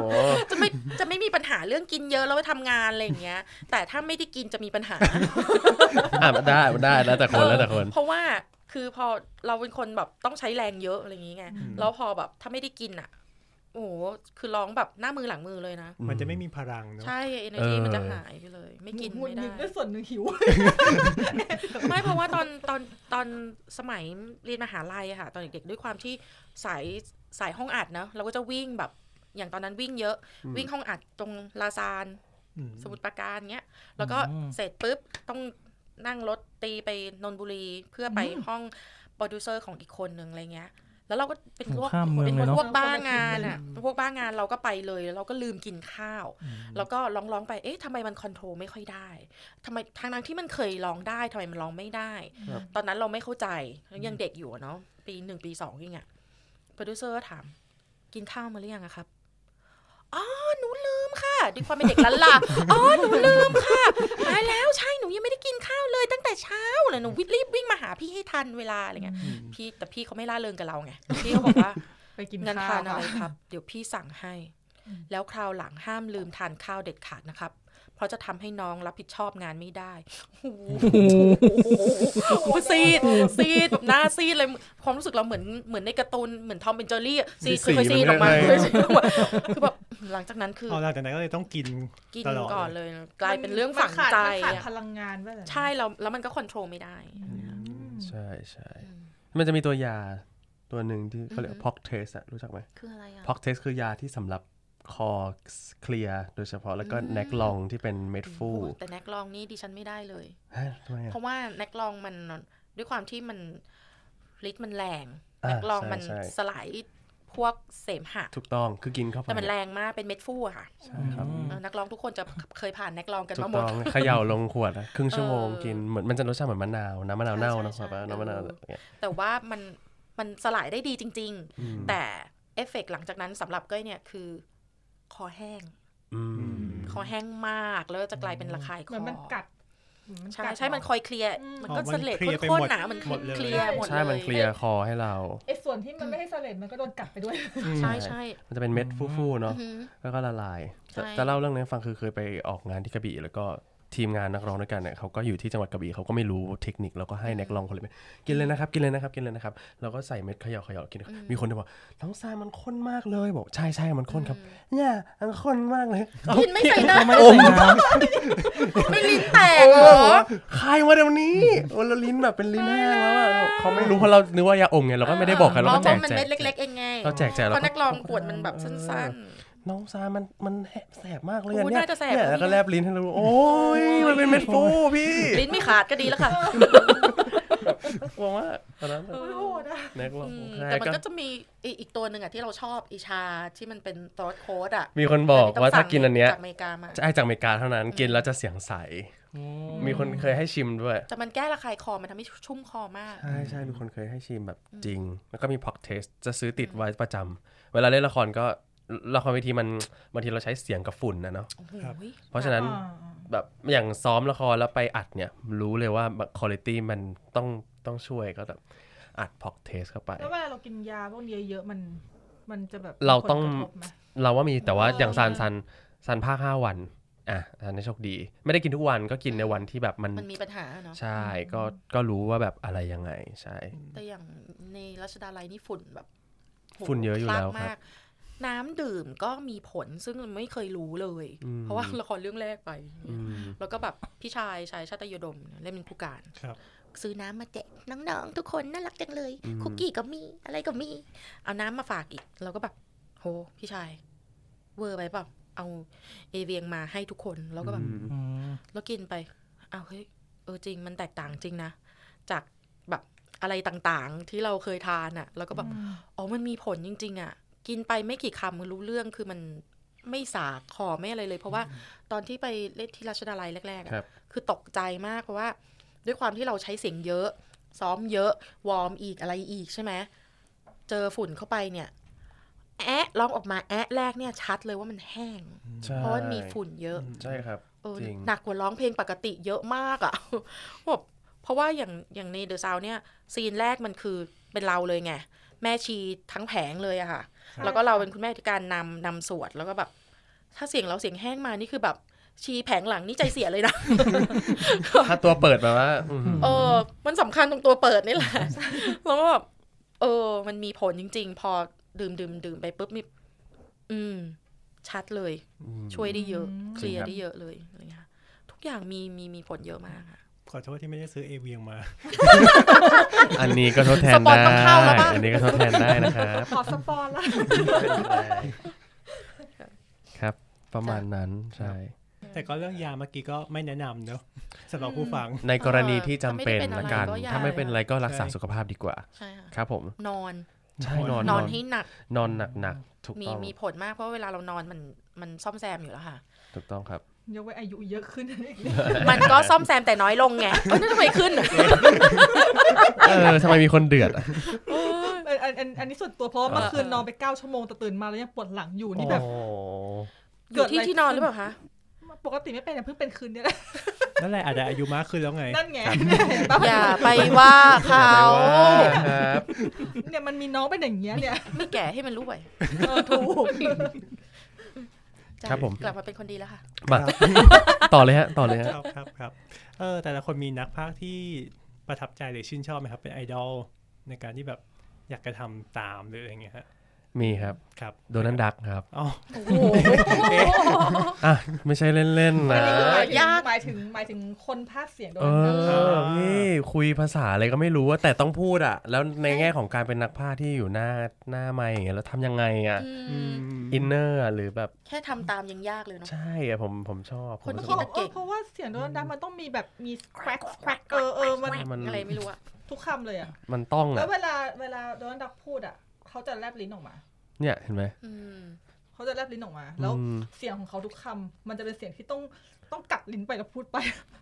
จะไม่จะไม่มีปัญหาเรื่องกินเยอะแล้วทำงานอะไรอย่างเงี้ย แต่ถ้าไม่ได้กินจะมีปัญหา อ่ะได้ได้แล้วแต่คนแล้วแต่คน เพราะว่าคือพอเราเป็นคนแบบต้องใช้แรงเยอะอะไรอย่างงี้ไงแล้วพอแบบถ้าไม่ได้กินอ่ะ โอ้โหคือร้องแบบหน้ามือหลังมือเลยนะ มันจะไม่มีพลังเนาะ ใช่ energy เออ มันจะหายไปเลย ไม่กิน หงุด ไม่ ห ได้ งิดด้วยส่วนหนึ่งหิว ไม่เพราะว่าตอนตอนตอนสมัยเรียนมหาลัยอะค่ะ ตอนเด็กๆด้วยความที่สายสายห้องอัดเนอะเราก็จะวิ่งแบบอย่างตอนนั้นวิ่งเยอะ วิ่งห้องอัดตรงลาซาน อืม สมุทรปราการเงี้ย แล้วก็ อืม เสร็จปุ๊บ ต้องนั่งรถตีไปนนทบุรีเพื่อไป อืม ห้องโปรดิวเซอร์ของอีกคนนึงอะไรเงี้ย แล้วเราก็เป็นพวก ข้ามเมือง เป็น เลยเนอะ พวกบ้างานอ่ะพวกบ้างานเราก็ไปเลยแล้วเราก็ลืมกินข้าว แล้วก็ร้องร้องๆไป เอ๊ะทำไมมันคอนโทรลไม่ค่อยได้ทำไมทางนั้นที่มันเคยร้องได้ทำไมมันร้องไม่ได้ ครับ ตอนนั้นเราไม่เข้าใจยังเด็กอยู่อะเนาะปีหนึ่งปีสองเองอะโปรดิวเซอร์ก็ถาม กินข้าวมาหรือยังอะครับ อ๋อ หนูลืมค่ะด้วยความเป็นเด็กลันลาอ๋อ หนูลืมค่ะตายแล้วใช่ หนูยังไม่ได้กินข้าวเลยตั้งแต่เช้าเลยหนูวิ่งรีบวิ่งมาหาพี่ให้ทันเวลาอะไรเงี้ย พี่แต่พี่เขาไม่ล่าเริงกับเราไง พี่เขาบอกว่า ไปกิน งั้น ข้า ทา วน อะไรครับ เดี๋ยวพี่สั่งให้ แล้วคราวหลังห้ามลืมทานข้าวเด็ดขาดนะครับ เพราะจะทำให้น้องรับผิดชอบงานไม่ได้โอ้โห ซีดซีดแบบหน้าซีดเลยความรู้สึกเราเหมือนเหมือนในการ์ตูนเหมือนทอมเป็นเจอรี่อะซีมีดสี ค่อยๆซีดออกมา เลย ค่อยๆซีดออกมาคือแบบหลังจากนั้นคือ เอาหลังจากนั้นก็เลยต้องกิน กิน ตลอด ก่อนเลย กลายเป็นเรื่องฝัง มัน ใจ ขาดมันขาด อะ พลังงานป่ะ ใช่เราแล้วมันก็คอนโทรลไม่ได้ ใช่ใช่มันจะมีตัวยาตัวหนึ่งที่เขาเรียก อือฮึ พ็อกเทสอะรู้จักไหม คืออะไรอ่ะ พ็อกเทสคือยาที่สำหรับคอเคลียร์โดยเฉพาะแล้วก็ อืม แนกลองที่เป็นเม็ดฟู โอ้แต่แน็กลองนี่ดิฉันไม่ได้เลย ฮะทำไมอะ เพราะว่าแนกลองมันด้วยความที่มันฤทธิ์มันแรง อ่า แนกลอง ใช่ มัน ใช่ สลายพวกเสมหะ ถูกต้องคือกินเข้าไป แต่มันแรงมากเป็นเม็ดฟู่อะค่ะ ใช่ครับ เออนักร้องทุกคนจะเคยผ่านแนกลองกัน ถู มาก หม ต้ ด องเขย่าลงขวดอะครึ่งชั่วโมง เออ กินเหมือนมันจะรสชาติเหมือนมะนาวน้ำมะนาวเน่า ใช่ นะค ใช่ รับ ใช่ น้ำมะนาว เออ แบบเนี้ย แต่ว่ามันมันสลายได้ดีจริง อืม ๆ แต่เอฟเฟกต์หลังจากนั้นสำหรับก้อยเนี่ยคือคอแห้ง อืม คอแห้งมากแล้วจะกลายเป็นระคายค เหมือ อน มันกัดเหมือนมันกั ใช่ ด ใช่มันคอยเคลียร์ อืม มันก็ อ๋อมั เส น ลด เคลียร์ไปหม ข้ ด นๆหนามัน หมดเลย เคลียร์หมดเลย ใช่มันเคลียร์คอให้เรา ไอ้ส่วนที่มันไม่ให้เสลดมันก็โดนกัดไปด้วย ใช่ใช่ มันจะเป็นเม็ดฟูๆ อื เนาะ อหือ แล้วก็ละลายจะ ใช่ จะเล่าเรื่องนี้ให้ฟังคือเคยไปออกงานที่กระบี่แล้วก็ทีมงานนักร้องด้วยกันเนี่ยเขาก็อยู่ที่จังหวัดกระบี่เขาก็ไม่รู้เทคนิคแล้วก็ให้นักร้องคนเลยไปกินเลยนะครับ กินเลยนะครับกินเลยนะครับแล้วก็ใส่เม็ดเขย่าเขย่ากินมีคนที่บอกน้องซายมันข้นมากเลยบอกใช่ใช่มันข้นครับเนี่ยมันข้นมากเลยเอา กินไม่ใส่น้ำ อม ไม่ลิ้นแตกเหรอ คายมาเดี๋ยวนี้โอ้แล้วลิ้นแบบเป็นลิ้นแห้งแล้วอะเขาไม่รู้เพราะเรานึกว่ายาอมไงเราก็ไม่ได้บอกกันเราก็แจก เพราะมัน แจ เม็ ก ดเล็กๆเองไง เราแจกแจก เพ เรา ราะ ก็ นักลองขวดมันแบบสั้น น้องซามันมันแหบแสบมากเลยอะ โอ้ เนี่ย น่าจะแสบ เนี่ยแล้วก็ นะ แลบลิ้นให้เราดูโอ้ยมันเป็นเม็ดฟูพี่ ๆ ลิ้นไม่ขาดก็ดีแล้วค่ะ กลัวมากตอนนั้นแบบ โหดอะ แน็กลอง อืม ใช่ แต่มัน ก็ ก็จะมีอีอีกตัวหนึ่งอ่ะที่เราชอบอีชาที่มันเป็นตอสโค้ดอ่ะ มีคนบอกว่าถ้ากินอันเนี้ย จากอเมริกามา จะไอจากอเมริกาเท่านั้นกินแล้วจะเสียงใส มีคนเคยให้ชิมด้วย แต่มันแก้ระคายคอมันทำให้ชุ่มคอมาก ใช่ใช่มีคนเคยให้ชิมแบบจริง แล้วก็มีพ็อกเทสจะซื้อติดไว้ประจำเวลาเล่นละครก็ละครเวทีมันบางทีเราใช้เสียงกับฝุ่นนะเนาะ โอ้โห ครับ เพราะฉะนั้นแบบอย่างซ้อมละครแล้วไปอัดเนี่ย รู้เลยว่าคุณภาพมันต้องต้องช่วยก็แบบอัดพ็อกเทสเข้าไป แล้วเวลาเรากินยาพวกนี้เยอะๆมัน มันจะแบบ เราต้อง มีผลกระทบไหม เราว่ามีแต่ว่า เออ อ อ ย่างซันซันซันภาคห้าวันอ่ะซันได้โชคดี ไม่ได้กินทุกวันก็กินในวันที่แบบมัน มันมีปัญหาเนาะ ใช่ก็ก็รู้ว่าแบบอะไรยังไงใช่ แต่อย่างในรัชดาลัยนี่ฝุ่นแบบโห ฝุ่นเยอะอยู่ พาก แล้วครับ มาก น้ำดื่มก็มีผลซึ่งไม่เคยรู้เลย อืม เพราะว่าละครเรื่องแรกไป อืม แล้วก็แบบพี่ชายชายชาตยดมเนี่ยเล่นเป็นผู้การ ครับ ซื้อน้ำมาแจกน้องๆ ทุกคนน่ารักจังเลย อืม คุกกี้ก็มีอะไรก็มี เอาน้ำมาฝากอีกเราก็แบบโหพี่ชาย เวอร์ไปเปล่าเอาเอเวียงมาให้ทุกคนแล้วก็แบบ อืม อืม แล้วกินไปเอาวเฮ้ยเออจริงมันแตกต่างจริงนะ จากแบบอะไรต่างๆที่เราเคยทานอะ่ะ แล้วก็แบบอ๋อมันมีผลจริง ๆอะ่ะ กินไปไม่กี่คำรู้เรื่องคือมันไม่สาคอไม่อะไรเลย เพราะว่าตอนที่ไปเล่นที่ราชดาลัยแรกๆอะ ครับ คือตกใจมากเพราะว่า ด้วยความที่เราใช้เสียงเยอะ ซ้อมเยอะ วอร์มอีกอะไรอีกใช่ไหมเจอฝุ่นเข้าไปเนี่ย แอะร้องออกมาแอะแรกเนี่ยชัดเลยว่ามันแห้ง ใช่ เพราะมันมีฝุ่นเยอะ ใช่ครับ เออ จริง หนักกว่าร้องเพลงปกติเยอะมากอะ่ะ แบบเพราะว่าอย่างอย่างในเดอะซาวเนี่ยซีนแรกมันคือเป็นเราเลยไง แม่ชีทั้งแผงเลยอะค่ะ ครับ แล้วก็เราเป็นคุณแม่ที่การนำนำสวดแล้วก็แบบ ถ้าเสียงเราเสียงแห้งมานี่คือแบบชีแผงหลังนี่ใจเสียเลยนะ ถ้าตัวเปิดแบบว่าอื้อหือ เออ มันสำคัญตรงตัวเปิดนี่แหละ แล้วก็แบบเออ มันมีผลจริง ๆ พอดื่มดื่มดื่มไปปุ๊บมี อืม ชัดเลย ม ช่วยได้เยอะ อืม เคลีย จริงครัร์บ ได้เยอะเลยอะไรเงี้ยค่ะทุกอย่างมีมีมีผลเยอะมากอะ ขอโทษที่ไม่ได้ซื้อเอเวียงมา อันนี้ก็ทดแทน สปอน ได้ ต้องเข้าแล้วปะ อันนี้ก็ทดแทนได้นะครับ ขอสปอนละ ครับ ประมาณนั้นใช่ แต่ก็เรื่องยาเมื่อกี้ก็ไม่แนะนำเนอะสำหรับผู้ฟัง ในกรณีที่จำเป็นละกัน ถ้า ถ้า ไม่ ไม่ เป็ เป็น น อะ อะไร ไร ก็ ก็ อย่า รักษาสุขภาพดีกว่า ใช่ค่ะ ครับผม นอน ใช่นอน นอนให้หนัก นอนหนักๆถูก มี ต้อง มีผลมากเพราะเวลาเรานอนมันมันซ่อมแซมอยู่แล้วค่ะ ถูกต้องครับ ยกไว้นอายุเยอะขึ้น มันก็ซ่อมแซมแต่น้อยลงไงเออนั่นทำไมขึ้น เออทำไมมีคนเดือดอะ อันอันอันอันนี้ส่วนตัวเพราะว่า เออ เมื่อคืนนอนไปเก้าชั่วโมงแต่ตื่นมาแล้วยังปวดหลังอยู่นี่แบบ โอ้โห อยู่ที่ที่นอนหรือเปล่าคะ ปกติไม่เป็นอะเพิ่งเป็นคืนเนี้ยแหละ นั่นแหละอาจจะอายุมากขึ้นแล้วไง นั่นไงเนี่ยเห็น ปะ อย่าไปว่าเขา อย่าไปว่าครับ เนี่ยมันมีน้องเป็นอย่างเงี้ยเนี่ย ไม่แก่ให้มันรู้ไว เออถูก ครับผม กลับมาเป็นคนดีแล้วค่ะ มาต่อเลยฮะต่อเลยฮะ ครับครับครับเออแต่ละคนมีนักพากย์ที่ประทับใจหรือชื่นชอบไหมครับ เป็นไอดอลในการที่แบบอยากจะทำตามหรืออะไรเงี้ยฮะ มีครับ ครับ โดนันดักครับ อ๋อ อ่ะไม่ใช่เล่นๆนะ ยาก หมายถึงหมายถึงคนภาคเสียงโด เอน นะ อนี่คุยภาษาอะไรก็ไม่รู้ว่าแต่ต้องพูดอ่ะ แล้วในแง่ของการเป็นนักพากย์ที่อยู่หน้าหน้าไมค์อย่างเงี้ยแล้วทำยังไงอ่ะ อื อื ม ม อินเนอร์หรือแบบ แค่ทำตามยังยากเลยเนาะ ใช่อะผมผมชอบ คน ผม ที่ เพ ชอ ราะ บ มั เออเพราะว่าเสียงโดนดังมันต้องมีแบบมีแครกแครกเออเออมัน มัน อะไรไม่รู้อะ ทุกคำเลยอะ มันต้อง แล้ อ่ะ วเวลาเวลาโดนดักพูดอะเขาจะแลบลิ้นออกมา เนี่ยเห็นไหม อืม เขาจะแลบลิ้นออกมา แล้ว อืม เสียงของเขาทุกคำมันจะเป็นเสียงที่ต้องต้องกัดลิ้นไปแล้วพูดไป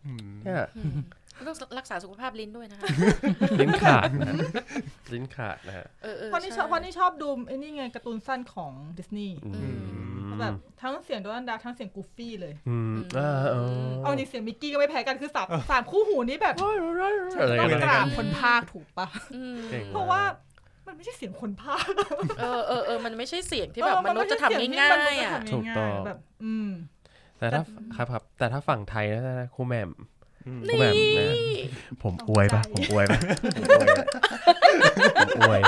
อืม เนี่ย อืมต้องรักษาสุขภาพลิ้นด้วยนะคะ ลิ้นขาดนะลิ้นขาดนะฮะ เออเออ เพราะนี่ชอบเพราะนี่ชอบดูไอ้นี่ไงการ์ตูนสั้นของดิสนีย์ อืม แบบทั้งเสียงโดนัลด์ดักทั้งเสียงกูฟี่เลย อืมเออเออ เอาจริงเสียงมิกกี้ก็ไม่แพ้กันคือสามสามคู่หูนี้แบบ อะไร ต้อง กัน กราบคนพากย์ถูกปะ อืม ก่งมก เพราะว่ามันไม่ใช่เสียงคนพากย์ เออเออเออมันไม่ใช่เสียงที่แบบ เออ มนุษย์จะทำ ไใช่เสี ง่าย ที่ ๆอ่ะ มนุษย์จทำง่ายๆแบบ อืม แต่ถ้าครับครับแต่ถ้าฝั่งไทยนะครูแหม่ม อืม ครูแหม่มนะ ผมอวยปะผมอวยปะผมอวย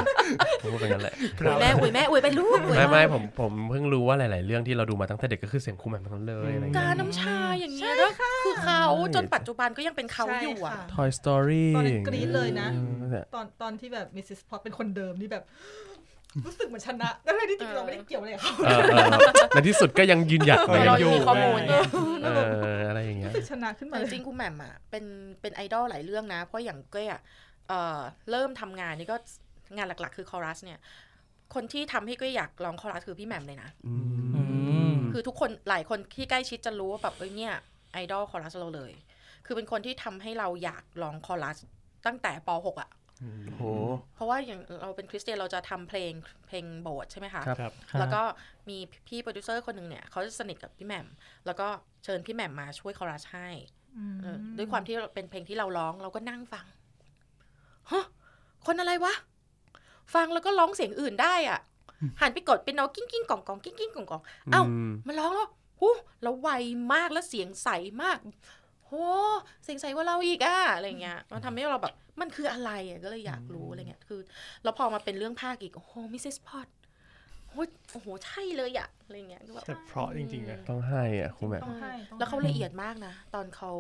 ผมอวยผมพูดไปงั้นแหละ อุยแม่อุยแม่อุยไปลูกอุย ไม่ไม่ผมผมเพิ่งรู้ว่าหลาย ๆ เรื่องที่เราดูมาตั้งแต่เด็กก็คือเสียงครูแหม่มทั้งนั้นเลยอะไร กา เงี้ย น้ำชาอย่างเงี้ยแล้วคือเขาจนปัจจุบันก็ยังเป็นเขา ใช่ อยู่อ่ะ ค่ะ Toy Story ตอนนั้นกรี๊ดเลยนะ เนี่ย ตอนตอนที่แบบมิสซิสพอตเป็นคนเดิมนี่แบบ รู้สึกเหมือนชนะ แล้วในที่จริงเราไม่ได้เกี่ยวอะไรกับเขา เออเออในที่สุดก็ยังยืนหยัด ก็ เลย ยัง เรา อ ยัง ยู่ มีข้อมูล ได้ เอออะไรอย่างเงี้ย รู้สึกชนะขึ้นมา แต่ เลยจริงๆคุณแหม่มอ่ะเป็นเป็นไอดอลหลายเรื่องนะ เพราะอย่างเก้ยอ่ะเอ่อเริ่มทำงานนี่ก็งานหลักๆ คือคอรัสเนี่ย คนที่ทำให้เก้ยอยากร้องคอรัสคือพี่แหม่มเลยนะ อื อื ม ม คือทุกคนหลายคนที่ใกล้ชิดจะรู้ว่าแบบเอ้ยเนี่ยไอดอลคอรัสเราเลย คือเป็นคนที่ทำให้เราอยากร้องคอรัสตั้งแต่ป .6 อ่ะ โอ้โห เพราะว่าอย่างเราเป็นคริสเตียนเราจะทำเพลงเพลงโบสถ์ใช่ไหมคะ ครับ ครับ แล้วก็มีพี่โปรดิวเซอร์คนหนึ่งเนี่ยเขาจะสนิทกับพี่แหม่ม แล้วก็เชิญพี่แหม่มมาช่วยคอรัสให้เออด้วยความที่เป็นเพลงที่เราร้องเราก็นั่งฟังฮะคนอะไรวะ ฟังแล้วก็ร้องเสียงอื่นได้อ่ะ หันไปกดเป็นโนกิ้งกิ้งกล่องกล่องกิ้งกิ้งกล่องกล่องเอ้า ม มันร้องแล้วหูแล้วไวมากแล้วเสียงใสมาก โห เสียงใสกว่าเราอีกอะอะไรเงี้ย มันทำให้เราแบบ มันคืออะไรอะก็เลยอยากรู้อะไรเงี้ย คือ แล้วพอมาเป็นเรื่องภาคอีก โอ้โห มิสซิสพอตโอ้ยโอ้โห ใช่เลยอะอะไรเงี้ยก็แบบ แต่เพราะจริงๆนะ ต้องให้อ่ะครูแหม่ม ต้องให้ต้อง แล้วเขา ให้ ละเอียดมากนะ ตอนเขา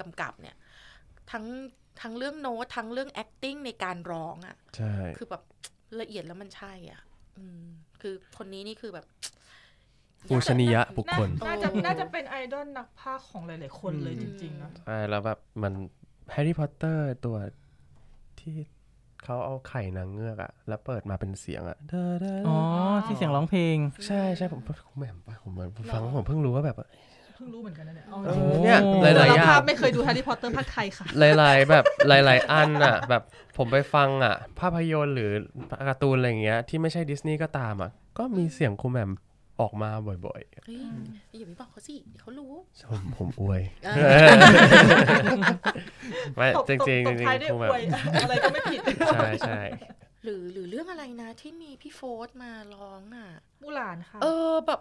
กำกับเนี่ย ทั้ง ทั้งเรื่องโน้ต ทั้งเรื่อง acting ในการร้องอะ ใช่ คือแบบละเอียดแล้วมันใช่อ่ะ อืม คือคนนี้นี่คือแบบ ปูชนียะบุคคล น่าจะ โอ้ น่าจะเป็นไอดอลนักภาคของหลายๆคนเลย อื จ ม ริงๆนะ ใช่แล้วแบบมันแฮร์รี่พอตเตอร์ตัวที่เขาเอาไข่นางเงือกอ่ะ แล้วเปิดมาเป็นเสียงอ่ะเด้อเด้อเด้อ อ๋ อ อที่เสียงร้องเพลง ใช่ใช่ผมผมแหม่มปะผมผมฟังแล้วผมเพิ่งรู้ว่าแบบ เพิ่งรู้เหมือนกันนะเนี่ยเอา เอ จริง อเนี่ย โอ้ หลายๆอย่า ภาง พไม่เคยดูแฮร์รี่พอตเตอร์ภาคไทยค่ะ หลาย ๆ แบบหลาย ๆ อันอ่ะ แบบผมไปฟังอ่ะ ภาพยนตร์หรือการ์ตูนอะไรอย่างเงี้ยที่ไม่ใช่ดิสนีย์ก็ตามอ่ะ ก็มีเสียงครูแหม่มออกมาบ่อย เฮ้ยอย่าไปบอกเขาสิเดี๋ยวเขารู้ ๆผมผมอวย เอ ไม่ ตบ จริงๆจริตบงๆ ท้ายด้วย ครูแหม่ อ ม วย อะไรก็ไม่ผิด ใช่ใช่ หรือหรือเรื่องอะไรนะที่มีพี่โฟร์ธมาร้องอ่ะ มูหลานค่ะ เออแบบ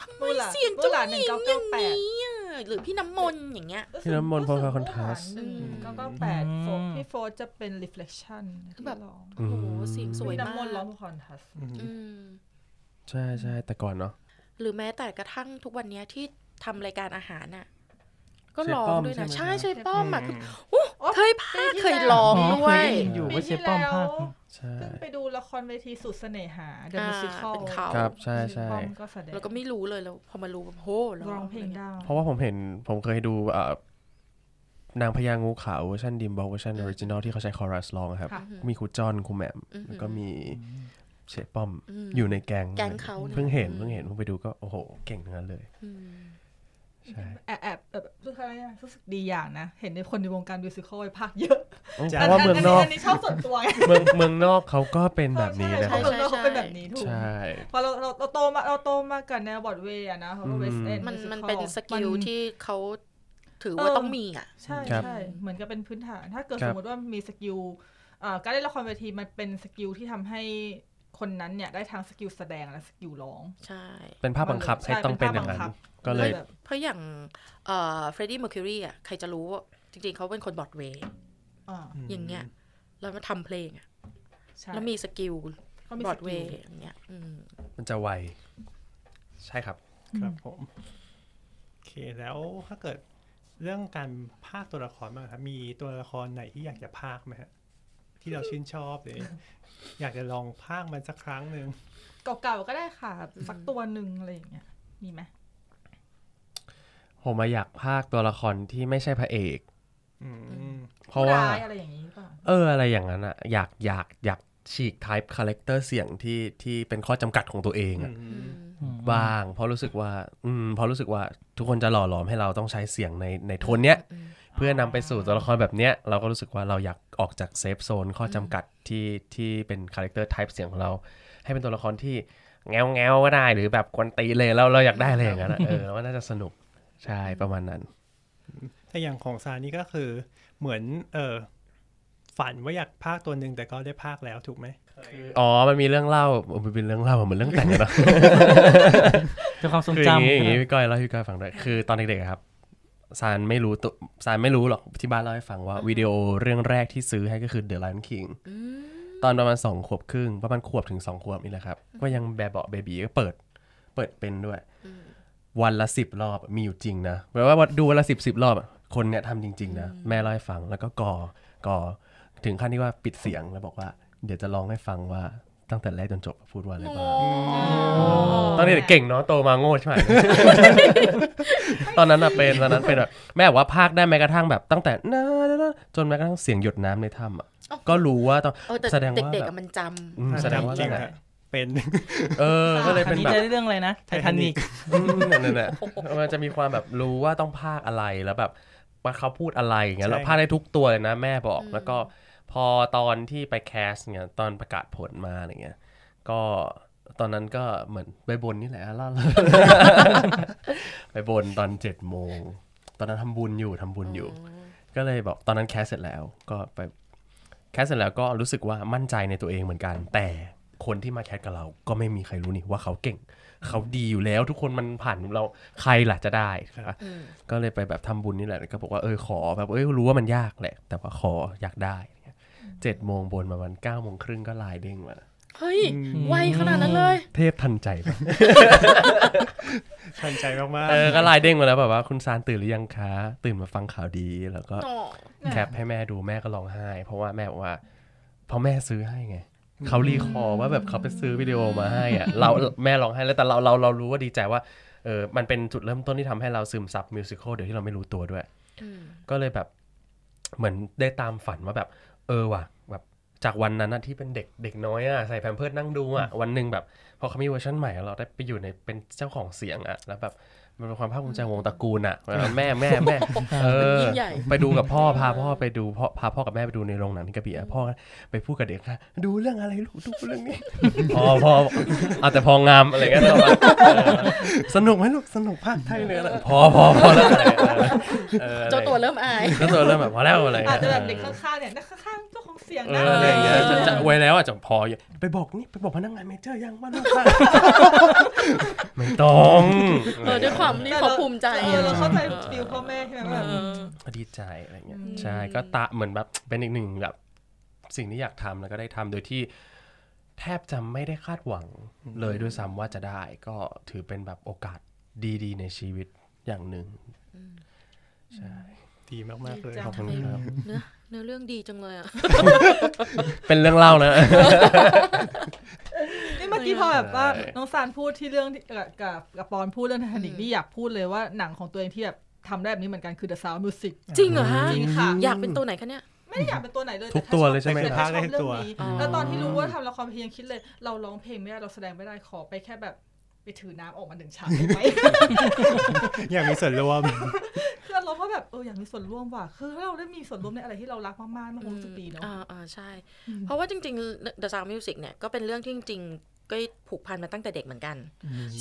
ทำไม มูหลาน เสียงเจ้ามูหหญิงลาน อย่าง 1998 นี้อ่ะหรือพี่น้ำมนต์อย่างเงี้ย ที่น้ำมนต์พอคอนทราส ก็ก็แปดโฟร์ อืม พี่โฟร์จะเป็น reflection ที่ แบบ ร้อง โอ้โหเสียงสวย พี่ มาก น้ำมนต์ร้องคอนทัส อืม อืม ใช่ใช่แต่ก่อนเนาะ หรือแม้แต่กระทั่งทุกวันเนี้ยที่ทำรายการอาหารน่ะ ก็ เชฟ ร้อง ป้ม ด้วยนะ ไหม ใช่ ครับ ใช่ป้อมอ่ะคือ ม อู้เคยพากย์เคยร้องด้ เค วย ย ได้ยินอยู่ ปี ว่าเชฟ ที่ ป้อม แล้ว ภาค ใช่ เพิ่งไปดูละครเวทีสุดเสน่หา The อ่า Musical เป็นเขา ครับใช่ใช่ ป้อมก็แสดง แล้วก็ไม่รู้เลยแล้วพอมารู้แบบโห ร้องเพลงได้ เพราะว่าผมเห็นผมเคยดูเอ่อนางพญางูขาวเวอร์ชันดิมบอลเวอร์ชันออริจินอลที่เขาใช้คอรัสร้องอะครับ ค่ะ มีครูจอนครูแหม่ม อือหื แล้ว อ ก็มี เชฟป้อม อืม อยู่ในแกง แก๊งเขาเนี่ย เพิ่งเห็น อืม เพิ่งเห็นเพิ่งไปดูก็โอ้โห เก่งทั้งนั้นเลย อืม ใช่ แอบแอบแบบรู้สึกอะไรนะรู้สึกดีอย่างนะ เห็นในคนในวงการมิวสิควลภาคเยอะ เพราะว่าเมืองนอก นนี้ชอบส่วนตัวไง เมืองเมืองนอกเขาก็เป็นแบบนี้นะ ใช่ใช่ใช่ ใช่ เขาเป็นแบบนี้ถูก ใช่ พอเราเราเราโตมาเราโตมากันในบอดเวย์อะนะ อืม เวสเอ็น มันมันเป็นสกิลที่เขาถือว่าต้องมีอ่ะ ใช่ ครับ ใช่เหมือนกับเป็นพื้นฐาน ถ้าเกิด ครั ส บ มมติว่ามีสกิลเอ่อการเล่นละครเวทีมันเป็นสกิลที่ทำให้คนนั้นเนี่ยได้ทั้งสกิลแสดงและสกิลร้อง ใช่ เป็นภาพบังคับ ใช่ ให้ต้องเป็นอย่างนั้น เป็นภาพบังคับ ก็เลย แบบ เพราะอย่างเอ่อเฟรดดี้เมอร์คิวรีอ่ะ ใครจะรู้ว่าจริงๆ เขาเป็นคนบรอดเวย์ อ่า อย่างเงี้ย แล้วมาทำเพลงอะ ใช่ แล้วมีสกิล เขามี บรอ ส ด กิล เวย์อย่างเงี้ยอืม มันจะไวใช่ครับ ครับผมโอเคแล้วถ้าเกิดเรื่องการภาคตัวละครบ้างครับมีตัวละครไหนที่อยากจะภาคไหมฮะที่เราชื่นชอบหรือ อยากจะลองภาคมันสักครั้งหนึ่ง เก่าๆก็ได้ค่ะ สักตัวหนึ่งอะไรอย่างเงี้ยมีไหม ผมมาอยากภาคตัวละครที่ไม่ใช่พระเอก อืม เพราะว่า ผู้ยอะไรอย่างงี้หรือเปล่ะ เอออะไรอย่างนั้นอะอยากอยากอยากฉีก type character เสียงที่ที่เป็นข้อจำกัดของตัวเองอะ อืม อืม บ้าง เพราะรู้สึกว่า อืมเพราะรู้สึกว่าทุกคนจะหล่อหลอมให้เราต้องใช้เสียงในในโทนเนี้ย เพื่อนำไปสู่ตัวละครแบบเนี้ย เราก็รู้สึกว่าเราอยากออกจากเซฟโซนข้อจำกัดที่ที่เป็นคาแรคเตอร์ไทป์เสียงของเรา ให้เป็นตัวละครที่แงวแงวๆก็ได้ หรือแบบกวนตีนเลยเราเราอยากได้อะไรอย่างนั้นอะเออว่าน่าจะสนุกใช่ประมาณนั้น แต่อย่างของซานี่ก็คือเหมือน เออฝันว่าอยากภาคตัวหนึ่งแต่ก็ได้ภาคแล้วถูกไหม อ๋อ มันมีเรื่องเล่าเออมันเป็นเรื่องเล่าเหมือนเรื่องแต่งอะเนาะ เป็นความทรง คืออย่าง จำ นี้อย่างนี้พี่ก้อยเล่าให้พี่ก้อยฟังด้วยคือตอนเด็กๆอะครับซานไม่รู้ตัวซานไม่รู้หรอกที่บ้านเล่าให้ฟังว่าวิดีโอเรื่องแรกที่ซื้อให้ก็คือ The Lion King ตอนประมาณสองขวบครึ่งประมาณขวบถึงสองขวบนี่แหละครับ ก็ยังแบบเบาะเบบีก็เปิดเปิดเป็นด้วย วันละสิบรอบมีอยู่จริงนะแปลว่าดูวันละสิบสิบรอบอะคนเนี่ยทำจริง ๆ นะ แม่เล่าให้ฟังแล้วก็กอกอถึงขั้นที่ว่าปิดเสียงแล้วบอกว่า เดี๋ยวจะร้องให้ฟังว่าตั้งแต่แรกจนจบพูดว่าอะไรบ้าง ตอนเด็กๆเก่งเนาะโตมาโง่ใช่ไหม ตอนนั้นอะเป็นตอนนั้นเป็นแบบแม่บอกว่าพากย์ได้แม้กระทั่งแบบตั้งแต่นะนะจนแม้กระทั่งเสียงหยดน้ำในถ้ำอะ โอ้โห ก็รู้ว่าต้อง เออแต่ แสดงว่า เด็กๆ แบ อะ บ มันจ อืมแสดงว่า เก่ง แบบ อะเป็น เออก็เลย อั เป็น น นี้ แบบ จะได้เรื่องอะไรนะไททานิก อืมนั่นๆน่ะมันจะมีความแบบรู้ว่าต้องพากย์อะไรแล้วแบบว่าเขาพูดอะไรอย่างเงี้ย ใช่ แล้วพากย์ได้ทุกตัวเลยนะ แม่บอกแล้วก็พอตอนที่ไปแคสเนี่ยตอนประกาศผลมาอะไรเงี้ยก็ตอนนั้นก็เหมือนไปบนนี่แหละ เล่า ไปบนตอนเจ็ดโมง ตอนนั้นทำบุญอยู่ทำบุญอยู่ ก็เลยบอกตอนนั้นแคสเสร็จแล้วก็ไปแคสเสร็จแล้วก็รู้สึกว่ามั่นใจในตัวเองเหมือนกัน แต่คนที่มาแคสกับเราก็ไม่มีใครรู้นี่ว่าเขาเก่ง เขาดีอยู่แล้วทุกคนมันผ่านเราใครล่ะจะได้ ครับ ำอืม ก็เลยไปแบบทำบุญนี่แหละแล้วก็บอกว่าเออขอแบบเอ้ยรู้ว่ามันยากแหละ แต่ว่าขออยากได้เจ็ดโมงบนมาวันเก้าโมงครึ่งก็ไลายเด้งมา เฮ้ย ไวขนาดนั้นเลย เทพทันใจปะ ทันใจมาก เออก็ไลายเด้งมาแล้วแบบว่าคุณซานตื่นหรือยังคะตื่นมาฟังข่าวดีแล้วก็ อ๋อ แคปให้แม่ดูแม่ก็ร้องไห้ เพราะว่าแม่บอกว่าเพราะแม่ซื้อให้ไงเขารีคอร์ว่าแบบเขาไปซื้อวิดีโอมาให้อ่ะเราแม่ร้องไห้แล้วแต่เราเราเรารู้ว่าดีใจว่าเออมันเป็นจุดเริ่มต้นที่ทำให้เราซึมซับมิวสิควลโดยที่เราไม่รู้ตัวด้วย ก็เลยแบบเหมือนได้ตามฝันว่าแบบ เออว่ะแบบจากวันนั้นนะที่เป็นเด็กเด็กน้อยอ่ะใส่แพมเพิร์ดนั่งดูอ่ะวันหนึ่งแบบพอเขามีเวอร์ชันใหม่แล้วเราได้ไปอยู่ในเป็นเจ้าของเสียงอ่ะแล้วแบบมันเป็นความภาคภูมิใจของวงตระกูลอ่ะ แม่แม่แม่เอ มัน อ ยิ่งใหญ่ ไปดูกับพ่อพาพ่อไปดูพ่อพาพ่อกับแม่ไปดูในโรงหนังที่กระบี่อ่ะพ่อไปพูดกับเด็กนะดูเรื่องอะไรลูกดูเรื่องนี้ พอพอเอาแต่พองามอะไรกันยเราแบบเออสนุกไหมลูกสนุกภาคไทยเลยอะไรพอพอพอแล้วอะไรเออ เจ้าตัวเริ่มอาย ก็ตัวเริ่มแบบพอแล้วอะไร อาจจะแบบเด็กข้างๆเนี่ยข้างๆเจ้าของเสียง เอ นะ ออะไรอย่างเงี้ย เออ จะไว้แล้วอ่ะจะพออยู่ไปบอกนี่ไปบอกพนักงานเมเจอร์ยังว่าลูกบ้านไม่ต้อง เออด้วยความนี่เขาภูมิใจ เออเราเข้าใจฟิลพ่อแม่ใช่ไหมว่าแบบ เออ ดีใจอะไรเงี้ย อืม ใช่ก็ตะเหมือนแบบเป็นอีกหนึ่งแบบสิ่งที่อยากทำแล้วก็ได้ทำโดยที่ แทบจะไม่ได้คาดหวังเลยด้วยซ้ำว่าจะได้ ก็ถือเป็นแบบโอกาสดีๆ ในชีวิตอย่างหนึ่งใช่ ๆดีมากๆเลย ขอบคุณครับ เนื้อเนื้อเรื่องดีจังเลยอ่ะ เป็นเรื่องเล่านะ นี่เมื่อกี้พอแบบว่าน้องซานพูดที่เรื่องที่กับกับกับปอนพูดเรื่องไททานิกนี่อยากพูดเลยว่าหนังของตัวเองที่แบบทำได้แบบนี้เหมือนกันคือ The Sound Music จริงเหรอฮะ จริงค่ะ อยากเป็นตัวไหนคะเนี่ย ไม่ได้อยากเป็นตัวไหนเลย ทุก แแค่ ตัว ชอบ เลยใช่ไหม แต่แค่ ภาค ช ได้ อบ ทุก เรื่ ตั อ ว งนี้ อ๋อ แล้วตอนที่รู้ว่าทำละครเพลงยังคิดเลย เราร้องเพลงไม่ได้เราแสดงไม่ได้ขอไปแค่แบบไปถือน้ำออกมาหนึ่งฉากได้ไหม อยากมีส่วนร่วม คือเราเพราะแบบเอออยากมีส่วนร่วมว่ะคือถ้าเราได้มีส่วนร่วมในอะไรที่เรารักมากๆมันคงรู้สึกดีเนาะ อ่าอ่าใช่ เพราะว่าจริงๆ The Sound of Music เนี่ยก็เป็นเรื่องที่จริงๆ ก็ผูกพันมาตั้งแต่เด็กเหมือนกัน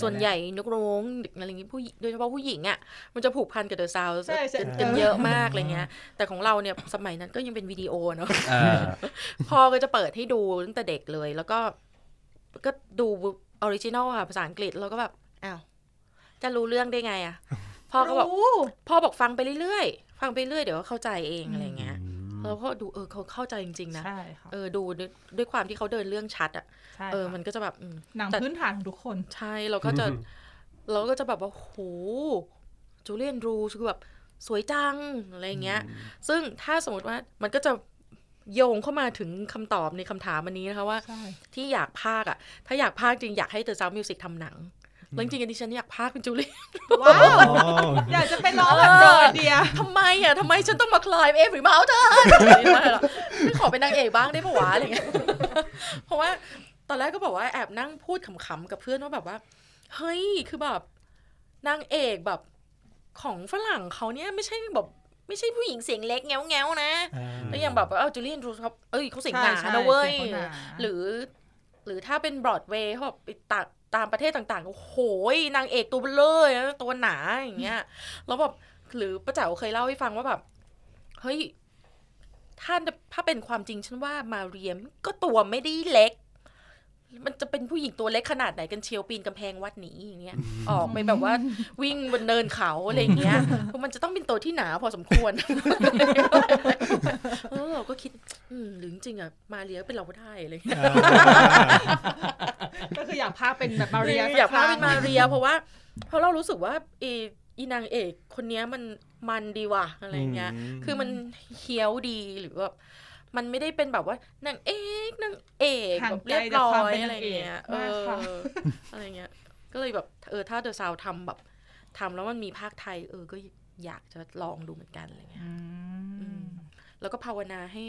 ส่วนใหญ่นักร้องอะไรอย่างงี้ผู้หญิงโดยเฉพาะผู้หญิงอ่ะมันจะผูกพันกับ The Sound ใช่ใช่ กันเยอะมากอะไรเงี้ย แต่ของเราเนี่ยสมัยนั้นก็ยังเป็นวิดีโอเนาะ อ่า พ่อก็จะเปิดให้ดูตั้งแต่เด็กเลย แล้วก็ก็ดูออริจินอลค่ะ ภาษาอังกฤษแล้วก็แบบอ้าวจะรู้เรื่องได้ไง อ่ะ พ่อก็บอก รู้ พ่อบอกฟังไปเรื่อยๆ ฟังไปเรื่อยเดี๋ยวก็เข้าใจเองอะไรเงี้ยแล้วก็ดูเออเขาเข้าใจจริงๆนะ ใช่ค่ะ เออดูด้วยด้วยความที่เขาเดินเรื่องชัดอ่ะ ใช่ เออ ค่ะ มันก็จะแบบอืม หนังพื้นฐานของทุกคน ใช่เราก็จะ อืม เราก็จะแบบว่าโหจูเลียนรูคือแบบสวยจัง อะไรอย่างเงี้ย ซึ่งถ้าสมมติว่ามันก็จะโยงเข้ามาถึงคำตอบในคำถามอันนี้นะคะว่า ใช่ ที่อยากพากย์อ่ะ ถ้าอยากพากย์จริงอยากให้เตอร์ซาวมิวสิกทำหนังแล้วจริงๆอันนี้ฉันอยากพากย์เป็นจูเลียน ว้าว อ๋อ อยากจะไปร้องแบบ เออ โรเดีย ทำไมอ่ะทำไมฉันต้องมาคลายเอฟหรือมาเอาเธอไม่หรอกไม่ขอเป็นนางเอกบ้างได้ปะวะอะไรเงี้ยเพราะว่าตอนแรกก็บอกว่าแอบนั่งพูดขำๆกับเพื่อนว่าแบบว่า เฮ้ยคือแบบนางเอกแบบของฝรั่งเขาเนี่ยไม่ใช่แบบไม่ใช่ผู้หญิงเสียงเล็กแง้วๆนะ อ่า แล้วอย่างแบบว่าเออจูเลียนรูสเขาเอ้ยเขาเสียงหนา ใช่ใช่ นะเว้ย สีงคนนา หรือ หรือถ้าเป็นบรอดเวย์เขาแบบไปตัดตามประเทศต่างๆ โอ้โหยนางเอกตัวเบลอเลยตัวหนาอย่างเงี้ย แล้วแบบหรือประเจ๋าเคยเล่าให้ฟังว่าแบบ เฮ้ย ถ้าถ้าเป็นความจริงฉันว่ามาเรียมก็ตัวไม่ได้เล็ก มันจะเป็นผู้หญิงตัวเล็กขนาดไหนกันเชียวปีนกำแพงวัดหนีอย่างเงี้ย ออกไปแบบว่า วิ่งบนเนินเขาอะไรอย่างเงี้ยเพราะมันจะต้องเป็นตัวที่หนาพอสมควร เออเราก็คิด อืมหรือจริงๆอ่ะมาเรียเป็นเราก็ได้อะไรอย่างเลย อ่า ก็คืออยากพากเป็นแบบมาเรีย อยากพาเป็นมา สัครั้ง เรียเพราะว่าเพราะเรารู้สึกว่าเออีนางเอกคนเนี้ยมันมันดีว่ะอะไรเงี้ย ม คือมันเฮี้ยวดีหรือแบบมันไม่ได้เป็นแบบว่านางเอกนางเอก ห่า แบ ง บ ไกล เรียบ จาก ร้อ ความ ย เป็น อะไร นางเอก เงี้ยเอ มากค่ะ อ อะไรเงี้ย ก็เลยแบบเออถ้าเดอะซาวทำแบบทำแล้วมันมีภาคไทย เออก็อยากจะลองดูเหมือนกันอะไรเงี้ย อืม แล้วก็ภาวนาให้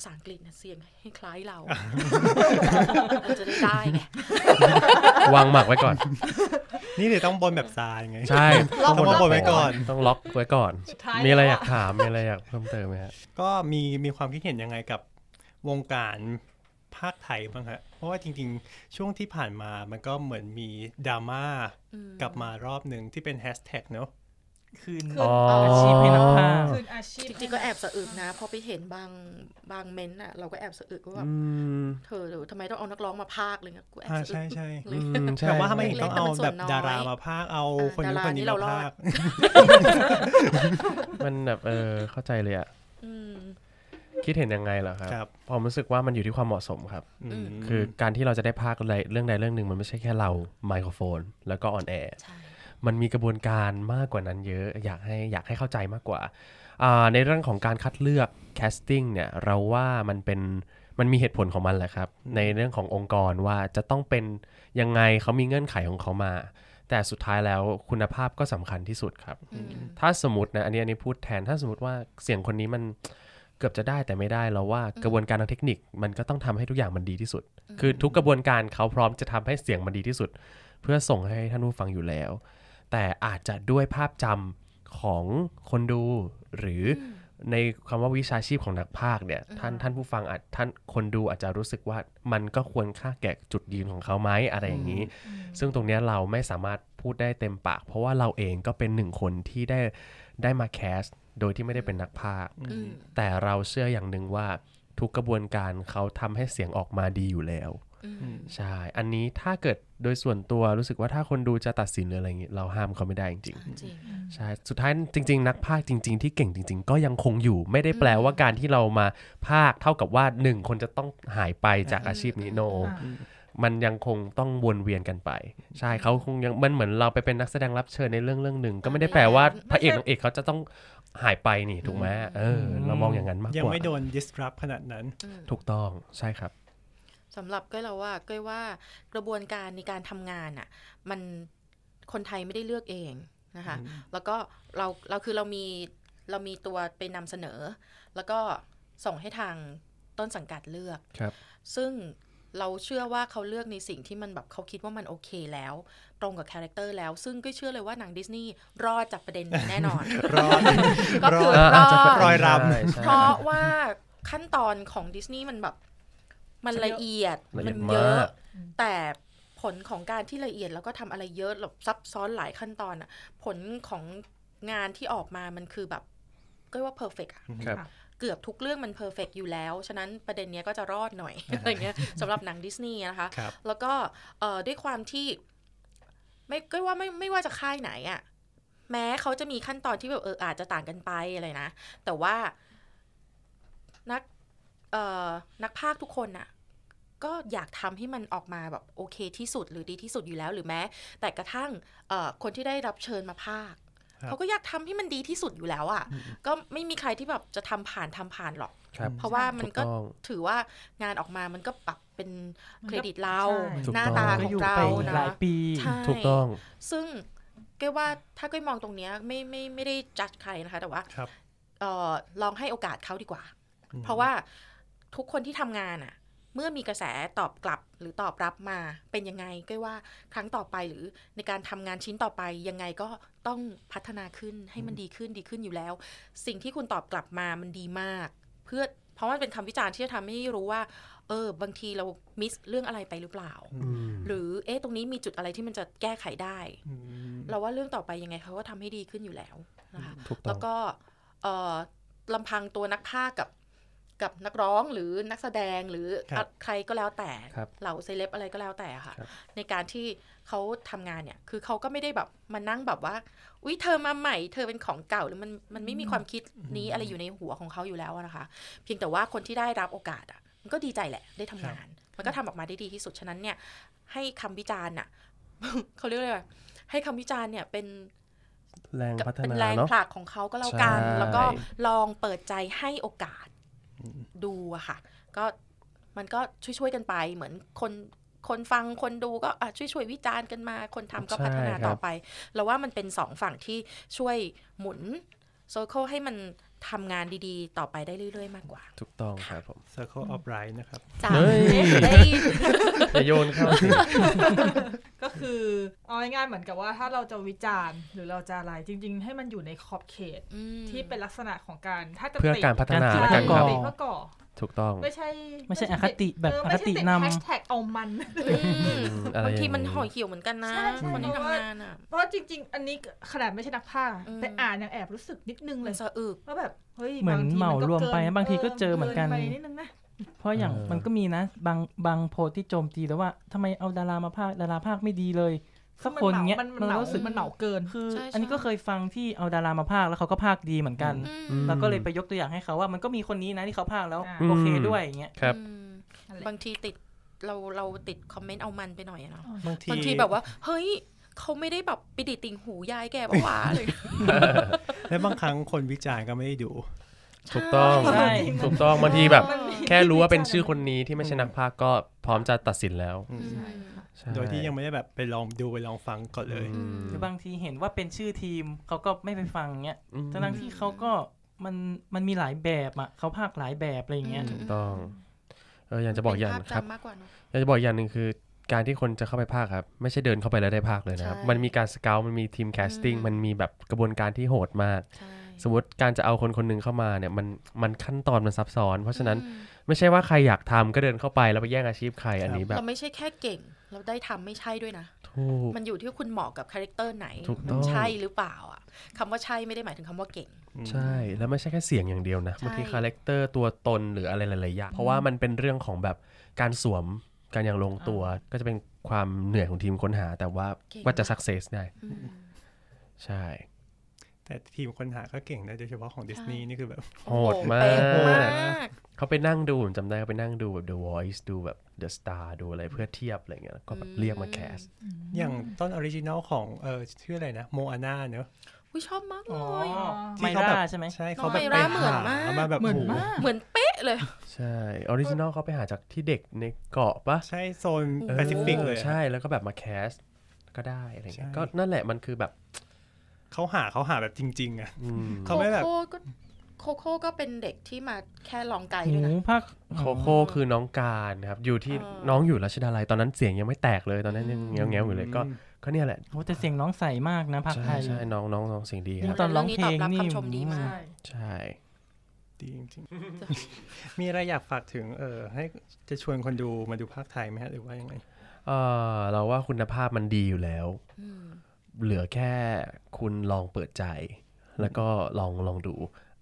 ภาษาอังกฤษเนี่ยเสียงให้คล้าย เรามันจะได้ได้ไง วางหมักไว้ก่อน นี่เดี๋ยวต้องบนแบบทรายไง ใช่ ต้องล็อกไว้ก่อน ต้องล็อกไว้ก่อน สุดท้าย มีอะไรอยากถาม มีอะไรอยากเพิ่มเติมไหมฮะ ก็มีมีความคิดเห็นยังไงกับวงการภาคไทยบ้างฮะ เพราะว่าจริงๆ ช่วงที่ผ่านมามันก็เหมือนมีดราม่า อืม กลับมารอบหนึ่งที่เป็นแฮชแท็กเนอะ คืน คืน อาชีพให้นักพากย์ คืนอาชีพ จริงๆก็แอบสะอึกนะพอไปเห็นบางบางเม้นต์อะเราก็แอบสะอึกว่าแบบ อืม เธอเดี๋ยวทำไมต้องเอานักร้องมาพากย์อะไรเงี้ยกูแอบ อ่า สะอึก ใช่ใช่ เล อื ย มใช่ แต่ว่าทำไมถึงต้องเอาแบบ เล็กๆแต่มันส่วนน้อย ดารามาภาคเอาคนนู้นคนนี้ ดารานี่เรา มาร อด ภาค มันแบบเออเข้าใจเลยอ่ะ อืม คิดเห็นยังไงเหรอครับ ครับ ผมรู้สึกว่ามันอยู่ที่ความเหมาะสมครับ อืม คือการที่เราจะได้ภาคอะไรเรื่องใดเรื่องหนึ่งมันไม่ใช่แค่เราไมโครโฟน แล้วก็ออนแอร์ ใช่ มันมีกระบวนการมากกว่านั้นเยอะ อยากให้อยากให้เข้าใจมากกว่าอ่าในเรื่องของการคัดเลือก casting เนี่ยเราว่ามันเป็นมันมีเหตุผลของมันแหละครับ ในเรื่องขององค์กรว่าจะต้องเป็นยังไงเขามีเงื่อนไขของเขามา แต่สุดท้ายแล้วคุณภาพก็สำคัญที่สุดครับ อืม ถ้าสมมตินะอันนี้อันนี้พูดแทนถ้าสมมติว่าเสียงคนนี้มันเกือบจะได้แต่ไม่ได้เราว่ากระบวนการทางเทคนิคมันก็ต้องทำให้ทุกอย่างมันดีที่สุด คือทุกกระบวนการเขาพร้อมจะทำให้เสียงมันดีที่สุด เพื่อส่งให้ท่านผู้ฟังอยู่แล้ว แต่อาจจะด้วยภาพจำของคนดู หรืออในคำว่าวิชาชีพของนักพากย์เนี่ยท่านท่านผู้ฟังอาจท่านคนดูอาจจะรู้สึกว่ามันก็ควรค่าแก่จุดยืนของเขาไหมอะไรอย่างนี้ ซึ่งตรงเนี้ยเราไม่สามารถพูดได้เต็มปาก เพราะว่าเราเองก็เป็นหนึ่งคนที่ได้ได้มาแคสต์โดยที่ไม่ได้เป็นนักพากย์ อืม แต่เราเชื่ออย่างหนึ่งว่าทุกกระบวนการเขาทำให้เสียงออกมาดีอยู่แล้ว ใช่ อันนี้ถ้าเกิดโดยส่วนตัวรู้สึกว่าถ้าคนดูจะตัดสินหรืออะไรอย่างงี้เราห้ามเขาไม่ได้จริง จริง ๆใช่สุดท้ายจริง ๆ นักพากย์จริง ๆ ที่เก่งจริง ๆ ก็ยังคงอยู่ ไม่ได้แปลว่าการที่เรามาพากย์เท่ากับว่าหนึ่งคนจะต้องหายไปจากอาชีพนี้โน อ่า มันยังคงต้องวนเวียนกันไป ใช่เขาคงยังมันเหมือนเราไปเป็นนักแสดงรับเชิญในเรื่องเรื่องหนึ่ง ก็ไม่ได้แปลว่าพระเอกนางเอกเขาจะต้องหายไปนี่ถูกไหมเออ เรามองอย่างนั้นมาก ยัง กว่า ไม่โดน disrupt ขนาดนั้น ถูกต้องใช่ครับ สำหรับก้อยเราว่าก้อยว่ากระบวนการในการทำงานอ่ะ มันคนไทยไม่ได้เลือกเองนะคะ แล้วก็เราเราคือเรามีเรามีตัวไปนำเสนอ แล้วก็ ส่งให้ทางต้นสังกัดเลือก ครับ ซึ่งเราเชื่อว่าเขาเลือกในสิ่งที่มันแบบเขาคิดว่ามันโอเคแล้ว ตรงกับคาแรคเตอร์แล้ว ซึ่งก็เชื่อเลยว่าหนังดิสนีย์รอดจากประเด็นนี้แน่นอน รอด ก็คือ รอด รอ ก็ร ด อยรำ ใช่ใช่ เพราะว่าขั้นตอนของดิสนีย์มันแบบ มันละเอียด ละเอียด เยอะ มาก แต่ผลของการที่ละเอียดแล้วก็ทำอะไรเยอะหลบซับซ้อนหลายขั้นตอนอะผลของงานที่ออกมามันคือแบบก็เรียกว่าเพอร์เฟกอะ ครับ เกือบทุกเรื่องมันเพอร์เฟกอยู่แล้ว ฉะนั้นประเด็นเนี้ยก็จะรอดหน่อย อะไรเงี้ยสำหรับหนังดิสนีย์นะคะ ครับ แล้วก็เอ่อด้วยความที่ไม่ก็ว่าไม่ไม่ว่าจะค่ายไหนอะแม้เขาจะมีขั้นตอนที่แบบเอออาจจะต่างกันไปอะไรนะ แต่ว่านักเอ่อนักภาคทุกคนอะก็อยากทำให้มันออกมาแบบโอเคที่สุดหรือดีที่สุดอยู่แล้วหรือแม้ แต่กระทั่งเอ่อคนที่ได้รับเชิญมาภาค ครับ เขาก็อยากทำให้มันดีที่สุดอยู่แล้วอะก็ไม่มีใครที่แบบจะทำผ่านทำผ่านหรอก ครับ เพราะว่ามันก็ ถูต้อง ถือว่างานออกมามันก็ปรับเป็นเครดิตเรา ถูก หน้า ต้อง ตา ก็ ของ อยู่ เรา ไป นะ หลายปี ใช่ ถูกต้อง ซึ่งเก็ว่าถ้าเก็มองตรงเนี้ยไม่ไม่ไม่ได้จัดใครนะคะ แต่ว่า ครับ เออลองให้โอกาสเขาดีกว่า เพราะว่าทุกคนที่ทำงานอะเมื่อมีกระแสตอบกลับหรือตอบรับมาเป็นยังไงเก็ว่าครั้งต่อไปหรือในการทำงานชิ้นต่อไปยังไงก็ต้องพัฒนาขึ้นให้มันดีขึ้นดีขึ้นอยู่แล้ว สิ่งที่คุณตอบกลับมามันดีมาก เพื่อเพราะมันเป็นคำวิจารณ์ที่จะทำให้รู้ว่า เออบางทีเรามิสเรื่องอะไรไปหรือเปล่า อืม หรือเอ๊ะตรงนี้มีจุดอะไรที่มันจะแก้ไขได้ เราว่าเรื่องต่อไปยังไงเขาก็ทำให้ดีขึ้นอยู่แล้วนะคะ ถูกต้อง แล้วก็เอ่อลำพังตัวนักภาคกับกับนักร้องหรือนักแสดงหรือ ครับ ใครก็แล้วแต่ ครับ เหล่าเซเลบอะไรก็แล้วแต่ค่ะ ครับ ในการที่เขาทำงานเนี่ยคือเขาก็ไม่ได้แบบมานั่งแบบว่าอุ้ยเธอมาใหม่ เธอเป็นของเก่าหรือมันมันไม่มีความคิดนี้อะไรอยู่ในหัวของเขาอยู่แล้วอะนะคะ เพียงแต่ว่าคนที่ได้รับโอกาสอ่ะมันก็ดีใจแหละได้ทำงาน มันก็ทำออกมาได้ดีที่สุดฉะนั้นเนี่ย ให้คำวิจารณ์น่ะ เขาเรียกอะไรวะให้คำวิจารณ์เนี่ยเป็น แรงพัฒ เป็น นา แรง เนาะ ผลักของเขาก็แล้วกัน ใช่ แล้วก็ลองเปิดใจให้โอกาสดูอะค่ะ ก็มันก็ช่วยๆกันไป เหมือนคนคนฟังคนดูก็อ่ะช่วยๆวิจารณ์กันมา คนทำก็พัฒนาต่อไปเราว่ามันเป็นสองฝั่งที่ช่วยหมุนโซเคิลให้มันทำงานดีๆ ต่อไปได้เรื่อยๆ มากกว่า ถูกต้องครับผม Circle of Right นะครับ จ้า เฮ้ย ได้ อย่าโยนเข้าสิ ก็คือเอาง่ายๆเหมือนกับว่าถ้าเราจะวิจารณ์หรือเราจะอะไรจริง ๆ ให้มันอยู่ในขอบเขตที่เป็นลักษณะของการถ้าจะ เพื่อ ติ การพัฒนา ใช่ และการ ก่ ก่อ ติเพื่อก่อ ถูกต้อง ไม่ใช่ ไม่ใช่อคติแบบอคตินำ แฮชแท็กเอามัน อะไร บางที อย่าง มัน นี้ ห่อเหี่ยวเหมือนกันนะ ใช่ใช่ คนที่ทำงานอ่ะ เพราะจริง ๆ อันนี้ขนาดไม่ใช่นักภาค อืม แต่อ่านยังแอบรู้สึกนิดนึงเล มั ย นสะอึก ว่าแบบเฮ้ย เหมือน บงที เหมาน ก็ รวมไป กิน บางทีก็เจอเหมือนกัน ไปนิดนึงนะ เพราะอย่าง เออ มันก็มีนะ บางบางโพสต์ที่โจมตีแล้วว่าทำไมเอาดารามาภาคดาราภาคไม่ดีเลยสักคนเงี้ย มันเหมามัน รู้สึก มันเหมาเกิน คือ ใช่ใช่ อันนี้ก็เคยฟังที่เอาดารามาภาคแล้วเขาก็ภาคดีเหมือนกัน อืม เราก็เลยไปยกตัวอย่างให้เขาว่ามันก็มีคนนี้นะที่เขาภาคแล้ว อ่า โอเคด้วยอย่างเงี้ย ครับ อืม นั่นแหละ บางทีติดเราเราติดคอมเมนต์เอามันไปหน่อยอะเนาะ บางที บางทีแบบว่า เฮ้ย เขาไม่ได้แบบไปดิดติ่งหูยายแกบ้าวะ เลย และบางครั้งคนวิจารณ์ก็ไม่ได้ดู ถูกต้อง ใช่ ถูกต้องบางทีแบบ มันมี แค่รู้ว่าเป็นชื่อคนนี้ที่ไม่ใช่นักพากย์ก็พร้อมจะตัดสินแล้วใช่ โดยที่ยังไม่ได้แบบไปลองดูไปลองฟังก่อนเลย อืม หรือบางทีเห็นว่าเป็นชื่อทีมเขาก็ไม่ไปฟังเงี้ย อืม ทั้งๆที่เขาก็มันมันมีหลายแบบอ่ะเขาภาคหลายแบบอะไรอย่างเงี้ย อืม ถูกต้องเอออยากจะบอกอย่าง เป็นภาพ ครับ จำมากกว่าเนอะ อยากจะบอกอย่างหนึ่งคือการที่คนจะเข้าไปภาคครับ ไม่ใช่เดินเข้าไปแล้วได้ภาคเลยนะครับ ใช่ มันมีการสเกลมันมีทีมแคสติ้ง อืม มันมีแบบกระบวนการที่โหดมาก ใช่ สมมติการจะเอาคนคนหนึ่งเข้ามาเนี่ยมันมันขั้นตอนมันซับซ้อน เพราะฉะนั้นไม่ใช่ว่าใครอยากทำก็เดินเข้าไปแล้วไปแย่งอาชีพใครอันนี้แบบ เราไม่ใช่แค่เก่ง เราได้ทำไม่ใช่ด้วยนะ ถูก มันอยู่ที่คุณเหมาะกับคาแรคเตอร์ไหน ถูกต้อง มันใช่หรือเปล่าอะคำว่าใช่ไม่ได้หมายถึงคำว่าเก่ง ใช่ แล้วไม่ใช่แค่เสียงอย่างเดียวนะ ใช่ บางทีคาแรคเตอร์ตัวตนหรืออะไรหลายๆอย่างเพราะว่ามันเป็นเรื่องของแบบการสวมการอย่างลงตัว ก็จะเป็นความเหนื่อยของทีมค้นหา แต่ว่าว่าจะสักเซสได้ อืม ใช่ แต่ทีมค้นหาก็เก่งนะโดยเฉพาะของดิสนีย์นี่คือแบบ โหดมา เป๊ะมาก ก เขาไปนั่งดูผมจำได้เขาไปนั่งดูแบบ The Voice ดูแบบ The Star ดูอะไรเพื่อเทียบอะไรเงี้ยแล้วก็แบบเรียกมาแคส อย่างต้นออริจินอลของเออชื่ออะไรนะโมอาน่าเนอะ อุ้ยชอบมากเล อ๋อย ไม ที่เขาแบบ ร่าใช่ไหม ใช่เขาแบบ น้ไปองไมร่าเหมือหามนาก มาแบบ เหมือน โอ้โห มาก เหมือนเป๊ะเลย ใช่ออริจินอลเขาไปหาจากที่เด็กในเกาะปะ ใช่โซน โอ้โห แปซิฟิกเลยอะ ใช่แล้วก็แบบมาแคสก็ได้อะไรเงี้ย ใช่ ก็นั่นแหละมันคือแบบ เขาหาเขาหาแบบจริงๆอะ อืม เขาไม่แบบ โคโค่ก็ โคโค่ก็เป็นเด็กที่มาแค่ลองไกล ห ด้วย นู นะ ภาค โคโค่คือน้องการครับอยู่ที่ อ๋อ น้องอยู่รัชดาลัยตอนนั้นเสียงยังไม่แตกเลยตอนนั้นยังเงี้ยวๆอยู่เลยก็ก็เนี่ยแหละ โอ้แต่เสียงน้องใสมากนะภาคไท ใช่ ย ใช่น้องน้องน้องเสียงดีค นี่ รับ ตอนร้อง เรื่อเพงนี้ ลงตอบรับ นี่ คำชมดีมาก อื ใช่ ใช่ ดีจริงๆมีอะไรอยากฝากถึงเออให้จะชวนคนดูมาดูภาคไทยไหมฮะหรือว่ายังไง เออเราว่าคุณภาพมันดีอยู่แล้ว อืม เหลือแค่คุณลองเปิดใจ แล้วก็ลองลองดู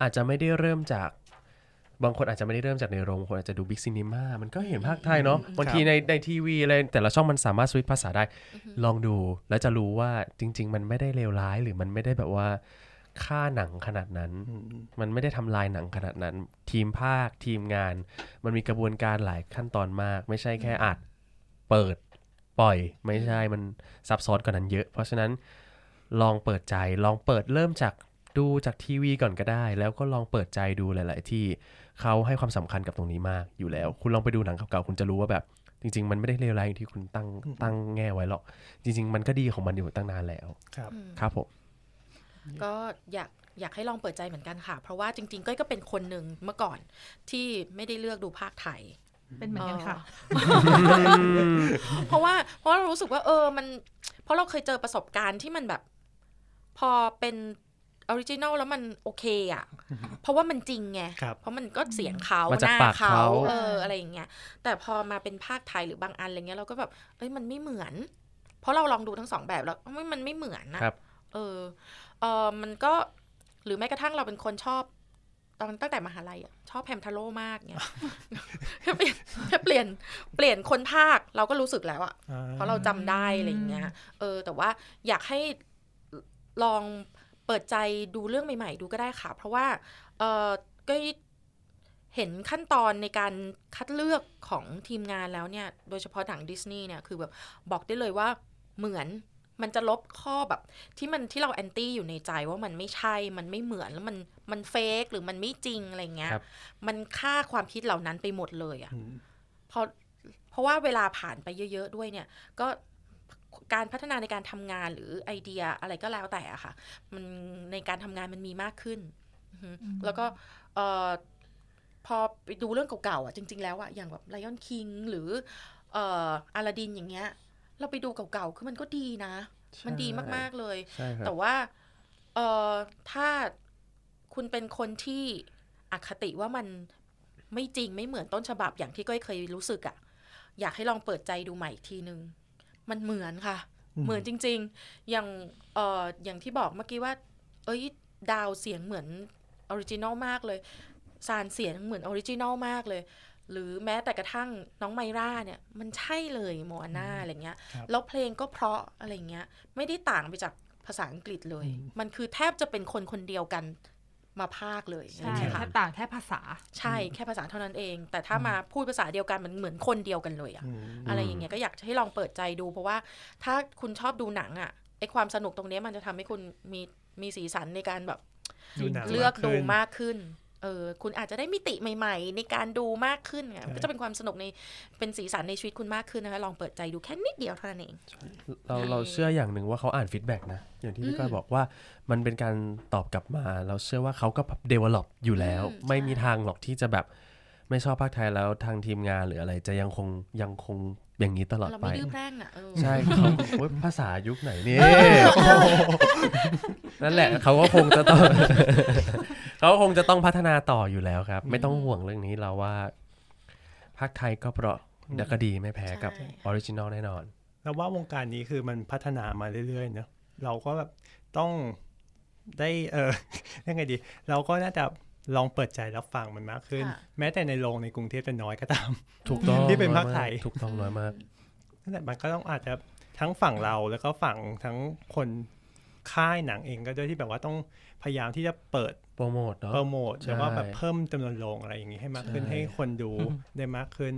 อาจจะไม่ได้เริ่มจาก บางคนอาจจะไม่ได้เริ่มจากในโรงบางคนอาจจะดูบิ๊กซีนีมามันก็เห็นภาคไทยเนาะบางทีในในทีวีอะไรแต่ละช่องมันสามารถสวิตภาษาได้ ลองดูแล้วจะรู้ว่าจริง ๆ มันไม่ได้เลวร้ายหรือมันไม่ได้แบบว่าค่าหนังขนาดนั้น อืม มันไม่ได้ทำลายหนังขนาดนั้น ทีมภาคทีมงาน มันมีกระบวนการหลายขั้นตอนมาก ไม่ใช่แค่อัดเปิดปล่อย ไม่ใช่มันซับซ้อนกว่านั้นเยอะ เพราะฉะนั้นลองเปิดใจลองเปิดเริ่มจากดูจากทีวีก่อนก็ได้ แล้วก็ลองเปิดใจดูหลาย ๆ ที่เขาให้ความสำคัญกับตรงนี้มากอยู่แล้ว คุณลองไปดูหนังเก่าๆคุณจะรู้ว่าแบบ จริง ๆ มันไม่ได้เลวร้ายอย่างที่คุณตั้งตั้งแง่ไว้หรอก จริง ๆ มันก็ดีของมันอยู่ตั้งนานแล้ว ครับ ครับผม ก็อยากอยากให้ลองเปิดใจเหมือนกันค่ะ เพราะว่าจริงๆก้อยก็เป็นคนหนึ่งเมื่อก่อนที่ไม่ได้เลือกดูภาคไทย เป็นเหมือนกันค่ะ เพราะว่าเพราะเรารู้สึกว่าเออมันเพราะเราเคยเจอประสบการณ์ที่มันแบบ พอเป็นออริจินอลแล้วมันโอเคอ่ะ เพราะว่ามันจริงไง ครับ เพราะมันก็เสียงเขา มา ห จาก น้า ปาก เขา เขา เอออะไรอย่างเงี้ยแต่พอมาเป็นภาคไทยหรือบางอันอะไรเงี้ยเราก็แบบเอ้ยมันไม่เหมือน เพราะเราลองดูทั้งสองแบบแล้วเอ้ยมันไม่เหมือนนะครับ เออเออมันก็หรือแม้กระทั่งเราเป็นคนชอบ ตอนตั้งแต่มหาลัยอะชอบแฮมทาโร่มากเนี่ย แค่เปลี่ยนแค่เปลี่ยนเปลี่ยนคนภาคเราก็รู้สึกแล้วอะ อ่ เพราะเราจำได้อะไรอย่างเงี้ย เออ แต่ว่าอยากให้ลองเปิดใจดูเรื่องใหม่ ๆ ดูก็ได้ค่ะ เพราะว่า เออก็เห็นขั้นตอนในการคัดเลือกของทีมงานแล้วเนี่ย โดยเฉพาะหนังดิสนีย์เนี่ย คือแบบบอกได้เลยว่าเหมือนมันจะลบข้อแบบ ที่มันที่เราแอนตี้อยู่ในใจว่ามันไม่ใช่ มันไม่เหมือนแล้วมันมันเฟกหรือมันไม่จริงอะไรอย่างเงี้ย ครับ มันฆ่าความคิดเหล่านั้นไปหมดเลยอะ อืม เพราะเพราะว่าเวลาผ่านไปเยอะๆด้วยเนี่ย ก็การพัฒนาในการทำงานหรือไอเดียอะไรก็แล้วแต่อะค่ะ มันในการทำงานมันมีมากขึ้นอือฮึแล้วก็เอ่อพอไปดูเรื่องเก่าๆอะจริง ๆ แล้วอะอย่างแบบไลออนคิงหรือเอ่ออาลาดินอย่างเงี้ย เราไปดูเก่าๆคือมันก็ดีนะ มันดีมากๆเลย ใช่ครับ แต่ว่าเอ่อถ้าคุณเป็นคนที่อคติว่ามันไม่จริงไม่เหมือนต้นฉบับอย่างที่ก้อยเคยรู้สึกอะอยากให้ลองเปิดใจดูใหม่อีกทีนึง มันเหมือนค่ะ อืม เหมือนจริง ๆ อย่างเอ่ออย่างที่บอกเมื่อกี้ว่า เอ้ยดาวเสียงเหมือนออริจินอลมากเลยซานเสียงเหมือนออริจินอลมากเลย หรือแม้แต่กระทั่งน้องไมร่าเนี่ยมันใช่เลยโมอาน่าอะไรเงี้ย ครับ แล้วเพลงก็เพราะอะไรเงี้ย ไม่ได้ต่างไปจากภาษาอังกฤษเลย อืม มันคือแทบจะเป็นคนคนเดียวกันมาพากย์เลย ใช่ อะไรเงี้ย แค่ ค่ะ ต่างแค่ภาษา ใช่แค่ภาษาเท่านั้นเอง แต่ถ้ามาพูดภาษาเดียวกันมันเหมือนคนเดียวกันเลยอะ อืม อะไรอย่างเงี้ยก็อยากให้ลองเปิดใจดู เพราะว่าถ้าคุณชอบดูหนังอะ่ะไอความสนุกตรงเนี้ยมันจะทำให้คุณมีมีสีสันในการแบบ ดูหนัง เลือกดู มากขึ้น มากขึ้นเออคุณอาจจะได้มิติใหม่ ๆ ในการดูมากขึ้นไง ใช่ ก็จะเป็นความสนุกในเป็นสีสันในชีวิตคุณมากขึ้นนะคะลองเปิดใจดูแค่นิดเดียวเท่านั้นเอง เราเราเชื่ออย่างหนึ่งว่าเขาอ่านฟีดแบ็กนะ อย่างที่พี่ก้อยบอกว่ามันเป็นการตอบกลับมา เราเชื่อว่าเขาก็ develop อยู่แล้ว อืม ไม่ ใช่ มีทางหรอกที่จะแบบไม่ชอบภาคไทยแล้วทางทีมงานหรืออะไรจะยังคงยังคงอย่างนี้ตลอด เรา ไป ไม่ดื้อแพร่งอ่ะเออ ใช่เขาโอ๊ยภาษายุคไหนเนี่ยโอ้โหนั่นแหละเขาก็คงจะต้อง เขาก็คงจะต้องพัฒนาต่ออยู่แล้วครับ ไม่ต้องห่วงเรื่องนี้เราว่าภาคไทยก็เพราะและก็ดีไม่แพ้กับ ใช่ ออริจินอลแน่นอน แล้วว่าวงการนี้คือมันพัฒนามาเรื่อยๆเนอะเราก็แบบต้องได้เออ ยังไงดี เราก็น่าจะลองเปิดใจรับฟังมันมากขึ้น ค่ะ แม้แต่ในโรงในกรุงเทพจะน้อยก็ตาม ถูกต้อง ที่เป็นภาคไทย ถูกต้องน้อยมาก นั่นแหละมันก็ต้องอาจจะทั้งฝั่งเราแล้วก็ฝั่งทั้งคนค่ายหนังเองก็ด้วยที่แบบว่าต้องพยายามที่จะเปิด โปรโมทเนาะ โปรโมท ใช่ แล้วก็แบบเพิ่มจำนวนโรงอะไรอย่างนี้ให้มากขึ้น ใช่ ให้คนดูได้มากขึ้น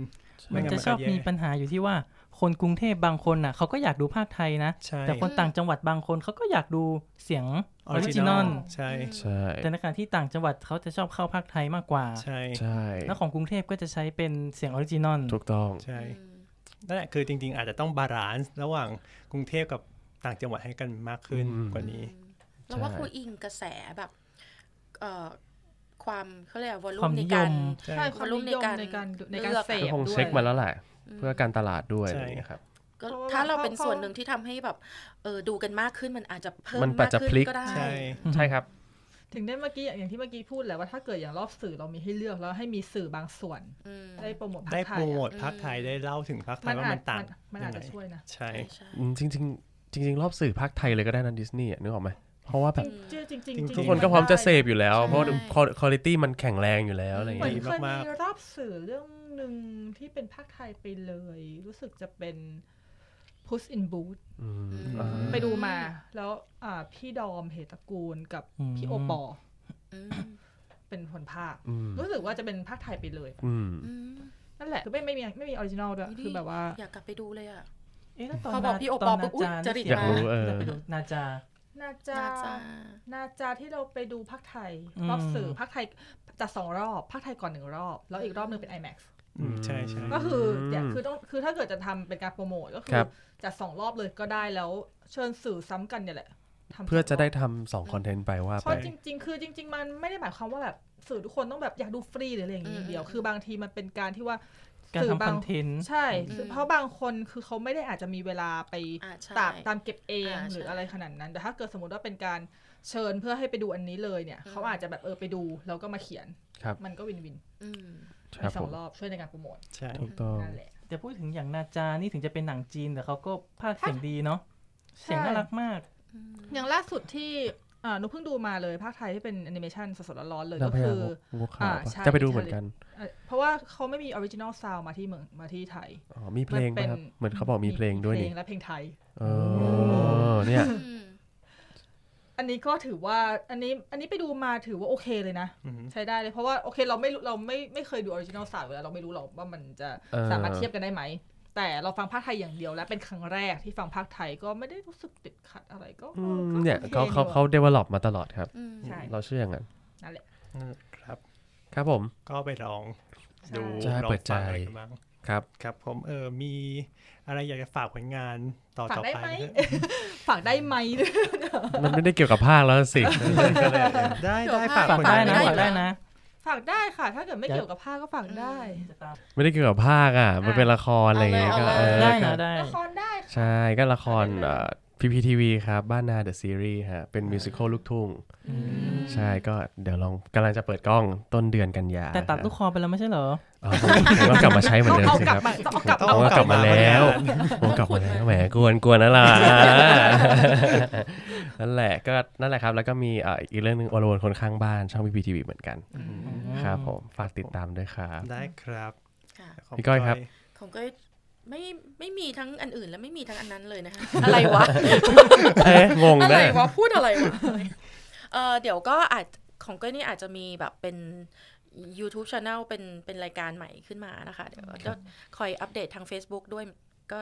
ไม่ มัน งั้นมันก็จะชอบ แย่ มีปัญหาอยู่ที่ว่าคนกรุงเทพบางคนน่ะเขาก็อยากดูภาคไทยนะ ใช่ แต่คนต่างจังหวัดบางคนเขาก็อยากดูเสียงออริจินอล ใช่ ใช่ แต่ในขณะที่ต่างจังหวัดเขาจะชอบเข้าภาคไทยมากกว่า ใช่ ใช่ แล้วของกรุงเทพก็จะใช้เป็นเสียงออริจินอล ถูกต้อง ใช่ อืม นั่นแหละคือจริงๆ อาจจะต้องบาลานซ์ระหว่างกรุงเทพกับต่างจังหวัดให้กันมากขึ้น อืม กว่านี้ เราว่า ใช่ ครูอิงกระแสแบบเอ่อ ความเขาเรียกวอลลุ่ ความ มใน นิย การ ม ใช่ ใช่ความนิยมในการในการเส เลื พด้วก็อย คงเช็คมาแล้วแหละเพื่อการตลาดด้วย ใช่ อะไรอย่างเงี้ยครับ ก็ เพราะว่า ถ้าเราเป็น เพราะ ส่วนหนึ่งที่ทำให้แบบเออดูกันมากขึ้นมันอาจจะเพิ่ม มัน มา อาจ ก จะพลิ ขึ้กนก็ได้ ใช่ ใช่ครับ ถึงได้เมื่อกี้อย่างอย่างที่เมื่อกี้พูดแหละว่าถ้าเกิดอย่างรอบสื่อเรามีให้เลือกแล้วให้มีสื่อบางส่วน อืม ได้โปรโมทภา ได้ คไท โปร ย โม อะ ทพักไทยได้เล่าถึงพักไท มั ย น ว่า อา มั จ นต่าง มันมันอาจจะ ยังไง ช่วยนะ ใช่ ใช่ อืมจริงจริงๆจริง ๆ รอบสื่อภาคไทยเลยก็ได้นะดิสนีย์นึกออกไหมเพราะว่าแบบ จริงจริงจริงๆ ทุกคนก็พร้อมจะเสพอยู่แล้ว ใช่ เพราะคุณภาพมันแข็งแรงอยู่แล้วอะไรอย่าง เหมือน เงี้ย เคยมีรอบสื่อเรื่องหนึ่งที่เป็นภาคไทยไปเลย รู้สึกจะเป็น Puss in Boots อืม อืม ไปดูมา แล้วอ่าพี่ดอมเหตุกูลกับ อืม พี่โอปอ อืม เป็นคนภาค อืม รู้สึกว่าจะเป็นภาคไทยไปเลย อืม อืม นั่นแหละคือไม่ไม่มีไม่มีออริจินอลด้วยคือแบบว่า อยากกลับไปดูเลยอ่ะ เอ๊ะแล้วตอน พอบอกพี่โอปอปุ๊บอุ๊ยจริต อยากรู้เออ นาจา นาจา น่าจะ นาจาที่เราไปดูภาคไทย อืม รอบสื่อภาคไทยจัดสองรอบภาคไทยก่อนหนึ่งรอบ แล้วอีกรอบหนึ่งเป็น IMAX อืมใช่ใช่ ก็คือเนี่ยคือต้องคือถ้าเกิดจะทำเป็นการโปรโมทก็คื ครั อบ จัดสองรอบเลยก็ได้แล้วเชิญสื่อซ้ำกันเนี่ยแหละทำ เพื่อจะได้ สงร ทำสองคอนเทนต์ไปว่า บเพ ไป ราะจริง ๆ คือจริง ๆ มันไม่ได้หมายความว่าแบบสื่อทุกคนต้องแบบอยากดูฟรีหรืออะไรอย่างนี้อย่างเดียว อืม คือบางทีมันเป็นการที่ว่า การ สื่ ทำ บา คอง นเทนต์ ใช่ อืม คือเพราะบางคนคือเขาไม่ได้อาจจะมีเวลาไป อ่าใช่ ตามตามเก็บเอง อ่า หรือ ใช่ อะไรขนาดนั้น แต่ถ้าเกิดสมมติว่าเป็นการเชิญเพื่อให้ไปดูอันนี้เลยเนี่ย อืม เขาอาจจะแบบเออไปดูแล้วก็มาเขียน ครับ มันก็วินวิน อืม ค ใน รับ สอ ผ ง ม รอบช่วยในการโปรโมท ใช่ ถูกต้อง นั่นแหละ แต่พูดถึงอย่างนาจา นี่ถึงจะเป็นหนังจีน แต่เขาก็ภาคเสียงดีเนาะ เสียงน่ารักมาก อย่างล่าสุดที่อ่าหนูเพิ่งดูมาเลยภาคไทยที่เป็นแอนิเมชันสดๆร้อนๆเลย นาง ก็ พญา คือ วัวขาว อ่า ปะ ใช่ จะไปดูเหมือนกัน เอ่อเพราะว่าเขาไม่มีออริจินอลซาวมาที่เมืองมาที่ไทย อ๋อมีเพลง มันเป็นปะครับเหมือนเขาบอกมีเพลงด้วย เพล นี่ งและเพลงไทย เออเนี่ย อันนี้ก็ถือว่าอันนี้อันนี้ไปดูมาถือว่าโอเคเลยนะ อืม ใช้ได้เลยเพราะว่าโอเคเราไม่รู้เราไม่ไม่เคยดูออริจินอลสาวอยู่แล้วเราไม่รู้หรอกว่ามันจะสามารถเทียบกันได้ไหม แต่เราฟังภาคไทยอย่างเดียวและเป็นครั้งแรกที่ฟังภาคไทยก็ไม่ได้รู้สึกติดขัดอะไรก็ อื ออ ม ก็ เนี่ย โอ เขาเขา อยู่อะ เขาเดเวล็อปมาตลอดครับ ใช่ เราเชื่ออย่างนั้น นั่นแหละ นั่นครับ ครับผม ก็ไปลอง ใช่ ดู จะให้ ลอง เปิดใจ ฟังอะไรกันบ้าง ครับ ครับ ผมเออมีอะไรอยากจะฝากผลงานต่อ ฝาก ต่อ ได้ ไป ไหม ไหม ฝากได้ไหม มันไม่ได้เกี่ยวกับภาคแล้วสิ ได้ เดี๋ยว ได้ ค่ะ ฝาก ฝาก ผล ได้ งานด้วยนะฝากได้นะ ฝากได้ค่ะ ถ้าเกิดไม่เกี่ยวกับผ้าก็ฝากได้ ไม่ได้เกี่ยวกับภาคอ่ะ มันเป็นละครอะไรอย่างเงี้ยก็ เอาเลย เออ ได้ ก็ นะได้ ละครได้ค่ะ ใช่ก็ละครพีพีทีวีครับ บ้านนาเดอะซีรีส์ฮะ เป็นมิวสิควลลูกทุ่ง ใช่ก็เดี๋ยวลองกำลังจะเปิดกล้องต้นเดือนกันยา แต่ตัดลูกคอไปแล้วไม่ใช่เหรอ อ๋อผมก็กลับมา ใช้เหมือน ต้องเอาเดิมสิ ก ค ลับ รับ มาต้องเอากลับมางต้อเอากลับมาแล้ว ผงาน ผมกลับมาแล้วแหมกวนกวนนั่นล่ะ นั่นแหละก็นั่นแหละครับ แล้วก็มีเอ่ออีกเรื่องหนึงโอรวนคนข้างบ้านช่องพีพีทีวีเหมือนกันครับผมฝากติดตามด้วยครับ ได้ครับ ค่ะ ขง พี่ก้อยครับ ผมก็ไม่ไม่มีทั้งอันอื่นและไม่มีทั้งอันนั้นเลยนะคะ อะไรวะ เอ๊ะงง อะไร นะ วะ พูดอะไรวะ เออเดี๋ยวก็อาจของก้อยนี่อาจจะมีแบบเป็น YouTube Channel เป็นเป็นรายการใหม่ขึ้นมานะคะ เดี๋ยวก็คอยอัปเดตทาง Facebook ด้วยก็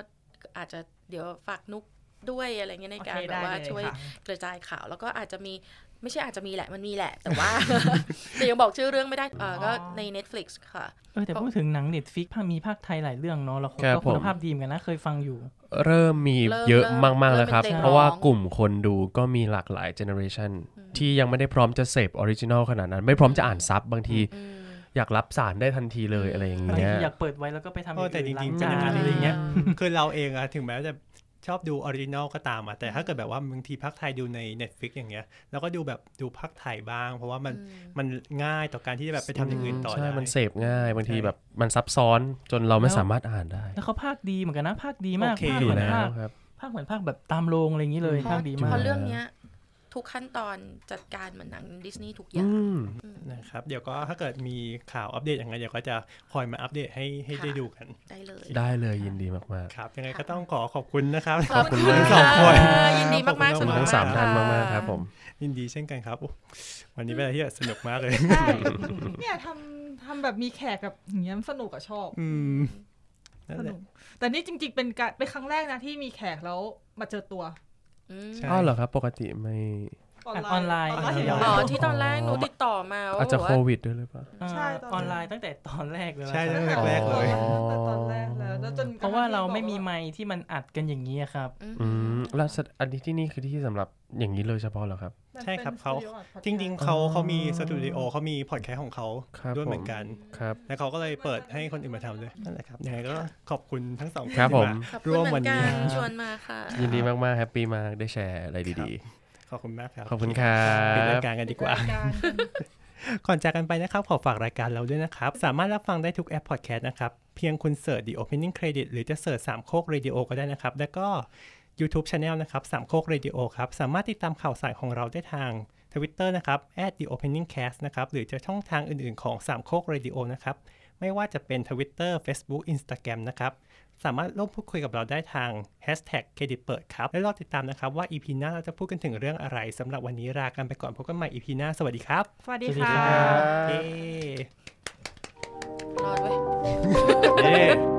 อาจจะเดี๋ยวฝากนุกด้วยอะไรเงี้ยใน โอ การ เค แบ ได้ บว่า เลย ช่วย ค่ะ กระจายข่าว แล้วก็อาจจะมีไม่ใช่อาจจะมีแหละมันมีแหละ แต่ว่า แต่ยังบอกชื่อเรื่องไม่ได้เออก็ใน Netflix ค่ะ เออแต่พูดถึงหนังเน็ตฟิกมีภาคไทยหลายเรื่องเนาะแล้วก็ ครับผม คุณภาพดีเหมือนกันนะเคยฟังอยู่ เริ่มมีเยอะมาก ๆ เริ่ม แล้วครับ เริ่มเป็น เพราะว่า เพลงร้อง กลุ่มคนดูก็มีหลากหลายเจเนอเรชันที่ยังไม่ได้พร้อมจะเสพออริจินอลขนาดนั้น ไม่พร้อมจะอ่านซับบางที อืม อยากรับสารได้ทันทีเลยอะไรอย่าง บาง เงี้ย ทีอยากเปิดไว้แล้วก็ไปทำ โอ้แต่จริงๆ จ เป็นอนย่างนั้น อะ อะไร ไร เงี้ เงี้ ย ยคือเราเองอะถึงแม้จะชอบดูออริจินอลก็ตามอะแต่ถ้าเกิดแบบว่าบางทีพักไทยดูใน Netflix อย่างเงี้ยเราก็ดูแบบดูพักไทยบ้าง เพราะว่ามันมันง่ายต่อการที่จะแบบไปทำอย่างอื่นต่อ ใช่ ได้ มันเสพง่าย บางที ใช่ แบบมันซับซ้อนจนเราไม่ แล้ว สามารถอ่านได้ แล้วเขาภาคดีเหมือนกันนะภาคดีมาก โอเค ภาค อ เห ยู่ มือน แล้ว ภาค ครับ ภาคเหมือนภาคแบบตามโรงอะไรอย่างนี้เลยภาคดีมา เพ ก ราะเรื่องเนี้ยทุกขั้นตอนจัดการเหมือนหนังดิสนีย์ทุกอย่าง อืม นะครับเดี๋ยวก็ถ้าเกิดมีข่าวอัปเดตอย่างไรเดี๋ยวก็จะคอยมาอัปเดตให้ให้ได้ ค่ะ ดูกัน ได้เลย ได้เลยยินดีมาก ครับยังไงก็ต้องขอขอบคุณนะครับ ขอบคุณมาขอบคุณกทั้งสองคน ค่ะยินดีมาก ๆ ๆ ขอสบ นุ คุ ก ณทั้งสามท่านมากๆครับผม ยินดีเช่นกันครับอุ๊ยวันนี้เป็นอะไรที่แบบสนุกมากเลย ใช่เนี่ยทำทำแบบมีแขกกับอย่างเงี้ยมันสนุกอะชอบ อืมนั่สนแห นุ ละ กแต่นี่จริงๆ เป็นการเป็นครั้งแรกนะที่มีแขกแล้วมาเจอตัว อืม ใช่ อ้าวเหรอครับ ปกติไม่ ออน อัด ไลน์ ออตอนแรกนไลน์เห็น อ๋อที่ตอนแรกหนูติดต่อมา อาจจะ ว่า โควิดด้วยหรือเปล่า เอ่อ ใช่ตอน ออนไลน์ตั้งแต่ตอนแรกเลย ใช่ ครับ ตั้งแต่แรกเลย อ๋อ แต่ตอนแรกแล้วแล้วจน เพราะว่าเราไม่มีไมค์ที่มันอัดกันอย่างนี้ครับ อืม อืมแล้วสถอันนี้ที่นี่คือที่สำหรับอย่างนี้เลยเฉพาะเหรอครับ มัน ใช่ครับ ป็น เขา studio อะ podcast จริง ๆ เขาเขามีสตูดิโอเขามีพอดแคสต์ของเขา ครับ ด้วยเหมือ ผ น ม กัน ครับ แล้วเขาก็เลยเปิดให้คนอื่นมาทำด้วยนั่นแหละครับยังไงก็ขอบคุณทั้งสองคน ครับ ที่ ผม มา ขอบคุณ ร่วม เหมื วั อนน นี้ กัน ครับ ชวนมาค่ะ ยินดีมากๆแฮปปี้มากได้แชร์อะไรดี ขอบคุณมากครับ ๆ ขอบคุณครั ปิดราย บ การกันดีกว่า รยร ก่อนจากกันไปนะครับ ขอฝากรายการเราด้วยนะครับ สามารถรับฟังได้ทุกแอปพอดแคสต์นะครับ เพียงคุณเสิร์ช The Opening Credit หรือจะเสิร์ชสามโคกเรดิโอก็ได้นะครับ แล้วก็ YouTube Channel นะครับสามโคกเรดิโอครับ สามารถติดตามข่าวสารของเราได้ทาง Twitter นะครับ @theopeningcast นะครับ หรือจะช่องทางอื่นๆของสามโคกเรดิโอนะครับ ไม่ว่าจะเป็น Twitter Facebook Instagram นะครับ สามารถร่วมพูดคุยกับเราได้ทาง Hashtag เครดิตเปิดครับ และรอติดตามนะครับว่า EP หน้าเราจะพูดกันถึงเรื่องอะไรสำหรับวันนี้ลากันไปก่อนพบกันใหม่ EP หน้าสวัสดีครับ สวัสดี สวัสดี ค่ะ ครับ เย้ รอดไว้ย เย้